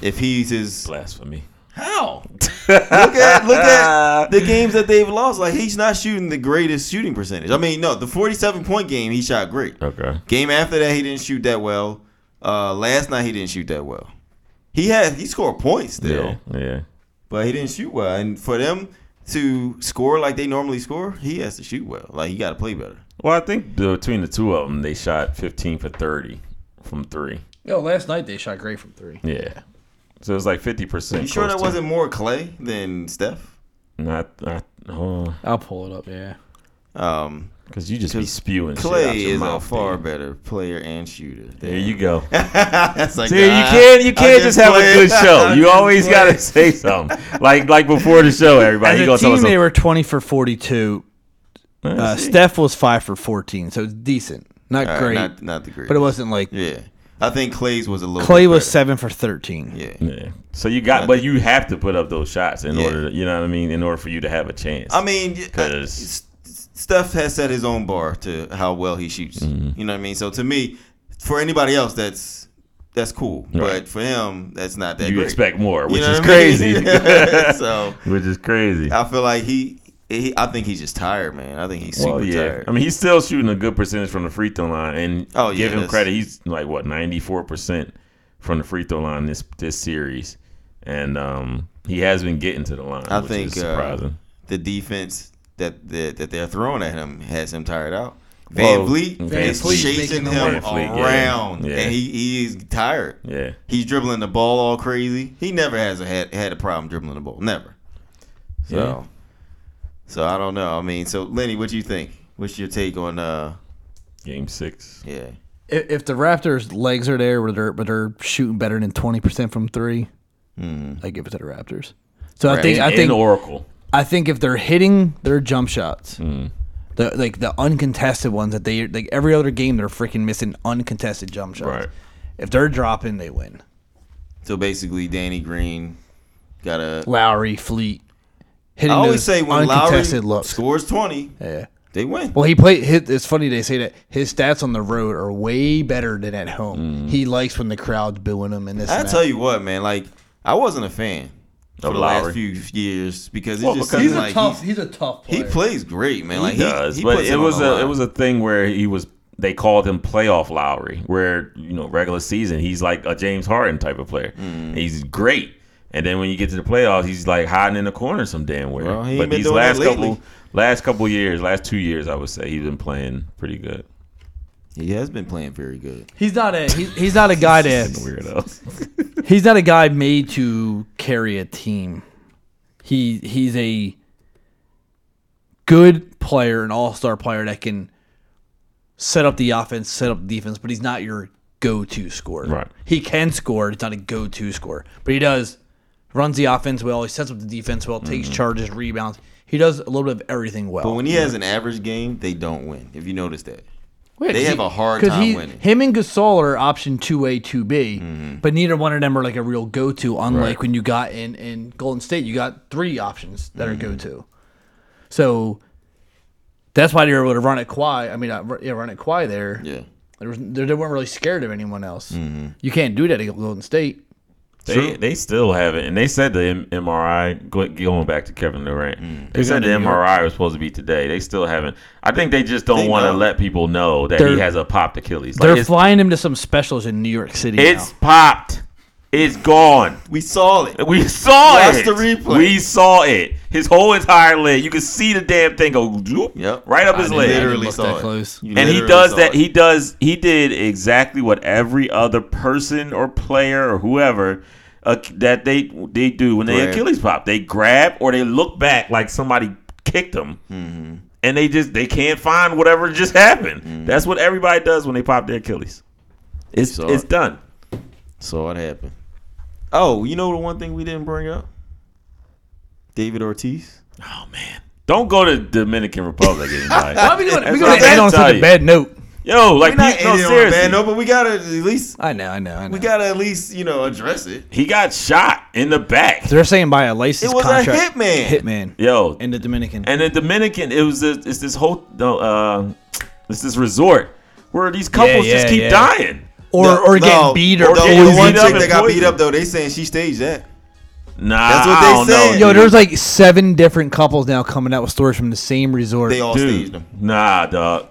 Speaker 2: if he's his
Speaker 3: Blasphemy.
Speaker 2: how Look at look at the games that they've lost. Like he's not shooting the greatest shooting percentage. I mean, no, the forty-seven point game he shot great.
Speaker 3: Okay.
Speaker 2: Game after that he didn't shoot that well. Uh, last night he didn't shoot that well. He had he scored points still,
Speaker 3: Yeah. Yeah.
Speaker 2: but he didn't shoot well. And for them to score like they normally score, he has to shoot well. Like he got to play better.
Speaker 3: Well, I think the, between the two of them, they shot 15 for 30 from three.
Speaker 4: Yo, last night they shot great from three.
Speaker 3: Yeah. So it was like 50%.
Speaker 2: You sure
Speaker 3: close
Speaker 2: that
Speaker 3: to-
Speaker 2: wasn't more Clay than Steph?
Speaker 3: Not, not, oh,
Speaker 4: I'll pull it up. Yeah.
Speaker 2: Um,
Speaker 3: because you just be
Speaker 2: 'Cause
Speaker 3: spewing shit out
Speaker 2: Clay
Speaker 3: your
Speaker 2: is a
Speaker 3: mouth,
Speaker 2: far
Speaker 3: dude.
Speaker 2: better player and shooter.
Speaker 3: There you go.
Speaker 2: That's like,
Speaker 3: Dude, you
Speaker 2: ah,
Speaker 3: can't you can't
Speaker 2: I
Speaker 3: just have a
Speaker 2: played.
Speaker 3: good show.
Speaker 2: I
Speaker 3: You
Speaker 2: just
Speaker 3: always
Speaker 2: played.
Speaker 3: gotta say something. Like like before the show, everybody.
Speaker 4: As
Speaker 3: You
Speaker 4: a
Speaker 3: gonna tell
Speaker 4: team,
Speaker 3: us
Speaker 4: they
Speaker 3: something.
Speaker 4: were twenty for forty-two. Uh,
Speaker 3: Let's see.
Speaker 4: Steph was five for fourteen, so it's decent, not
Speaker 2: All right,
Speaker 4: great,
Speaker 2: Not, not the great.
Speaker 4: but it wasn't like
Speaker 2: Yeah, I think Clay's was a little.
Speaker 4: Clay
Speaker 2: bit
Speaker 4: was
Speaker 2: better.
Speaker 4: seven for thirteen.
Speaker 2: Yeah,
Speaker 3: Yeah. So you got, but you have to put up those shots in
Speaker 2: Uh, Yeah.
Speaker 3: order. To, you know what I mean? In order for you to have a chance.
Speaker 2: I mean, y- I-
Speaker 3: 'Cause-
Speaker 2: S- Steph has set his own bar to how well he shoots.
Speaker 3: Mm-hmm.
Speaker 2: You know what I mean? So to me, for anybody else, that's that's cool. But for him, that's not that.
Speaker 3: you
Speaker 2: great.
Speaker 3: expect more,
Speaker 2: You
Speaker 3: which
Speaker 2: know
Speaker 3: is
Speaker 2: what I
Speaker 3: crazy.
Speaker 2: mean? so
Speaker 3: which is crazy.
Speaker 2: I feel like he, he. I think he's just tired, man. I think he's super
Speaker 3: Well, yeah.
Speaker 2: tired.
Speaker 3: I mean, he's still shooting a good percentage from the free throw line, and
Speaker 2: Oh, yeah,
Speaker 3: give him
Speaker 2: that's-
Speaker 3: credit. He's like what ninety four percent from the free throw line this this series, and um, he has been getting to the line.
Speaker 2: I
Speaker 3: which
Speaker 2: think,
Speaker 3: is
Speaker 2: uh,
Speaker 3: surprising.
Speaker 2: the defense that, that that they're throwing at him has him tired out. Van
Speaker 3: Well,
Speaker 2: Vliet
Speaker 3: Van
Speaker 2: is
Speaker 4: Vliet's
Speaker 2: chasing
Speaker 4: making
Speaker 2: him
Speaker 3: work.
Speaker 4: the
Speaker 3: Van Vliet, yeah.
Speaker 2: around,
Speaker 3: Yeah.
Speaker 2: and he, he is tired.
Speaker 3: yeah.
Speaker 2: He's dribbling the ball all crazy. He never has a, had had a problem dribbling the ball, never. So,
Speaker 3: Yeah.
Speaker 2: so I don't know. I mean, so Lenny, what do you think? What's your take on? uh
Speaker 3: Game six.
Speaker 2: Yeah,
Speaker 4: If, if the Raptors' legs are there, but they're, but they're shooting better than twenty percent from three, I give it to the Raptors. So I
Speaker 2: Hmm. Right.
Speaker 4: think I
Speaker 3: In
Speaker 4: think
Speaker 3: Oracle.
Speaker 4: I think if they're hitting their jump shots,
Speaker 2: Hmm.
Speaker 4: the like the uncontested ones that they like every other game they're freaking missing uncontested jump shots.
Speaker 3: Right.
Speaker 4: If they're dropping, they win.
Speaker 2: so basically, Danny Green got a.
Speaker 4: Lowry, Fleet,
Speaker 2: I
Speaker 4: hitting
Speaker 2: always
Speaker 4: those
Speaker 2: say when Lowry
Speaker 4: uncontested looks.
Speaker 2: scores twenty,
Speaker 4: Yeah.
Speaker 2: they win.
Speaker 4: Well, he played. His, it's funny they say that his stats on the road are way better than at home. He likes when the crowd's booing him and this.
Speaker 2: Mm. I
Speaker 4: and that.
Speaker 2: tell you what, man. Like I wasn't a fan for
Speaker 3: Of
Speaker 2: the
Speaker 3: Lowry.
Speaker 2: last few years because it
Speaker 3: Well,
Speaker 2: just
Speaker 3: because
Speaker 2: seems
Speaker 3: he's a
Speaker 2: like he,
Speaker 4: He's a tough
Speaker 2: he plays great, man. Like
Speaker 3: he does,
Speaker 2: he
Speaker 3: but
Speaker 2: puts
Speaker 3: it
Speaker 2: on
Speaker 3: was
Speaker 2: the
Speaker 3: a
Speaker 2: line.
Speaker 3: it was a thing where he was they called him playoff Lowry, where you know regular season he's like a James Harden type of player.
Speaker 2: Mm.
Speaker 3: He's great, and then when you get to the playoffs, he's like hiding in the corner some damn where.
Speaker 2: Well, he ain't
Speaker 3: but
Speaker 2: been
Speaker 3: these
Speaker 2: doing that
Speaker 3: last couple
Speaker 2: lately.
Speaker 3: last couple years, last two years, I would say he's been playing pretty good.
Speaker 2: He has been playing very good.
Speaker 4: He's not a. He's, he's not a guy
Speaker 3: Fucking
Speaker 4: to.
Speaker 3: Weirdo.
Speaker 4: he's not a guy made to carry a team. He he's a good player, an all star player that can set up the offense, set up the defense, but he's not your go to scorer.
Speaker 3: Right.
Speaker 4: He can score, he's not a go to scorer. But he does runs the offense well, he sets up the defense well, takes charges, rebounds. He does a little bit of everything well.
Speaker 2: But when he has an average game, they don't win. If you notice that,
Speaker 4: Yeah,
Speaker 2: They
Speaker 4: 'cause
Speaker 2: have a hard
Speaker 4: 'cause
Speaker 2: time
Speaker 4: he-
Speaker 2: winning. Mm-hmm.
Speaker 4: Him and Gasol are option two A, two B, but neither one of them are like a real go to. Unlike
Speaker 3: Right.
Speaker 4: when you got in in Golden State, you got three options that
Speaker 2: Mm-hmm.
Speaker 4: are go to. So that's why they were able to run at Kawhi. I mean, uh, ru- yeah, run at Kawhi there.
Speaker 2: yeah,
Speaker 4: There was, they they weren't really scared of anyone else. You can't do that at Golden State.
Speaker 3: They,
Speaker 2: True.
Speaker 3: they still haven't, and they said the M- MRI go- going back to Kevin Durant.
Speaker 2: Mm.
Speaker 3: They said the
Speaker 4: in New
Speaker 3: MRI was supposed to be today. They still haven't. I think they just don't
Speaker 2: They
Speaker 3: want to
Speaker 2: know.
Speaker 3: let people know that
Speaker 4: They're-
Speaker 3: he has a popped Achilles. Like,
Speaker 4: They're
Speaker 3: it's-
Speaker 4: flying him to some specials in New York City.
Speaker 3: It's
Speaker 4: now.
Speaker 3: popped. It's gone.
Speaker 2: we saw it.
Speaker 3: We saw
Speaker 2: Watch
Speaker 3: it.
Speaker 2: the replay.
Speaker 3: We saw it. His whole entire leg. You can see the damn thing go zoop,
Speaker 2: Yep.
Speaker 3: right up
Speaker 4: I
Speaker 3: his
Speaker 4: didn't-
Speaker 3: leg.
Speaker 4: I didn't
Speaker 2: Literally
Speaker 4: look
Speaker 2: saw
Speaker 4: that
Speaker 2: it.
Speaker 4: close.
Speaker 2: You
Speaker 3: And he
Speaker 2: literally
Speaker 3: does
Speaker 2: saw
Speaker 3: that.
Speaker 2: it.
Speaker 3: He does. He did exactly what every other person or player or whoever uh, that they they do when they
Speaker 2: Grab.
Speaker 3: Achilles pop. They grab or they look back like somebody kicked them,
Speaker 2: Mm-hmm.
Speaker 3: and they just they can't find whatever just happened. That's what everybody does when they pop their Achilles. It's
Speaker 2: Saw
Speaker 3: it's
Speaker 2: it.
Speaker 3: done.
Speaker 2: saw it happen. Oh, you know the one thing we didn't bring up? David Ortiz.
Speaker 3: Oh man. Don't go to Dominican Republic
Speaker 4: Why
Speaker 3: anybody.
Speaker 4: are we doing?
Speaker 3: That's
Speaker 4: We're
Speaker 3: what
Speaker 4: going
Speaker 3: I'm
Speaker 4: to end
Speaker 3: trying to
Speaker 4: on such
Speaker 3: tell
Speaker 4: a
Speaker 3: you.
Speaker 4: bad note.
Speaker 3: Yo, like
Speaker 2: We're not
Speaker 3: people, no
Speaker 2: ending on a bad
Speaker 3: seriously.
Speaker 2: note, but we gotta at least
Speaker 4: I know, I know, I know.
Speaker 2: we gotta at least you know address it.
Speaker 3: He got shot in the back.
Speaker 4: They're saying by a licensed
Speaker 2: It was a
Speaker 4: contract.
Speaker 2: hitman.
Speaker 4: Hitman.
Speaker 3: Yo,
Speaker 4: In the Dominican.
Speaker 3: And the Dominican, it was this, it's this whole no, uh, it's this resort where these couples
Speaker 4: Yeah,
Speaker 3: just
Speaker 4: yeah,
Speaker 3: keep
Speaker 4: yeah.
Speaker 3: dying.
Speaker 4: or
Speaker 2: No,
Speaker 4: or getting
Speaker 2: no,
Speaker 4: beat
Speaker 2: no,
Speaker 4: or
Speaker 2: the
Speaker 3: getting
Speaker 2: one
Speaker 3: beat up
Speaker 2: chick
Speaker 3: and
Speaker 2: that got beat
Speaker 3: poisoned.
Speaker 2: up though. They saying she staged that.
Speaker 3: Nah,
Speaker 2: That's what
Speaker 3: I
Speaker 2: they
Speaker 3: don't
Speaker 2: said.
Speaker 3: know.
Speaker 4: Yo,
Speaker 3: dude.
Speaker 4: there's like seven different couples now coming out with stories from the same resort.
Speaker 2: They all staged
Speaker 3: Dude,
Speaker 2: them.
Speaker 3: nah, dog.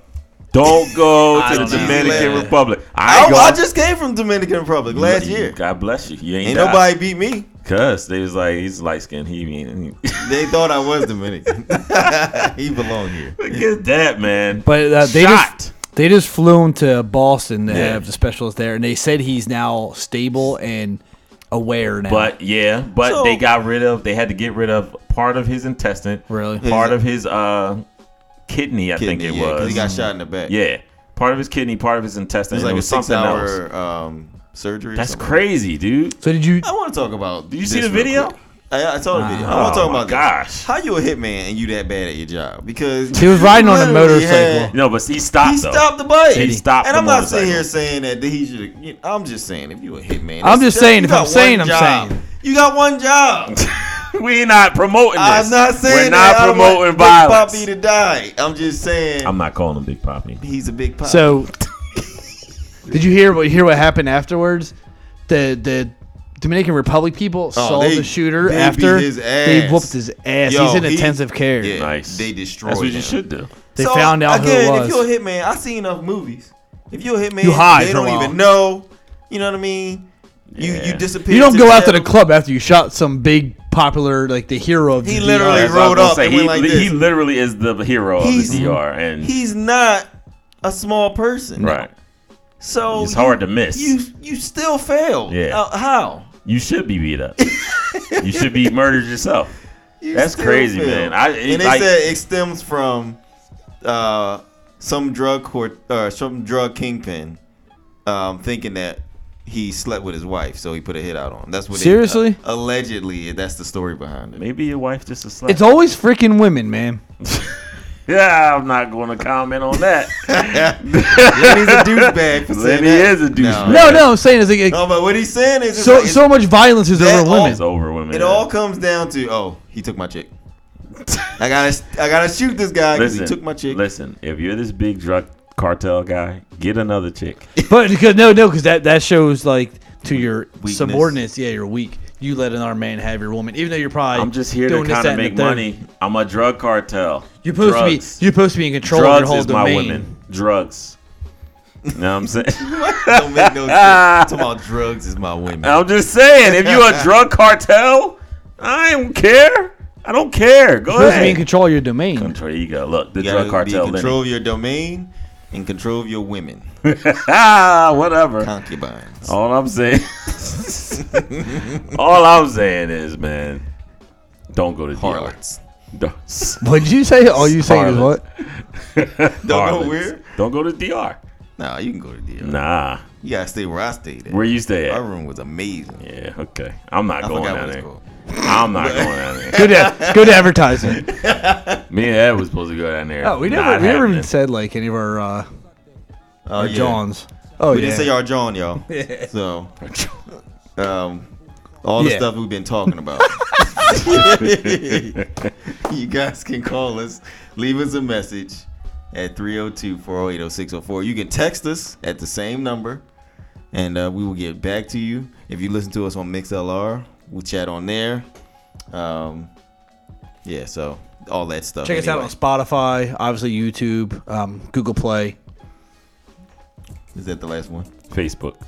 Speaker 3: Don't go
Speaker 4: I
Speaker 3: to the
Speaker 4: don't know.
Speaker 3: Dominican
Speaker 2: Man.
Speaker 3: Republic. I,
Speaker 2: I,
Speaker 3: ain't
Speaker 2: I
Speaker 3: go-
Speaker 2: just came from Dominican Republic last year.
Speaker 3: God bless you. You ain't,
Speaker 2: Ain't
Speaker 3: die.
Speaker 2: nobody beat me.
Speaker 3: Cause they was like, he's light skinned. He mean,
Speaker 2: They thought I was Dominican. he belonged here.
Speaker 3: look at that man.
Speaker 4: But uh, they
Speaker 3: Shot.
Speaker 4: just they just flew him to Boston to
Speaker 3: Yeah.
Speaker 4: have the specialist there, and they said he's now stable and aware now.
Speaker 3: But yeah, but
Speaker 2: So-
Speaker 3: they got rid of. They had to get rid of part of his intestine.
Speaker 4: Really?
Speaker 3: Part of his uh kidney, I think
Speaker 2: Kidney,
Speaker 3: it
Speaker 2: yeah, 'cause
Speaker 3: was.
Speaker 2: he got shot in the back.
Speaker 3: yeah, part of his kidney, part of his
Speaker 2: It
Speaker 3: intestine.
Speaker 2: was
Speaker 3: and
Speaker 2: like a
Speaker 3: it was something else.
Speaker 2: six-hour um, surgery. or
Speaker 3: That's
Speaker 2: something.
Speaker 3: crazy, dude.
Speaker 4: so did you?
Speaker 2: I want to talk about. Did
Speaker 3: you see the video?
Speaker 2: I, I saw the video. I
Speaker 3: Wow.
Speaker 2: want to
Speaker 3: Oh
Speaker 2: talk
Speaker 3: my
Speaker 2: about
Speaker 3: gosh.
Speaker 2: this. How you a hitman and you that bad at your job? Because
Speaker 4: He was riding on a
Speaker 2: you
Speaker 4: motorcycle.
Speaker 2: literally had-
Speaker 3: No, but he stopped.
Speaker 2: he
Speaker 3: though.
Speaker 2: stopped the bike.
Speaker 3: He stopped
Speaker 2: And
Speaker 3: the
Speaker 2: I'm not sitting
Speaker 3: motorcycle.
Speaker 2: here saying that he should. You know, I'm just saying if you a hitman.
Speaker 4: I'm
Speaker 2: that's-
Speaker 4: just
Speaker 2: that-
Speaker 4: saying,
Speaker 2: you
Speaker 4: if I'm
Speaker 2: got
Speaker 4: saying,
Speaker 2: one
Speaker 4: I'm
Speaker 2: job.
Speaker 4: saying.
Speaker 2: You got one job.
Speaker 3: we not promoting this.
Speaker 2: I'm not saying
Speaker 3: we're
Speaker 2: that.
Speaker 3: not
Speaker 2: I don't want
Speaker 3: promoting
Speaker 2: Big
Speaker 3: violence.
Speaker 2: Poppy to die. I'm just saying
Speaker 3: I'm not calling him Big Poppy.
Speaker 2: he's a big poppy.
Speaker 4: So did you hear what hear what happened afterwards? The the Dominican Republic people saw
Speaker 2: Oh, they-
Speaker 4: the shooter
Speaker 2: they
Speaker 4: after
Speaker 2: beat his
Speaker 4: they
Speaker 2: ass.
Speaker 4: whooped his ass.
Speaker 2: Yo,
Speaker 4: He's in
Speaker 2: he-
Speaker 4: intensive care.
Speaker 2: yeah,
Speaker 3: Nice.
Speaker 2: They destroyed.
Speaker 3: That's what you
Speaker 2: him.
Speaker 3: should do.
Speaker 4: They found out who it
Speaker 2: again,
Speaker 4: was.
Speaker 2: If you're a hitman, I see enough movies. If you're a hitman,
Speaker 4: You hide
Speaker 2: they
Speaker 4: for a
Speaker 2: don't
Speaker 4: while.
Speaker 2: even know. You know what I mean? You
Speaker 3: Yeah.
Speaker 2: you disappear.
Speaker 4: You don't
Speaker 2: to
Speaker 4: go out to the
Speaker 2: shadows.
Speaker 4: club after you shot some big popular like the hero of
Speaker 2: He
Speaker 4: the DR.
Speaker 2: literally
Speaker 3: That's what I was
Speaker 2: rode
Speaker 3: gonna
Speaker 2: up
Speaker 3: say.
Speaker 2: and
Speaker 3: He,
Speaker 2: went like
Speaker 3: li-
Speaker 2: this.
Speaker 3: he literally is the hero
Speaker 2: He's-
Speaker 3: of the DR, and
Speaker 2: He's not a small person.
Speaker 3: right.
Speaker 2: So
Speaker 3: It's hard to miss.
Speaker 2: You you still failed.
Speaker 3: Yeah.
Speaker 2: Uh, how?
Speaker 3: You should be beat up. you should be murdered yourself.
Speaker 2: You
Speaker 3: That's
Speaker 2: still
Speaker 3: crazy,
Speaker 2: failed.
Speaker 3: man. I- it-
Speaker 2: and they
Speaker 3: like-
Speaker 2: said it stems from uh, some drug court or some drug kingpin um, thinking that he slept with his wife, so he put a hit out on. him. That's what. they-
Speaker 4: Seriously?
Speaker 2: uh, allegedly, that's the story behind it.
Speaker 3: Maybe your wife just a slut.
Speaker 4: It's always freaking women, man.
Speaker 3: yeah, I'm not going to comment on that.
Speaker 2: Lenny's a douchebag for saying
Speaker 3: Lenny
Speaker 2: that.
Speaker 3: is a douchebag.
Speaker 4: No, no, I'm saying is like,
Speaker 2: No, but what he's saying is it's
Speaker 4: so
Speaker 2: like-
Speaker 4: so much violence is
Speaker 2: that
Speaker 4: over
Speaker 2: all-
Speaker 4: women.
Speaker 3: It's over, women.
Speaker 2: It all comes down to oh, he took my chick. I gotta I gotta shoot this guy because he
Speaker 3: listen,
Speaker 2: took my chick.
Speaker 3: Listen, if you're this big drug cartel guy, get another chick.
Speaker 4: But because no, no, because that that shows like to your
Speaker 2: Weakness.
Speaker 4: subordinates, yeah, you're weak. You let another man have your woman, even though you're probably.
Speaker 3: I'm just here to
Speaker 4: doing this,
Speaker 3: kind of
Speaker 4: that, and the
Speaker 3: make
Speaker 4: third.
Speaker 3: money. I'm a drug cartel.
Speaker 4: You're supposed
Speaker 3: Drugs.
Speaker 4: to be. You're supposed to be in control of your
Speaker 3: Drugs
Speaker 4: whole
Speaker 3: is my
Speaker 4: domain.
Speaker 3: women. Drugs. You know what I'm saying?
Speaker 2: Don't make no sense. Talking about drugs is my women.
Speaker 3: I'm just saying, if you're a drug cartel, I don't care. I don't care. Go
Speaker 4: You're supposed to be in
Speaker 3: ahead.
Speaker 4: control of your domain.
Speaker 3: Control ego. Look, the
Speaker 2: You
Speaker 3: drug
Speaker 2: gotta be
Speaker 3: cartel.
Speaker 2: in control of your domain and control of your women
Speaker 3: ah, whatever.
Speaker 2: concubines.
Speaker 3: All I'm saying, all I'm saying is, man, don't go to
Speaker 2: Harlots.
Speaker 3: DR.
Speaker 4: What did you say? All you saying is
Speaker 3: Harlot.
Speaker 4: what?
Speaker 3: Don't,
Speaker 2: go where?
Speaker 3: Don't go to DR.
Speaker 2: Nah, you can go to the
Speaker 3: Nah,
Speaker 2: You gotta stay where I stayed at.
Speaker 3: where you stay
Speaker 2: My
Speaker 3: at?
Speaker 2: room was amazing.
Speaker 3: Yeah, okay. I'm not
Speaker 2: I
Speaker 3: going
Speaker 2: forgot
Speaker 3: down
Speaker 2: what it's
Speaker 3: there.
Speaker 2: called.
Speaker 3: I'm not going down there.
Speaker 4: Good, ad- good advertising.
Speaker 3: Me and Ed was supposed to go down there.
Speaker 4: Oh, we never,
Speaker 3: Not
Speaker 4: we never
Speaker 3: happening.
Speaker 4: even said like any of our, uh,
Speaker 2: Oh,
Speaker 4: our
Speaker 2: yeah.
Speaker 4: Johns. Oh
Speaker 2: We
Speaker 4: yeah.
Speaker 2: didn't say y'all John, y'all. So, um, all the
Speaker 4: Yeah.
Speaker 2: stuff we've been talking about. you guys can call us, leave us a message at 302 408 0604. You can text us at the same number, and uh, we will get back to you. If you listen to us on MixLR, we'll chat on there. Um, yeah, so all that stuff.
Speaker 4: Check us out on
Speaker 2: anyway.
Speaker 4: Spotify, obviously YouTube, um, Google Play.
Speaker 2: Is that the last one?
Speaker 3: Facebook,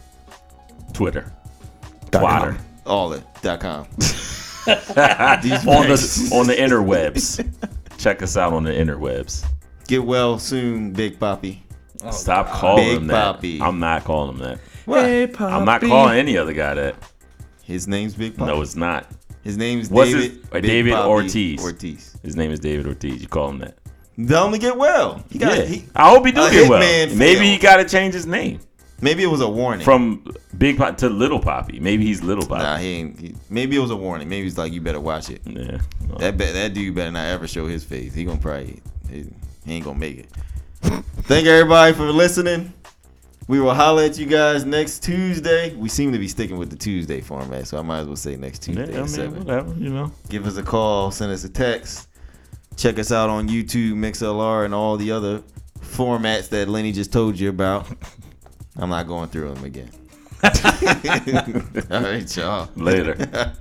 Speaker 3: Twitter,
Speaker 4: Dot com.
Speaker 3: Twitter,
Speaker 2: All it. Dot com.
Speaker 3: Ah, on the on the interwebs. Check us out on the interwebs.
Speaker 2: Get well soon, Big Poppy.
Speaker 3: Stop
Speaker 2: Oh,
Speaker 3: calling
Speaker 2: Big
Speaker 3: him that.
Speaker 2: Papi.
Speaker 3: I'm not calling him that.
Speaker 2: What?
Speaker 3: I'm not calling any other guy that.
Speaker 2: His name's Big Poppy.
Speaker 3: No, it's not.
Speaker 2: His name's
Speaker 3: What's
Speaker 2: David.
Speaker 3: his-
Speaker 2: Big
Speaker 3: David
Speaker 2: Poppy
Speaker 3: Ortiz.
Speaker 2: Ortiz.
Speaker 3: His name is David Ortiz. You call him that.
Speaker 2: Tell him to get well. He got
Speaker 3: yeah.
Speaker 2: he,
Speaker 3: I hope he do
Speaker 2: a
Speaker 3: get well.
Speaker 2: hitman
Speaker 3: Maybe
Speaker 2: failed.
Speaker 3: he got to change his name
Speaker 2: Maybe it was a warning.
Speaker 3: from Big Pop to Little Poppy. Maybe he's Little Poppy.
Speaker 2: nah, he ain't. he- maybe it was a warning. Maybe he's like, you better watch it.
Speaker 3: Yeah. Well,
Speaker 2: That be, that dude better not ever show his face. He gonna probably he, he ain't gonna make it. Thank everybody for listening. We will holler at you guys next Tuesday. We seem to be sticking with the Tuesday format, so I might as well say next
Speaker 3: yeah,
Speaker 2: Tuesday at
Speaker 3: I mean,
Speaker 2: seven.
Speaker 3: whatever, you know.
Speaker 2: Give us a call, send us a text. Check us out on YouTube, MixLR, and all the other formats that Lenny just told you about. I'm not going through them again. all right, y'all.
Speaker 3: Later.